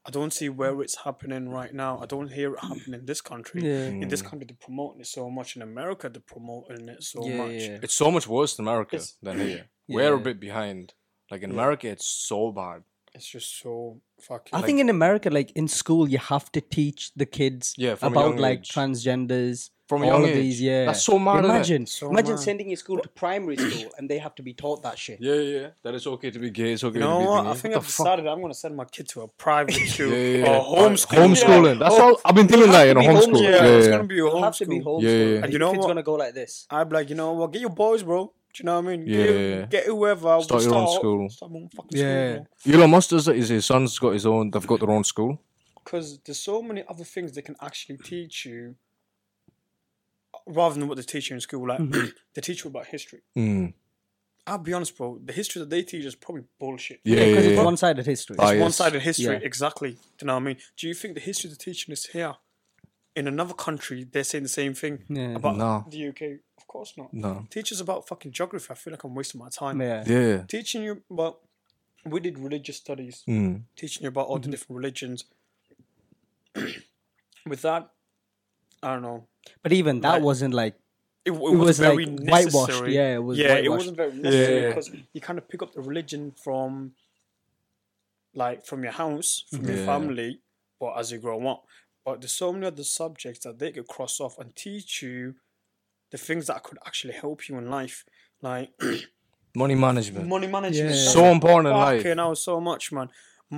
S1: I don't see where it's happening right now. I don't hear it happening in this country
S2: yeah,
S1: in
S4: Hmm. Mm.
S1: this country they're promoting it so much in america they're promoting it so
S2: yeah,
S1: much
S2: yeah.
S4: It's so much worse in America
S1: It's-
S4: than here. We're a
S2: Yeah.
S4: bit behind. Like in America, it's so bad.
S1: it's just so fucking
S2: I think in America, like in school, you have to teach the kids
S4: Yeah, from a
S2: about
S4: young
S2: like
S4: age.
S2: transgenders
S4: from a
S2: all
S4: young
S2: of
S4: age.
S2: these, yeah.
S4: That's so mad. isn't it?
S2: Imagine,
S1: So
S2: imagine
S1: mad.
S2: sending your school to primary school and they have to be taught that shit.
S4: Yeah, yeah. yeah. That it's okay to be gay. It's okay
S1: You
S4: to
S1: know
S4: be.
S1: what?
S4: gay.
S1: I think
S4: What
S1: I've
S4: the fuck?
S1: decided I'm gonna send my kid to a private school
S4: Yeah, yeah, yeah.
S1: or homeschool.
S4: Homeschooling. That's all. I've been thinking that. You know,
S2: be home-
S4: homeschool.
S1: Yeah,
S4: Yeah,
S1: it's
S4: yeah.
S1: gonna be a
S2: They'll have to be
S1: homeschool.
S2: homeschooled.
S4: Yeah, yeah, yeah.
S2: And
S1: And
S2: you
S1: you know
S2: kid's
S1: what?
S2: gonna go like this.
S1: I'd be like, you know what? Get your boys, bro. Do you know what I mean? Get,
S4: Yeah,
S1: your-
S4: yeah, yeah.
S1: get whoever.
S4: Start your own school.
S1: Start your own fucking
S4: Yeah.
S1: school.
S4: Elon Musk does it. Is his son's got his own. They've got their own school.
S1: Because there's so many other things they can actually teach you rather than what they teach you in school. Like,
S2: Mm-hmm.
S1: they teach you about history.
S4: Mm.
S1: I'll be honest, bro. The history that they teach is probably bullshit.
S4: Yeah, yeah,
S2: Because
S4: yeah.
S2: it's one-sided history.
S4: Ah,
S1: It's
S4: yes.
S1: one sided history,
S2: Yeah.
S1: exactly. Do you know what I mean? Do you think the history they're teaching us here in another country, they're saying the same thing
S2: Yeah.
S1: about
S4: No.
S1: the UK? Of course not.
S4: No.
S1: Teach us about fucking geography. I feel like I'm wasting my time.
S2: Yeah.
S4: Yeah.
S1: Teaching you about, we did religious studies,
S4: Mm.
S1: teaching you about all
S2: Mm-hmm.
S1: the different religions. With that, I don't know.
S2: But even that
S1: Like-
S2: wasn't like
S1: It, it,
S2: it was
S1: was very
S2: like whitewashed,
S1: necessary.
S2: yeah, it was
S1: yeah, it
S2: whitewashed.
S1: wasn't very necessary
S4: yeah.
S1: because you kind of pick up the religion from, like, from your house, from your
S4: Yeah.
S1: family, but as you grow up. But there's so many other subjects that they could cross off and teach you the things that could actually help you in life, like
S4: Money management.
S1: money management.
S2: Yeah.
S4: so important in life.
S1: Fucking hell, so much, man.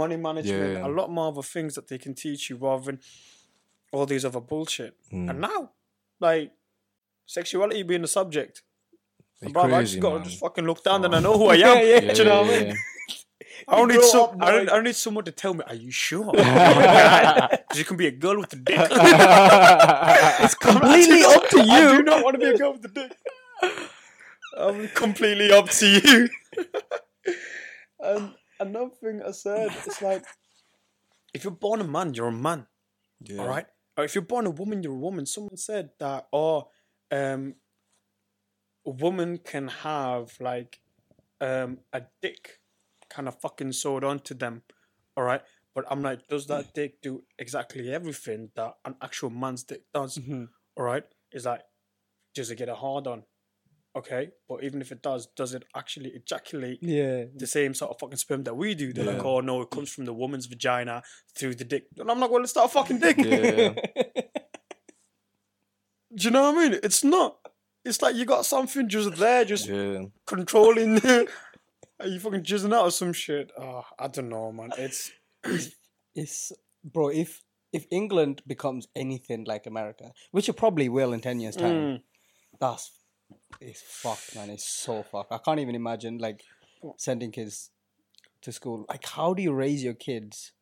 S1: Money management,
S4: Yeah.
S1: a lot more other things that they can teach you rather than all these other bullshit.
S4: Hmm.
S1: And now, like, sexuality being the subject.
S4: You're
S1: Bro, I
S4: crazy,
S1: just got to
S4: man.
S1: just fucking look down and I know who I am.
S4: Yeah,
S1: Do you know what I
S4: yeah,
S1: mean?
S4: yeah.
S1: I don't need
S2: grow
S1: some,
S2: up,
S1: I
S2: boy.
S1: don't, I don't need someone to tell me, are you sure? Because you can be a girl with a dick. it's
S2: completely up to
S1: I do
S2: you.
S1: not want to be a girl with a dick. I'm completely up to you. and another thing I said, it's like, if you're born a man, you're a man.
S4: Yeah.
S1: All right. Or if you're born a woman, you're a woman. Someone said that, oh, um, a woman can have like um, a dick kind of fucking sewed onto them. All right. But I'm like, does that dick do exactly everything that an actual man's dick does?
S2: Mm-hmm.
S1: All right. It's like, does it get a hard on? Okay. But even if it does, does it actually ejaculate
S2: Yeah.
S1: the same sort of fucking sperm that we do. They're
S4: Yeah.
S1: like, oh no, it comes from the woman's vagina through the dick. And I'm like, well, it's not a fucking dick.
S4: Yeah.
S1: Do you know what I mean? It's not. It's like you got something just there, just
S4: Yeah.
S1: controlling. Are you fucking jizzing out or some shit? Oh, I don't know, man. It's
S2: It's bro, if if England becomes anything like America, which it probably will in ten years' time,
S1: Mm.
S2: that's it's fucked, man. It's so fucked. I can't even imagine like sending kids to school. Like, how do you raise your kids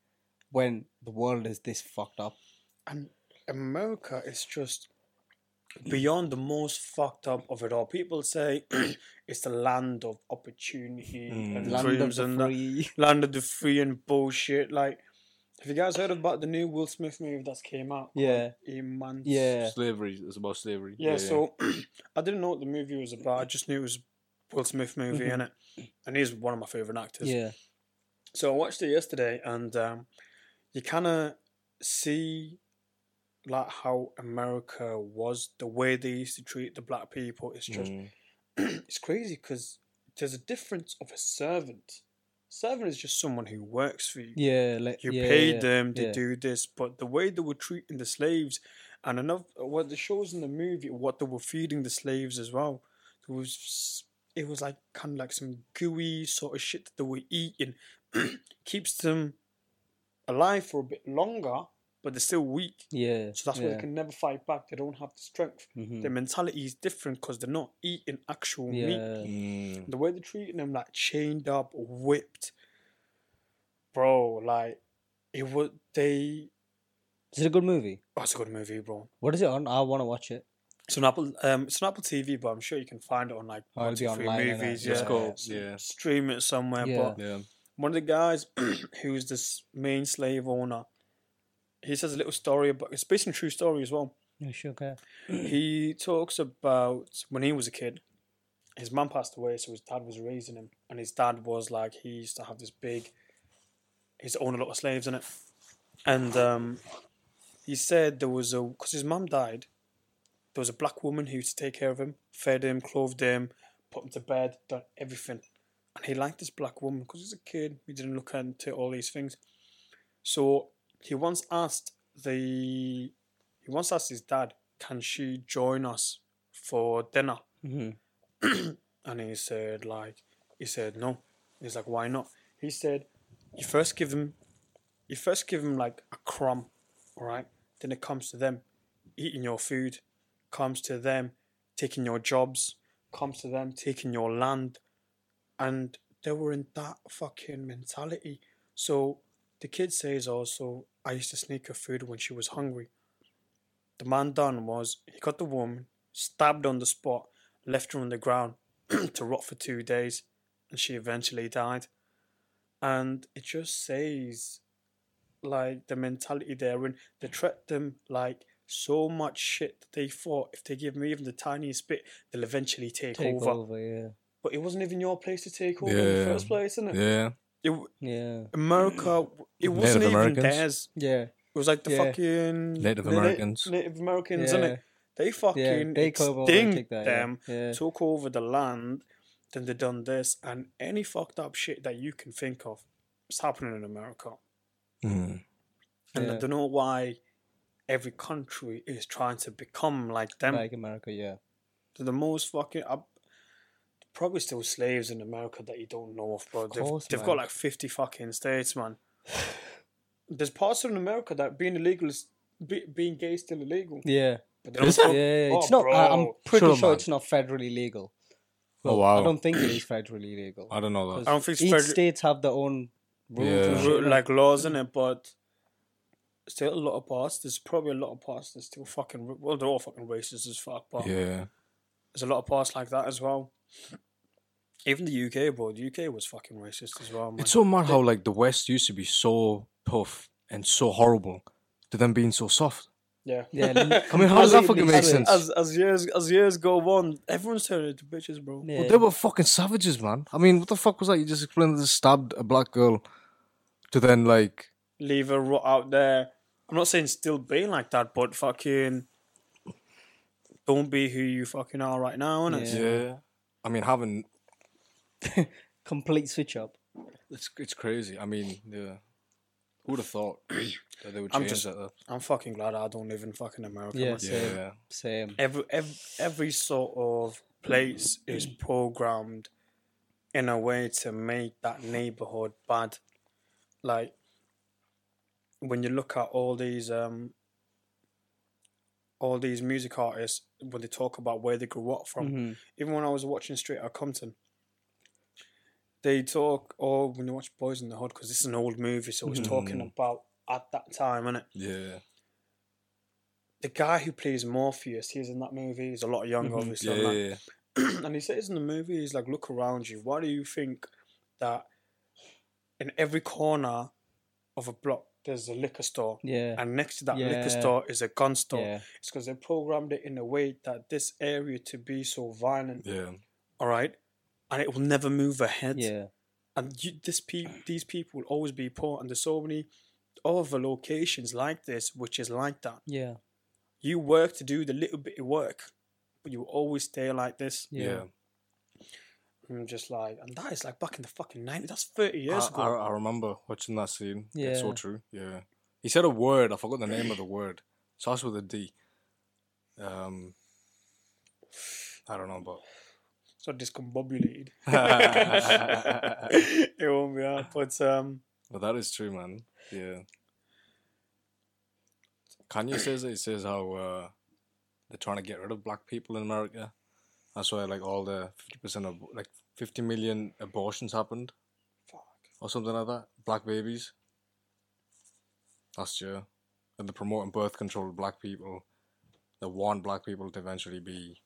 S2: when the world is this fucked up?
S1: and America is just beyond the most fucked up of it all. People say it's the land of opportunity and
S2: Land of
S1: Mm. dreams
S2: the
S1: and uh, that.
S2: free.
S1: Land of the Free and bullshit. Like, have you guys heard about the new Will Smith movie that's came out? called
S2: Yeah.
S1: Immense?
S2: Yeah.
S4: Slavery. It's about slavery.
S1: Yeah, so I didn't know what the movie was about. I just knew it was a Will Smith movie in it, and he's one of my favorite actors.
S2: Yeah.
S1: So I watched it yesterday, and um, you kind of see like how America was the way they used to treat the black people. It's just
S4: Mm.
S1: it's crazy because there's a difference of a servant. Servant is just someone who works for you.
S2: Yeah. Like,
S1: You
S2: yeah,
S1: pay
S2: yeah,
S1: them to
S2: yeah.
S1: do this, but the way they were treating the slaves, and enough what the shows in the movie, what they were feeding the slaves as well, it was s- it was like kind of like some gooey sort of shit that they were eating, keeps them alive for a bit longer, but they're still weak.
S2: Yeah.
S1: So that's why they
S2: yeah. Mm-hmm. Mm.
S1: can never fight back. They don't have the strength. Their mentality is different because they're not eating actual meat.
S2: Yeah.
S4: Mm.
S1: The way they're treating him, like chained up, whipped, bro. Like it would. They.
S2: Is it a good movie?
S1: Oh, it's a good movie, bro.
S2: What is it on? I want to watch it.
S1: It's on Apple. Um, it's on Apple TV, but I'm sure you can find it on like
S2: Oh, it'll be
S1: two, three
S2: online and that,
S1: movies.
S2: yeah.
S1: Yeah,
S4: Let's go.
S2: Yeah.
S4: Yeah.
S1: stream it somewhere.
S2: Yeah.
S1: But
S4: Yeah.
S1: one of the guys who's this main slave owner, he says a little story about. It's based on a true story as well.
S2: Yeah, sure. Okay.
S1: he talks about when he was a kid, his mum passed away, so his dad was raising him, and his dad was like he used to have this big, he's owned a lot of slaves in it, and um, he said there was a because his mum died, there was a black woman who used to take care of him, fed him, clothed him, put him to bed, done everything, and he liked this black woman because he's a kid, he didn't look into all these things, so he once asked the he once asked his dad can she join us for dinner?
S2: Mm-hmm.
S3: Mhm.
S1: and he said, like, he said, no. He's like, why not? He said, you first give them, you first give them like a crumb, all right? Then it comes to them eating your food, comes to them taking your jobs, comes to them taking your land. And they were in that fucking mentality. So the kid says also, I used to sneak her food when she was hungry. The man done was he got the woman, stabbed on the spot, left her on the ground to rot for two days, and she eventually died. And it just says, like, the mentality they're in. They treat them like so much shit that they thought if they give them even the tiniest bit, they'll eventually take,
S3: Take
S1: over.
S3: over. yeah.
S1: But it wasn't even your place to take over in the
S4: Yeah.
S1: first place, isn't it?
S4: Yeah.
S1: It w-
S3: Yeah.
S1: America, it wasn't even
S4: Americans?
S1: theirs.
S3: Yeah.
S1: It was like the
S3: Yeah.
S1: fucking
S4: Native
S1: Na- Na-
S4: Americans.
S1: Native Americans,
S3: Yeah.
S1: innit? They fucking
S3: they come over and take
S1: extinct
S3: that, yeah.
S1: them,
S3: Yeah.
S1: took over the land, then they done this, and any fucked up shit that you can think of is happening in America.
S4: Mm.
S1: And I
S3: Yeah.
S1: don't know why every country is trying to become like them.
S3: Like America, yeah.
S1: They're the most fucking. Uh, probably still slaves in America that you don't know of, bro. they've
S3: course,
S1: they've
S3: man.
S1: got like 50 fucking states, man. There's parts of America that being illegal is. Be, being gay is still illegal.
S3: Yeah.
S1: But they don't
S4: Is it?
S1: fuck-
S3: Yeah,
S1: Oh,
S3: it's not. I, I'm
S1: bro.
S3: pretty
S4: Sure,
S3: sure,
S4: man.
S3: it's not federally legal.
S4: Oh
S3: I
S4: wow.
S3: don't think it is federally legal.
S4: I don't know that.
S1: I don't think
S3: Each
S1: it's federal-
S3: states have their own rules. and
S4: Yeah.
S3: shit,
S1: ru- like laws in it, but still a lot of parts. There's probably a lot of parts that's still fucking ra- well, they're all fucking racist as fuck. But
S4: Yeah.
S1: there's a lot of parts like that as well. Even the UK, bro. The UK was fucking racist as well. Man.
S4: It's so mad how like the West used to be so tough and so horrible, to them being so soft.
S1: yeah.
S3: Yeah, li-
S4: I mean, how does that fucking
S3: completely
S4: make
S3: solid.
S1: As
S4: sense?
S1: as years as years go on, everyone's turning into bitches, bro.
S3: Yeah.
S4: Well, they were fucking savages, man. I mean, what the fuck was that? You just explained that they stabbed a black girl, to then like
S1: Leave her rot out there. I'm not saying still being like that, but fucking don't be who you fucking are right now, innit?
S3: Yeah.
S4: I mean, having
S3: complete switch up.
S4: it's it's crazy. I mean, yeah. Who'd have thought that they would
S1: I'm
S4: change
S1: just-
S4: that? Though?
S1: I'm fucking glad I don't live in fucking America.
S3: Yeah.
S1: man.
S3: Same.
S4: Yeah.
S3: Same.
S1: every every, every sort of place is programmed in a way to make that neighborhood bad like when you look at all these um all these music artists when they talk about where they grew up from
S3: Mhm.
S1: even when i was watching straight out compton they talk or when you watch boys in the hood because this is an old movie so it's talking about at that time and it
S4: Yeah.
S1: the guy who plays Morpheus, he's in that movie. He's a lot younger, obviously.
S4: Yeah.
S1: and
S4: Yeah.
S1: that.
S4: yeah.
S1: and he says in the movie, he's like, look around you. Why do you think that in every corner of a block there's a liquor store?
S3: Yeah.
S1: And next to that liquor
S3: Yeah.
S1: store is a gun store.
S3: Yeah.
S1: It's because they programmed it in a way that this area to be so violent,
S4: Yeah.
S1: all right? And it will never move ahead.
S3: Yeah.
S1: And you, this pe- these people will always be poor. And there's so many other locations like this, which is like that.
S3: Yeah.
S1: You work to do the little bit of work, but you always stay like this.
S3: Yeah.
S1: I'm just like, and that is like back in the fucking 90s. That's 30 years
S4: I,
S1: ago.
S4: I, I remember watching that scene. Yeah. It's so
S3: Yeah.
S4: true. Yeah. He said a word. I forgot the name of the word. Starts with a D. Um. I don't know, but
S1: so discombobulated.
S4: but
S1: it won't be hard. But um,
S4: that is true, man. Yeah. Kanye says it. He says how uh, they're trying to get rid of black people in America. That's why like all the fifty percent of like fifty million abortions happened,
S1: fuck.
S4: or something like that. Black babies. Last year, and they're promoting birth control to black people. They want black people to eventually be.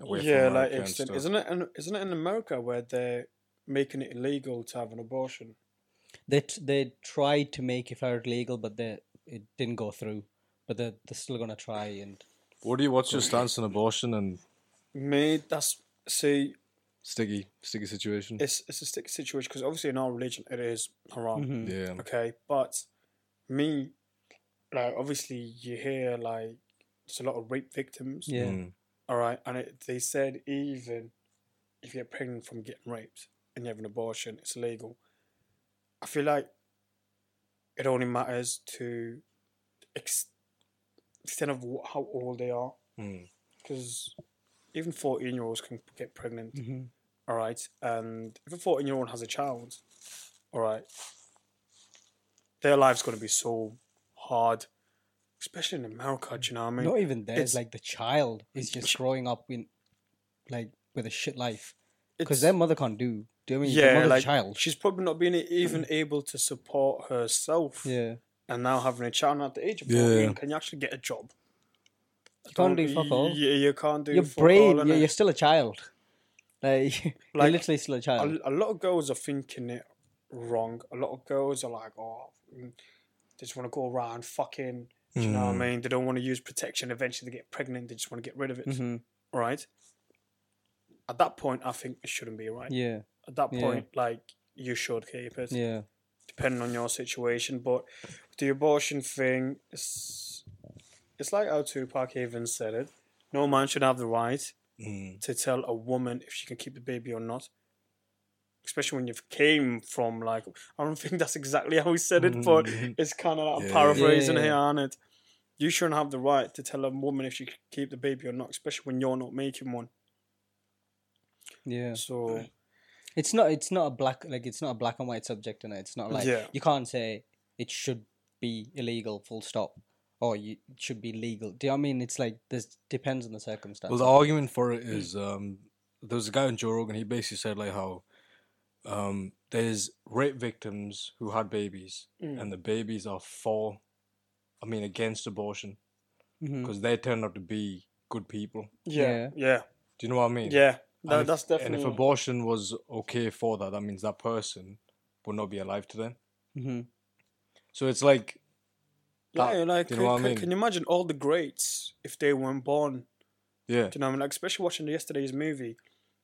S4: Away
S1: yeah,
S4: from
S1: like
S4: America and
S1: extent.
S4: stuff.
S1: Isn't it, in, isn't it in America where they're making it illegal to have an abortion?
S3: They t- they tried to make it federally legal, but they it didn't go through. But they're, they're still gonna try and
S4: What do you? What's your stance on abortion and
S1: Mate, that's, see,
S4: sticky, sticky situation?
S1: it's, it's a stick situation because obviously in our religion it is haram.
S3: Mm-hmm,
S4: Yeah.
S1: Okay, but me, like, obviously you hear, like, there's a lot of rape victims.
S3: yeah
S4: Mm.
S1: All right, and it, they said even if you're pregnant from getting raped and you have an abortion, it's legal. I feel like it only matters to ex- extent of wh- how old they are.
S4: Mm.
S1: Because even 14 year olds can get pregnant.
S3: Hmm. mm-hmm.
S1: all right. And if a 14 year old has a child, all right, their life's going to be so hard, especially in America. Do you know what I mean?
S3: Not even theirs.
S1: it's-
S3: Like the child is just growing up in, like, with a shit life because
S1: It's-
S3: their mother can't do. Do you know what I mean? their
S1: yeah,
S3: mother's
S1: like
S3: child.
S1: she's probably not being e-, even able to support herself.
S3: Yeah,
S1: and now having a child now at the age of
S4: Yeah.
S1: 14, can you actually get a job?
S3: you can't do
S1: Don't-
S3: fuck all.
S1: You, you can't do
S3: Your
S1: fuck all,
S3: brain,
S1: innit?
S3: you're, you're still a child. Like, you're
S1: Like,
S3: literally still a child.
S1: a, a lot of girls are thinking it wrong. A lot of girls are like, oh, mm, they just want to go around fucking. Do you know what I mean? They don't want to use protection. Eventually, they get pregnant. They just want to get rid of it,
S3: hmm
S1: right? At that point, I think it shouldn't be right.
S3: Yeah,
S1: At that
S3: Yeah.
S1: point, like you should keep it,
S3: yeah.
S1: depending on your situation. But the abortion thing, it's, it's like how Tupac even said it. No man should have the right
S4: Mm.
S1: to tell a woman if she can keep the baby or not. Especially when you've came from like I don't think that's exactly how he said it, but it's kind of like I'm
S4: Mm. Yeah.
S1: paraphrasing
S3: Yeah.
S1: here, aren't it? You shouldn't have the right to tell a woman if she can keep the baby or not, especially when you're not making one.
S3: Yeah,
S1: So
S3: it's not it's not a black like it's not a black and white subject in it. It's not like
S1: Yeah.
S3: you can't say it should be illegal, full stop, or you it should be legal. Do you know what I mean? It's like this depends on the circumstance.
S4: Well, the argument for
S1: Hmm.
S4: it is um, there was a guy on Joe Rogan. He basically said like how um, there's rape victims who had babies,
S1: Mm.
S4: and the babies are for, I mean, against abortion
S1: Mm.
S3: Mhm.
S4: because they turned out to be good people.
S1: yeah, yeah,
S4: Do you know what I
S1: yeah.
S4: mean?
S1: That,
S4: if-
S1: that's definitely.
S4: And if abortion was okay for that, that means that person would not be alive today.
S3: Mhm.
S4: So it's like,
S1: yeah, like
S4: you
S1: can,
S4: know what I
S1: can-
S4: mean?
S1: can you imagine all the greats if they weren't born?
S4: yeah,
S1: Do you know what I mean? Like especially watching yesterday's movie,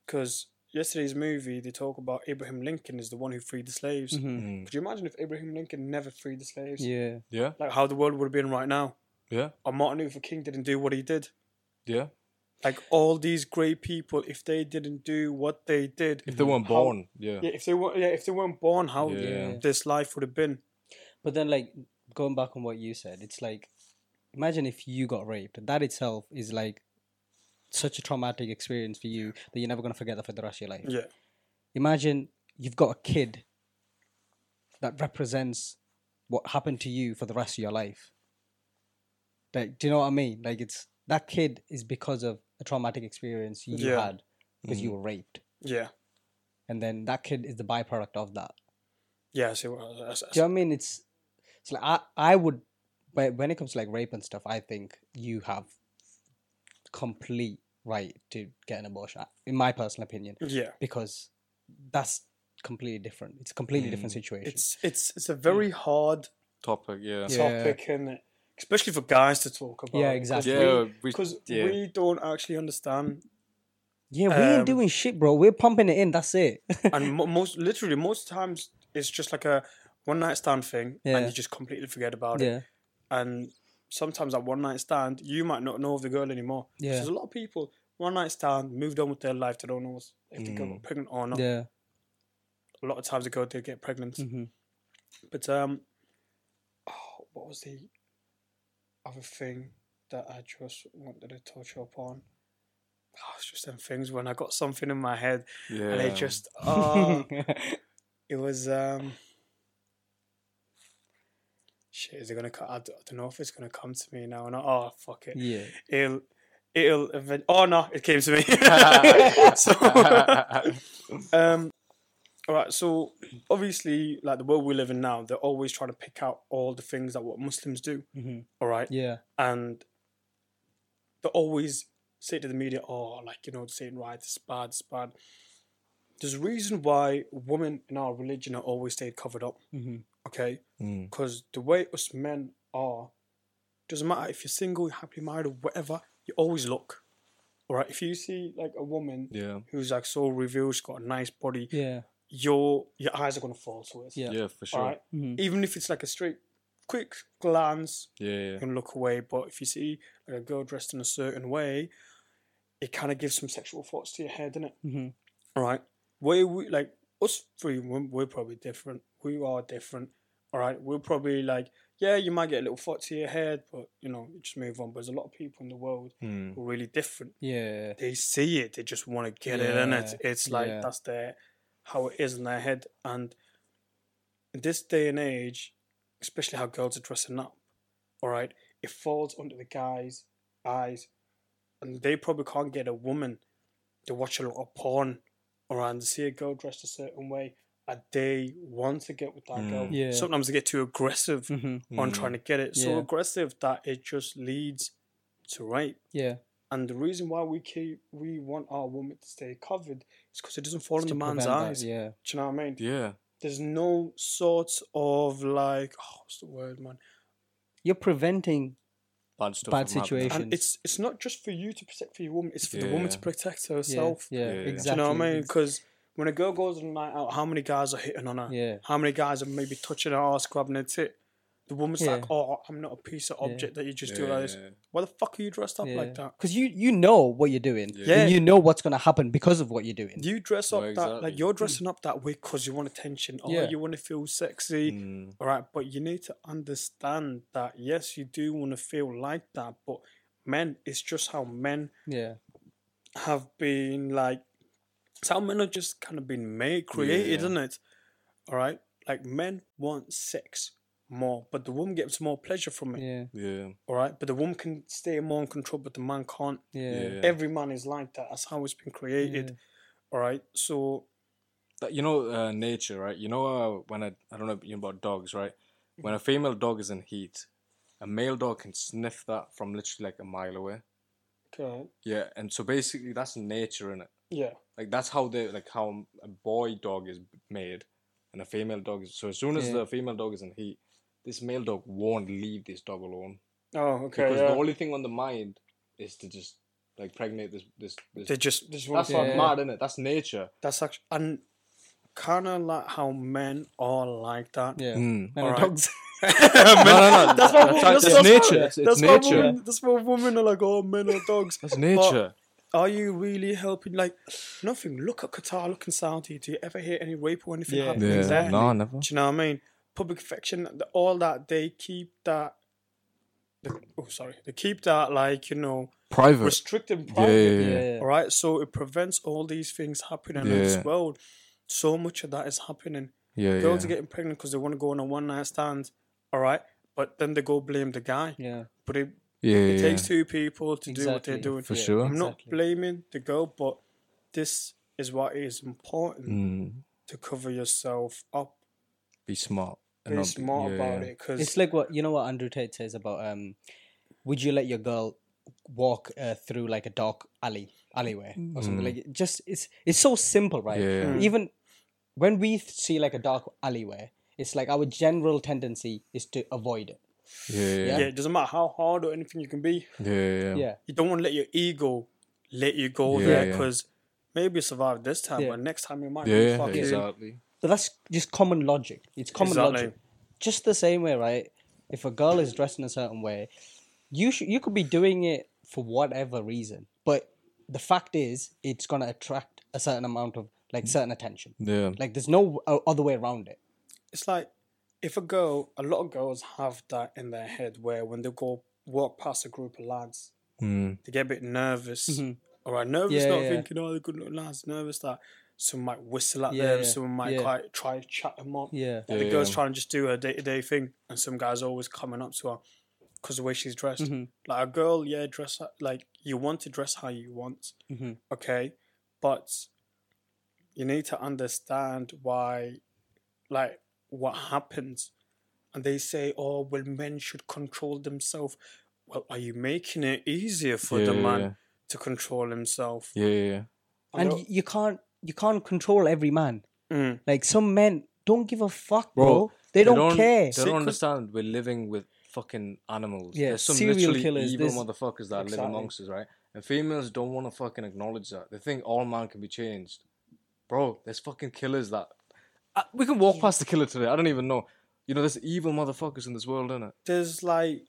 S1: because yesterday's movie they talk about Abraham Lincoln is the one who freed the slaves.
S3: Mhm.
S4: Mm.
S1: Could you imagine if Abraham Lincoln never freed the slaves?
S3: Yeah,
S4: yeah,
S1: Like how the world would have been right now.
S4: yeah,
S1: Or Martin Luther King didn't do what he did.
S4: yeah.
S1: Like all these great people, if they didn't do what they did,
S4: If they weren't
S1: Mm-hmm. how-
S4: born, yeah.
S1: yeah, if they were, yeah, if they weren't born, how
S4: Yeah.
S1: this life would have been.
S3: but then like going back on what you said, it's like imagine if you got raped. That itself is like such a traumatic experience for you that you're never gonna forget that for the rest of your life.
S1: Yeah,
S3: imagine you've got a kid that represents what happened to you for the rest of your life. Like, do you know what I mean? Like, it's that kid is because of a traumatic experience you
S1: Yeah. Mm.
S3: had because you were raped,
S1: yeah,
S3: and then that kid is the byproduct of that.
S1: yeah. I see what I- I- I-
S3: Do you know what I mean? It's, it's like I, I would, when when it comes to like rape and stuff, I think you have complete right to get an abortion, in my personal opinion
S1: yeah.
S3: because that's completely different. It's a completely different situation.
S1: Mm, It's it's it's a very hard
S4: Topic, yeah.
S3: Yeah.
S1: topic, isn't it? Especially for guys to talk about.
S3: Yeah, exactly.
S4: Yeah, we-
S1: Because
S4: yeah.
S1: we don't actually understand
S3: yeah, we ain't
S1: um,
S3: doing shit, bro. We're pumping it in. That's it.
S1: and mo- most literally most times it's just like a one night stand thing
S3: Yeah.
S1: and you just completely forget about it
S3: yeah,
S1: and sometimes that one night stand you might not know of the girl anymore 'Cause
S3: Yeah.
S1: there's a lot of people one night stand moved on with their life they don't know what's- if they
S4: Mm.
S1: got pregnant or not
S3: yeah.
S1: a lot of times they go they get pregnant
S3: Mm-hmm.
S1: but um oh, what was the other thing that I just wanted to touch upon oh, it's just them things when I got something in my head
S4: yeah.
S1: and it just oh It was um. Shit, is it gonna? co- I d- I don't know if it's gonna come to me now or not. Oh fuck it!
S3: yeah.
S1: It'll, it'll. event- Oh no, it came to me. so, um, all right. So obviously, like the world we live in now, they're always trying to pick out all the things that what Muslims do.
S3: Mm-hmm.
S1: All right,
S3: Yeah.
S1: and they always say to the media, "Oh, like you know, saying right, it's bad, it's bad." There's a reason why women in our religion are always stayed covered up
S3: Mm-hmm.
S1: okay?
S4: Mm.
S1: Because the way us men are, doesn't matter if you're single, you're happily married, or whatever, you always look. All right, if you see like a woman
S4: yeah,
S1: who's like so revealed, she's got a nice body,
S3: Yeah.
S1: your your eyes are gonna fall to it.
S3: Yeah.
S4: yeah,
S1: All
S4: for sure.
S1: right,
S3: Mhm.
S1: even if it's like a straight, quick glance,
S4: Yeah, yeah.
S1: you can look away. But if you see like a girl dressed in a certain way, it kind of gives some sexual thoughts to your head, doesn't it?
S3: Mhm.
S1: All right. Where we like us three, we're, we're probably different. We are different. all right, we'll probably like, yeah, you might get a little thought to your head, but you know, you just move on. But there's a lot of people in the world
S4: Hmm.
S1: who are really different.
S3: Yeah.
S1: They see it, they just want to get it in it.
S3: Yeah,
S1: It's like
S3: yeah.
S1: that's their how it is in their head. And in this day and age, especially how girls are dressing up, all right, it falls under the guy's eyes, and they probably can't get a woman to watch a lot of porn, all right, and see a girl dressed a certain way. And they want to get with that girl.
S4: Mm.
S3: Yeah.
S1: Sometimes they get too aggressive
S3: Mm-hmm.
S1: on
S4: Mm.
S1: trying to get it so
S3: Yeah.
S1: aggressive that it just leads to rape.
S3: Yeah.
S1: And the reason why we keep we want our woman to stay covered is because it doesn't fall in
S3: To
S1: the man's
S3: prevent that,
S1: eyes.
S3: Yeah.
S1: Do you know what I mean?
S4: Yeah.
S1: There's no sort of like oh, what's the word, man?
S3: You're preventing.
S4: Bad stuff.
S3: Bad
S4: from happening.
S3: situation.
S1: And it's it's not just for you to protect for your woman; it's for the woman
S4: Yeah.
S1: to protect
S3: Yeah,
S1: herself.
S3: yeah,
S4: Yeah.
S3: Exactly.
S1: Do you know what I mean? Because when a girl goes on a night out, how many guys are hitting on her?
S3: Yeah.
S1: How many guys are maybe touching her ass, grabbing her tit? The woman's
S3: Yeah.
S1: like, "Oh, I'm not a piece of
S3: Yeah.
S1: object that you just do like this."
S4: Yeah.
S1: Why the fuck are you dressed up like that?
S3: Because you you know what you're doing.
S4: Yeah.
S3: And you know what's gonna happen because of what you're doing.
S1: You dress up
S4: Well,
S1: that
S4: exactly.
S1: like you're dressing up that way because you want attention or
S3: Yeah.
S1: you want to feel sexy,
S4: Mm.
S1: all right? But you need to understand that yes, you do want to feel like that, but men, it's just how men
S3: Yeah.
S1: have been like, it's how men are just kind of been made, created,
S4: Yeah.
S1: isn't it? All right, like men want sex more, but the woman gets more pleasure from it,
S3: Yeah.
S4: Yeah.
S1: all right? But the woman can stay more in control, but the man can't.
S3: Yeah.
S4: Yeah.
S1: Every man is like that. That's how it's been created, all right? So
S4: that you know uh, nature, right? You know uh, when I I don't know you know about dogs, right? When a female dog is in heat, a male dog can sniff that from literally like a mile away.
S1: okay,
S4: Yeah, and so basically that's nature in it.
S1: yeah.
S4: Like that's how they like how a boy dog is made, and a female dog is. So as soon as
S3: Yeah.
S4: the female dog is in heat, this male dog won't leave this dog alone
S1: Oh, okay.
S4: because
S1: yeah.
S4: the only thing on the mind is to just like pregnate this this. this
S1: they just, just want
S4: that's
S1: to
S4: not
S3: Yeah.
S4: mad, innit? That's nature.
S1: that's actually and kind of like how men are like that.
S3: Yeah.
S4: Mm.
S3: And the
S1: Alright.
S3: dogs.
S4: no, no, no.
S1: That's why women- that's,
S4: that's, that's
S1: that's why-
S4: nature. It's, it's
S1: that's
S4: nature.
S1: Why women, that's why women are like, oh, men are dogs.
S4: That's nature.
S1: Are you really helping? Like, nothing. Look at Qatar, look in Saudi. Do you ever hear any rape or anything
S3: Yeah.
S1: happening there?
S4: never.
S1: Do you know what I mean? Public affection, the- all that, they keep that. the- oh, sorry. They keep that, like, you know,
S4: Private.
S1: restricted and
S4: yeah,
S1: private.
S4: yeah, yeah.
S3: Yeah.
S1: All right, so it prevents all these things happening in
S4: Yeah.
S1: this world. So much of that is happening.
S4: yeah, yeah.
S1: Girls are getting pregnant because they want to go on a one night stand. All right, but then they go blame the guy.
S3: Yeah.
S1: But it,
S4: yeah,
S1: it
S4: yeah.
S1: takes two people to do what they're
S3: Exactly.
S1: doing.
S4: For sure.
S1: I'm not
S3: exactly.
S1: blaming the girl, but this is what is important
S4: Mm,
S1: to cover yourself up.
S4: be smart. and
S1: Be
S4: not be-
S1: smart
S4: yeah,
S1: about
S4: yeah.
S1: it because
S3: It's like what you know what Andrew Tate says about um, would you let your girl walk uh, through like a dark alley alleyway or something
S4: Mm.
S3: like it just it's it's so simple, right?
S4: Yeah, yeah.
S1: Mm.
S3: Even when we see like a dark alleyway, it's like our general tendency is to avoid it.
S4: yeah,
S1: yeah,
S4: yeah,
S1: it doesn't matter how hard or anything you can be.
S4: yeah, yeah.
S3: Yeah,
S1: You don't want to let your ego let you go
S4: Yeah,
S1: there
S4: yeah.
S1: because maybe you survive this time,
S3: Yeah.
S1: but next time you might
S4: Yeah,
S1: be
S4: yeah,
S1: fucking
S4: exactly.
S3: but that's just common logic. It's common
S1: Exactly.
S3: logic. Just the same way, right? If a girl is dressed in a certain way, you should you could be doing it for whatever reason, but the fact is, it's gonna attract a certain amount of like certain attention.
S4: Yeah,
S3: Like there's no o- other way around it.
S1: it's like if a girl, a lot of girls have that in their head where when they go walk past a group of lads,
S4: mm,
S1: they get a bit nervous. All right, nervous,
S3: Mm-hmm. Yeah,
S1: not
S3: yeah.
S1: thinking, oh, they're good looking lads, nervous that some might whistle at
S3: Yeah,
S1: them,
S3: yeah,
S1: some might
S3: yeah.
S1: quite try to chat them up.
S3: Yeah.
S1: Like the
S4: Yeah.
S1: girl's trying to just do her day to day thing, and some guy's always coming up to her because the way she's dressed.
S3: Mm-hmm.
S1: Like a girl, yeah, dress up- like you want to dress how you want,
S3: Mhm.
S1: okay, but you need to understand why, like, what happens. And they say, oh, well, men should control themselves. Well, are you making it easier for the
S4: Yeah,
S1: man
S4: yeah.
S1: to control himself?
S4: yeah, yeah,
S3: And
S1: I
S3: y- you can't you can't control every man.
S1: Mm.
S3: Like some men don't give a fuck,
S4: Bro,
S3: bro. They, don't, care.
S4: They
S1: See,
S4: don't
S1: 'cause-
S4: understand. We're living with fucking animals.
S3: Yeah,
S4: There's some
S3: serial
S4: literally
S3: killers,
S4: evil
S3: there's-
S4: motherfuckers that live
S1: Exactly.
S4: amongst us, right? And females don't want to fucking acknowledge that. They think all man can be changed. Bro, there's fucking killers that. Uh, we can walk past the killer today. I don't even know. You know, there's evil motherfuckers in this world, innit?
S1: There's like,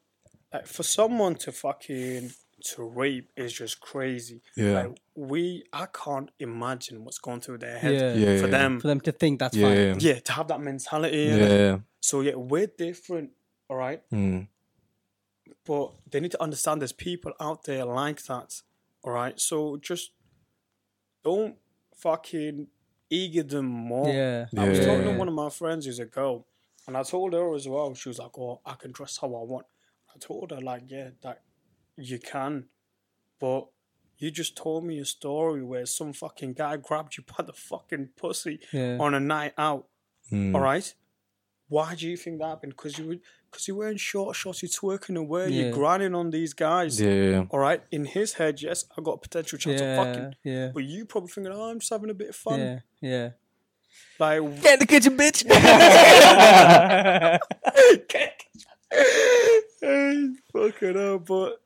S1: like, for someone to fucking to rape is just crazy.
S4: Yeah.
S1: Like, we, I can't imagine what's going through their head
S3: Yeah.
S4: Yeah,
S1: for
S4: yeah.
S1: them.
S3: For them to think that's fine.
S1: Yeah, to have that mentality.
S4: Yeah.
S1: and So yeah, we're different, all right.
S4: Mm.
S1: But they need to understand there's people out there like that, all right. So just don't fucking eager them more.
S2: Yeah.
S1: I was talking
S4: Yeah.
S1: to one of my friends who's a girl, and I told her as well. She was like, "Oh, I can dress how I want." I told her like, "Yeah, that you can," but you just told me a story where some fucking guy grabbed you by the fucking pussy
S2: Yeah. Hmm.
S1: on a night out.
S4: Mm.
S1: All right, why do you think that happened? Because you were because you wearing short shorts, you're twerking away,
S2: Yeah.
S1: you're grinding on these guys.
S4: Yeah.
S1: All right, in his head, yes, I got a potential chance
S2: yeah,
S1: of fucking.
S2: yeah,
S1: But you probably thinking, oh, I'm just having a bit of fun.
S2: yeah, yeah.
S1: Like,
S2: Get in the kitchen, bitch.
S1: fucking hell, but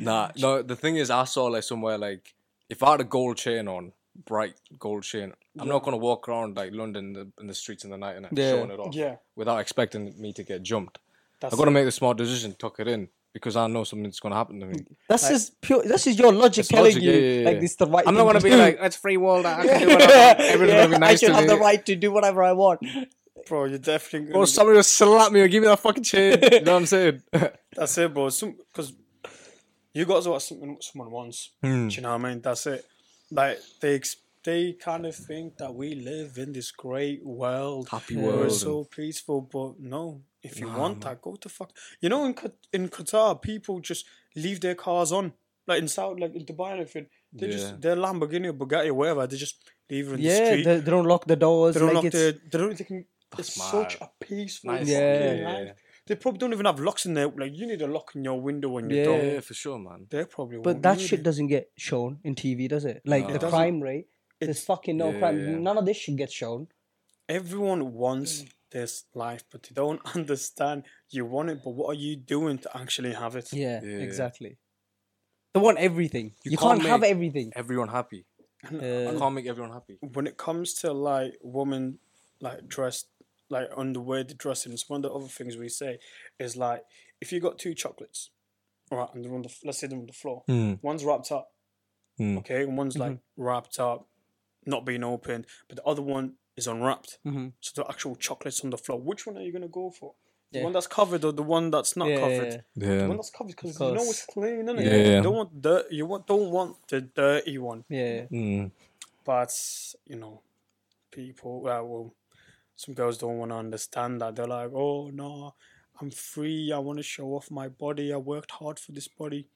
S4: Nah, no. The thing is, I saw like somewhere like if I had a gold chain on, bright gold chain, I'm not gonna walk around like London in the, in the streets in the night and
S2: Yeah.
S4: showing it off
S1: Yeah.
S4: without expecting me to get jumped.
S1: That's
S4: I've got to make the smart decision, tuck it in because I know something's gonna happen to me.
S2: That's just pure. That's just your logic telling
S4: logic,
S2: you
S4: yeah, yeah, yeah.
S2: like this. is The right.
S4: I'm
S2: thing
S4: not gonna be
S2: do.
S4: like it's free world. I can do whatever. I want, Everyone's
S2: Yeah,
S4: gonna be nice
S2: I should
S4: to
S2: have
S4: me.
S2: the right to do whatever I want.
S1: bro, you're definitely
S4: Or
S1: gonna,
S4: somebody will slap me or give me that fucking chain. you know what I'm saying?
S1: that's it, bro. Some because you got to what someone someone wants.
S4: Hmm.
S1: Do you know what I mean? That's it. Like they ex- they kind of think that we live in this great world,
S4: Happy
S1: Where
S4: world
S1: it's so peaceful, but no. If you want that, go to fuck. You know, in Qat- in Qatar, people just leave their cars on, like in South, like in Dubai and everything. They
S4: Yeah.
S1: just their Lamborghini or Bugatti or whatever. They just leave it in the
S2: Yeah,
S1: street.
S2: they, they don't lock the doors.
S1: They don't
S2: like
S1: lock
S2: it's,
S1: their. They don't think it's such a peaceful
S4: Nice.
S1: fucking
S2: Yeah.
S1: life. They probably don't even have locks in there. Like you need a lock in your window when you
S2: Yeah.
S1: don't.
S4: Yeah, for sure, man.
S1: They probably.
S2: but
S1: won't
S2: that
S1: need
S2: shit
S1: it.
S2: doesn't get shown in TV, does it? Like
S4: No. It
S2: the
S1: doesn't.
S2: crime rate. There's
S1: It's-
S2: fucking no
S4: yeah,
S2: crime.
S4: yeah.
S2: None of this shit gets shown.
S1: Everyone
S2: Mm.
S1: wants this life, but they don't understand you want it. But what are you doing to actually have it?
S2: Yeah,
S4: Yeah.
S2: exactly. They want everything. You,
S4: can't
S2: can't, have
S4: make-
S2: everything.
S4: Everyone happy. I
S2: Uh,
S4: can't make everyone happy.
S1: When it comes to like women, like dressed, like on the way they dress in, it's one of the other things we say is like if you got two chocolates, all right, and they're on the f- let's say they're on the floor,
S2: Hmm.
S1: one's wrapped up,
S4: Mm.
S1: okay, and one's like
S2: Mm-hmm.
S1: wrapped up, not being opened, but the other one is unwrapped.
S2: Mhm.
S1: So the actual chocolates on the floor. Which one are you gonna go for? The
S2: Yeah.
S1: one that's covered or the one that's not
S2: yeah,
S1: covered?
S2: yeah,
S1: The
S4: Yeah.
S1: one that's covered because you know it's clean, innit?
S4: Um, Yeah. Yeah.
S1: You don't want dirt. You want, don't want the dirty one.
S2: yeah, yeah.
S4: Mm.
S1: But you know, people. Uh, well, some girls don't want to understand that. They're like, "Oh no, I'm free. I want to show off my body. I worked hard for this body."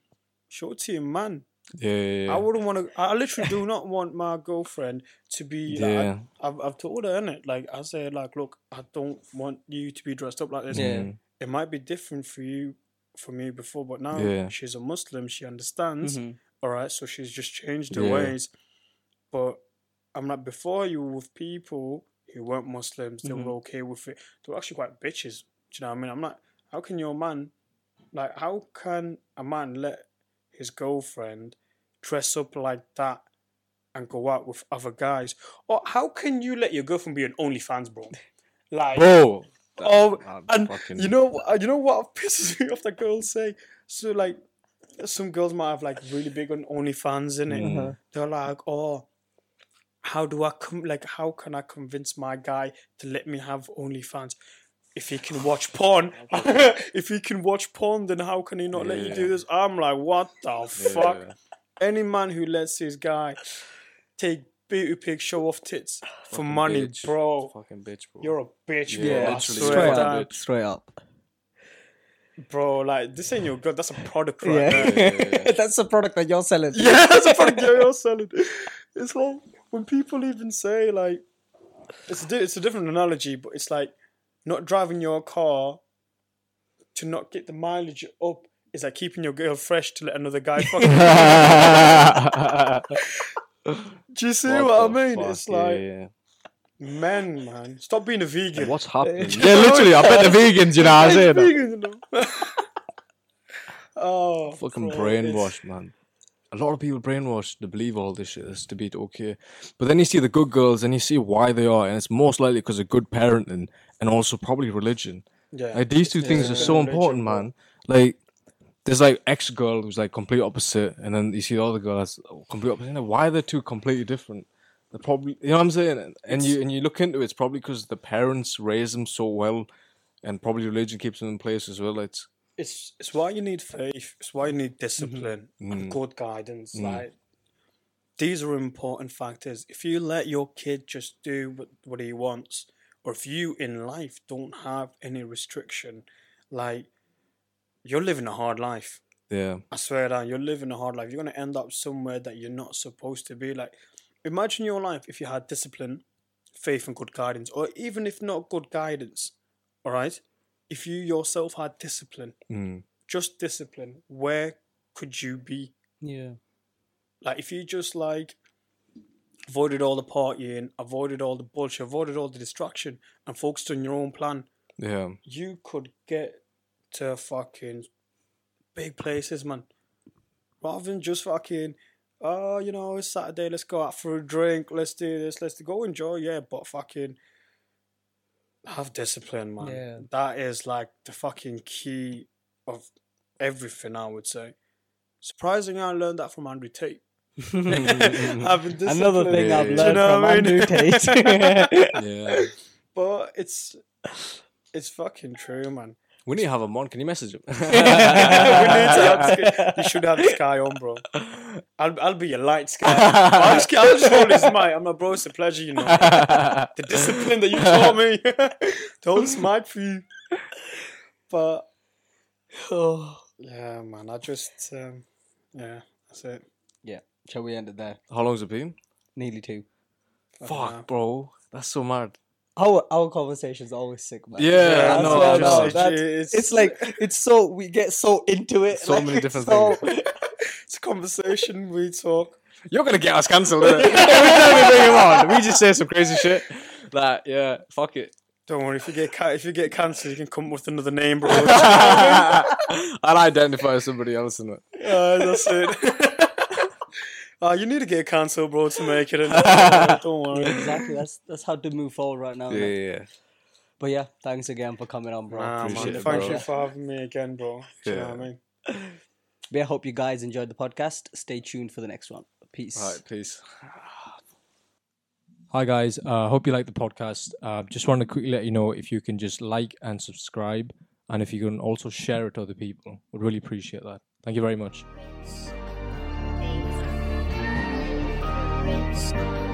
S1: Show it to your man.
S4: Yeah. yeah,
S1: I wouldn't want to. I literally do not want my girlfriend to be. Like,
S4: Yeah.
S1: I, I've, I've told her, innit? Like I said, like, look, I don't want you to be dressed up like this.
S2: Yeah.
S1: It might be different for you, for me before, but now
S4: Yeah.
S1: she's a Muslim. She
S4: Mm-hmm.
S1: understands.
S2: Mhm.
S1: all right, so she's just changed her
S4: Yeah.
S1: ways. But I'm like, before you were with people who weren't Muslims, they were okay with it. They were actually quite bitches. Do you know what I mean? I'm like, how can your man, like, how can a man let his girlfriend dress up like that and go out with other guys? Or how can you let your girlfriend be an OnlyFans bro? Like,
S4: Bro. that-
S1: Oh,
S4: that
S1: and
S4: fucking-
S1: you know, uh, you know what pisses me off that girls say. So like, some girls might have like really big on OnlyFans in it.
S4: Mm-hmm.
S1: They're like, oh, how do I come? Like, how can I convince my guy to let me have OnlyFans? If he can watch porn, if he can watch porn, then how can he not let you do
S4: Yeah.
S1: this? I'm like, what the
S4: Yeah.
S1: fuck? Any man who lets his guy take beauty pics, show off tits for
S4: Fucking
S1: money,
S4: bitch.
S1: bro,
S4: Fucking bitch, bro.
S1: you're a bitch,
S4: Yeah,
S1: bro. I
S4: literally.
S1: swear
S2: Straight
S4: Yeah.
S1: down.
S2: up, straight up.
S1: Bro, like this ain't your girl. That's a product right
S2: Yeah,
S1: there.
S4: yeah.
S2: that's the product that you're selling.
S1: Yeah, that's a product you're selling. It's like when people even say like, it's a di- it's a different analogy, but it's like not driving your car to not get the mileage up is like keeping your girl fresh to let another guy fuck. her. Do you see what, I
S4: the
S1: mean?
S4: fuck,
S1: It's like
S4: yeah, yeah.
S1: men, man, stop being a vegan.
S4: what's happening? yeah, literally. I bet the vegans, you know, I say
S1: Stop being
S4: that.
S1: vegan, you know? oh,
S4: Fucking
S1: bro, it's-
S4: brainwashed, man. A lot of people brainwashed to believe all this shit is to be okay, but then you see the good girls and you see why they are, and it's most likely because of good parenting and also probably religion.
S1: Yeah,
S4: Like these two things are so
S1: religion,
S4: important,
S1: bro.
S4: man. Like there's like ex girl who's like complete opposite, and then you see the other girl that's complete opposite. You know, why are they two completely different? They're probably you know what I'm saying. And you and you look into it, it's probably because the parents raised them so well, and probably religion keeps them in place as well. It's
S1: it's it's why you need faith. It's why you need discipline and good guidance. Like these are important factors. If you let your kid just do what, what he wants, or if you in life don't have any restriction, like you're living a hard life.
S4: yeah,
S1: I swear that you're living a hard life. You're gonna end up somewhere that you're not supposed to be. Like, imagine your life if you had discipline, faith, and good guidance, or even if not good guidance. All right, if you yourself had discipline,
S4: mm,
S1: just discipline, where could you be?
S2: Yeah.
S1: Like, if you just like avoided all the partying, avoided all the bullshit, avoided all the distraction, and focused on your own plan,
S4: yeah,
S1: you could get to fucking big places, man. Rather than just fucking, oh, you know, it's Saturday, let's go out for a drink, let's do this, let's go enjoy, yeah, but fucking have discipline, man.
S2: Yeah.
S1: That is like the fucking key of everything, I would say. Surprisingly, I learned that from Andrew Tate. Having
S2: Another
S1: discipline.
S2: thing I've
S4: Yeah.
S2: learned
S4: Do you
S1: know
S2: from
S1: what I mean?
S2: Andrew Tate.
S4: yeah.
S1: But it's it's fucking true, man.
S4: We need to have him on. Can you message him?
S1: We need to have- you should have this guy on, bro. I'll, I'll be your light sky. I'll just, I'll just roll his mic. I'm like, bro, it's a pleasure, you know. The discipline that you taught me. Don't this mic for you. But,
S2: Oh.
S1: yeah, man, I just, um, yeah, that's it.
S2: yeah. Shall we end it there?
S4: How long's it been?
S2: Nearly two.
S4: Fuck, bro. That's so mad.
S2: Our our conversations are always sick, man.
S4: Yeah, I
S2: that's
S4: know,
S2: what
S4: I know.
S2: know, that's-
S1: it's,
S2: It's like it's so we get so into it.
S4: So
S2: like,
S4: many different
S2: so-
S4: things.
S1: it's a conversation we talk.
S4: You're gonna get us cancelled. innit? Every time we bring him on, we just say some crazy shit. Like, yeah, fuck it.
S1: Don't worry, if you get ca- if you get cancelled, you can come up with another name, bro.
S4: I'd identify as somebody else in it.
S1: Uh, that's it. uh, you need to get cancelled, bro, to make it. innit? Don't worry.
S2: exactly. That's that's how to move forward right now.
S4: Yeah,
S2: man.
S4: yeah,
S2: But yeah, thanks again for coming on, bro.
S1: Nah, man,
S4: appreciate it,
S1: thank
S4: bro.
S1: you for having me again, bro. Do you know what I
S4: Yeah.
S1: mean?
S2: We hope you guys enjoyed the podcast. Stay tuned for the next one. Peace.
S4: All right, peace.
S5: Hi guys, uh, hope you like the podcast. Uh, just wanted to quickly let you know if you can just like and subscribe, and if you can also share it to other people, would really appreciate that. Thank you very much.
S6: Rinse. Rinse.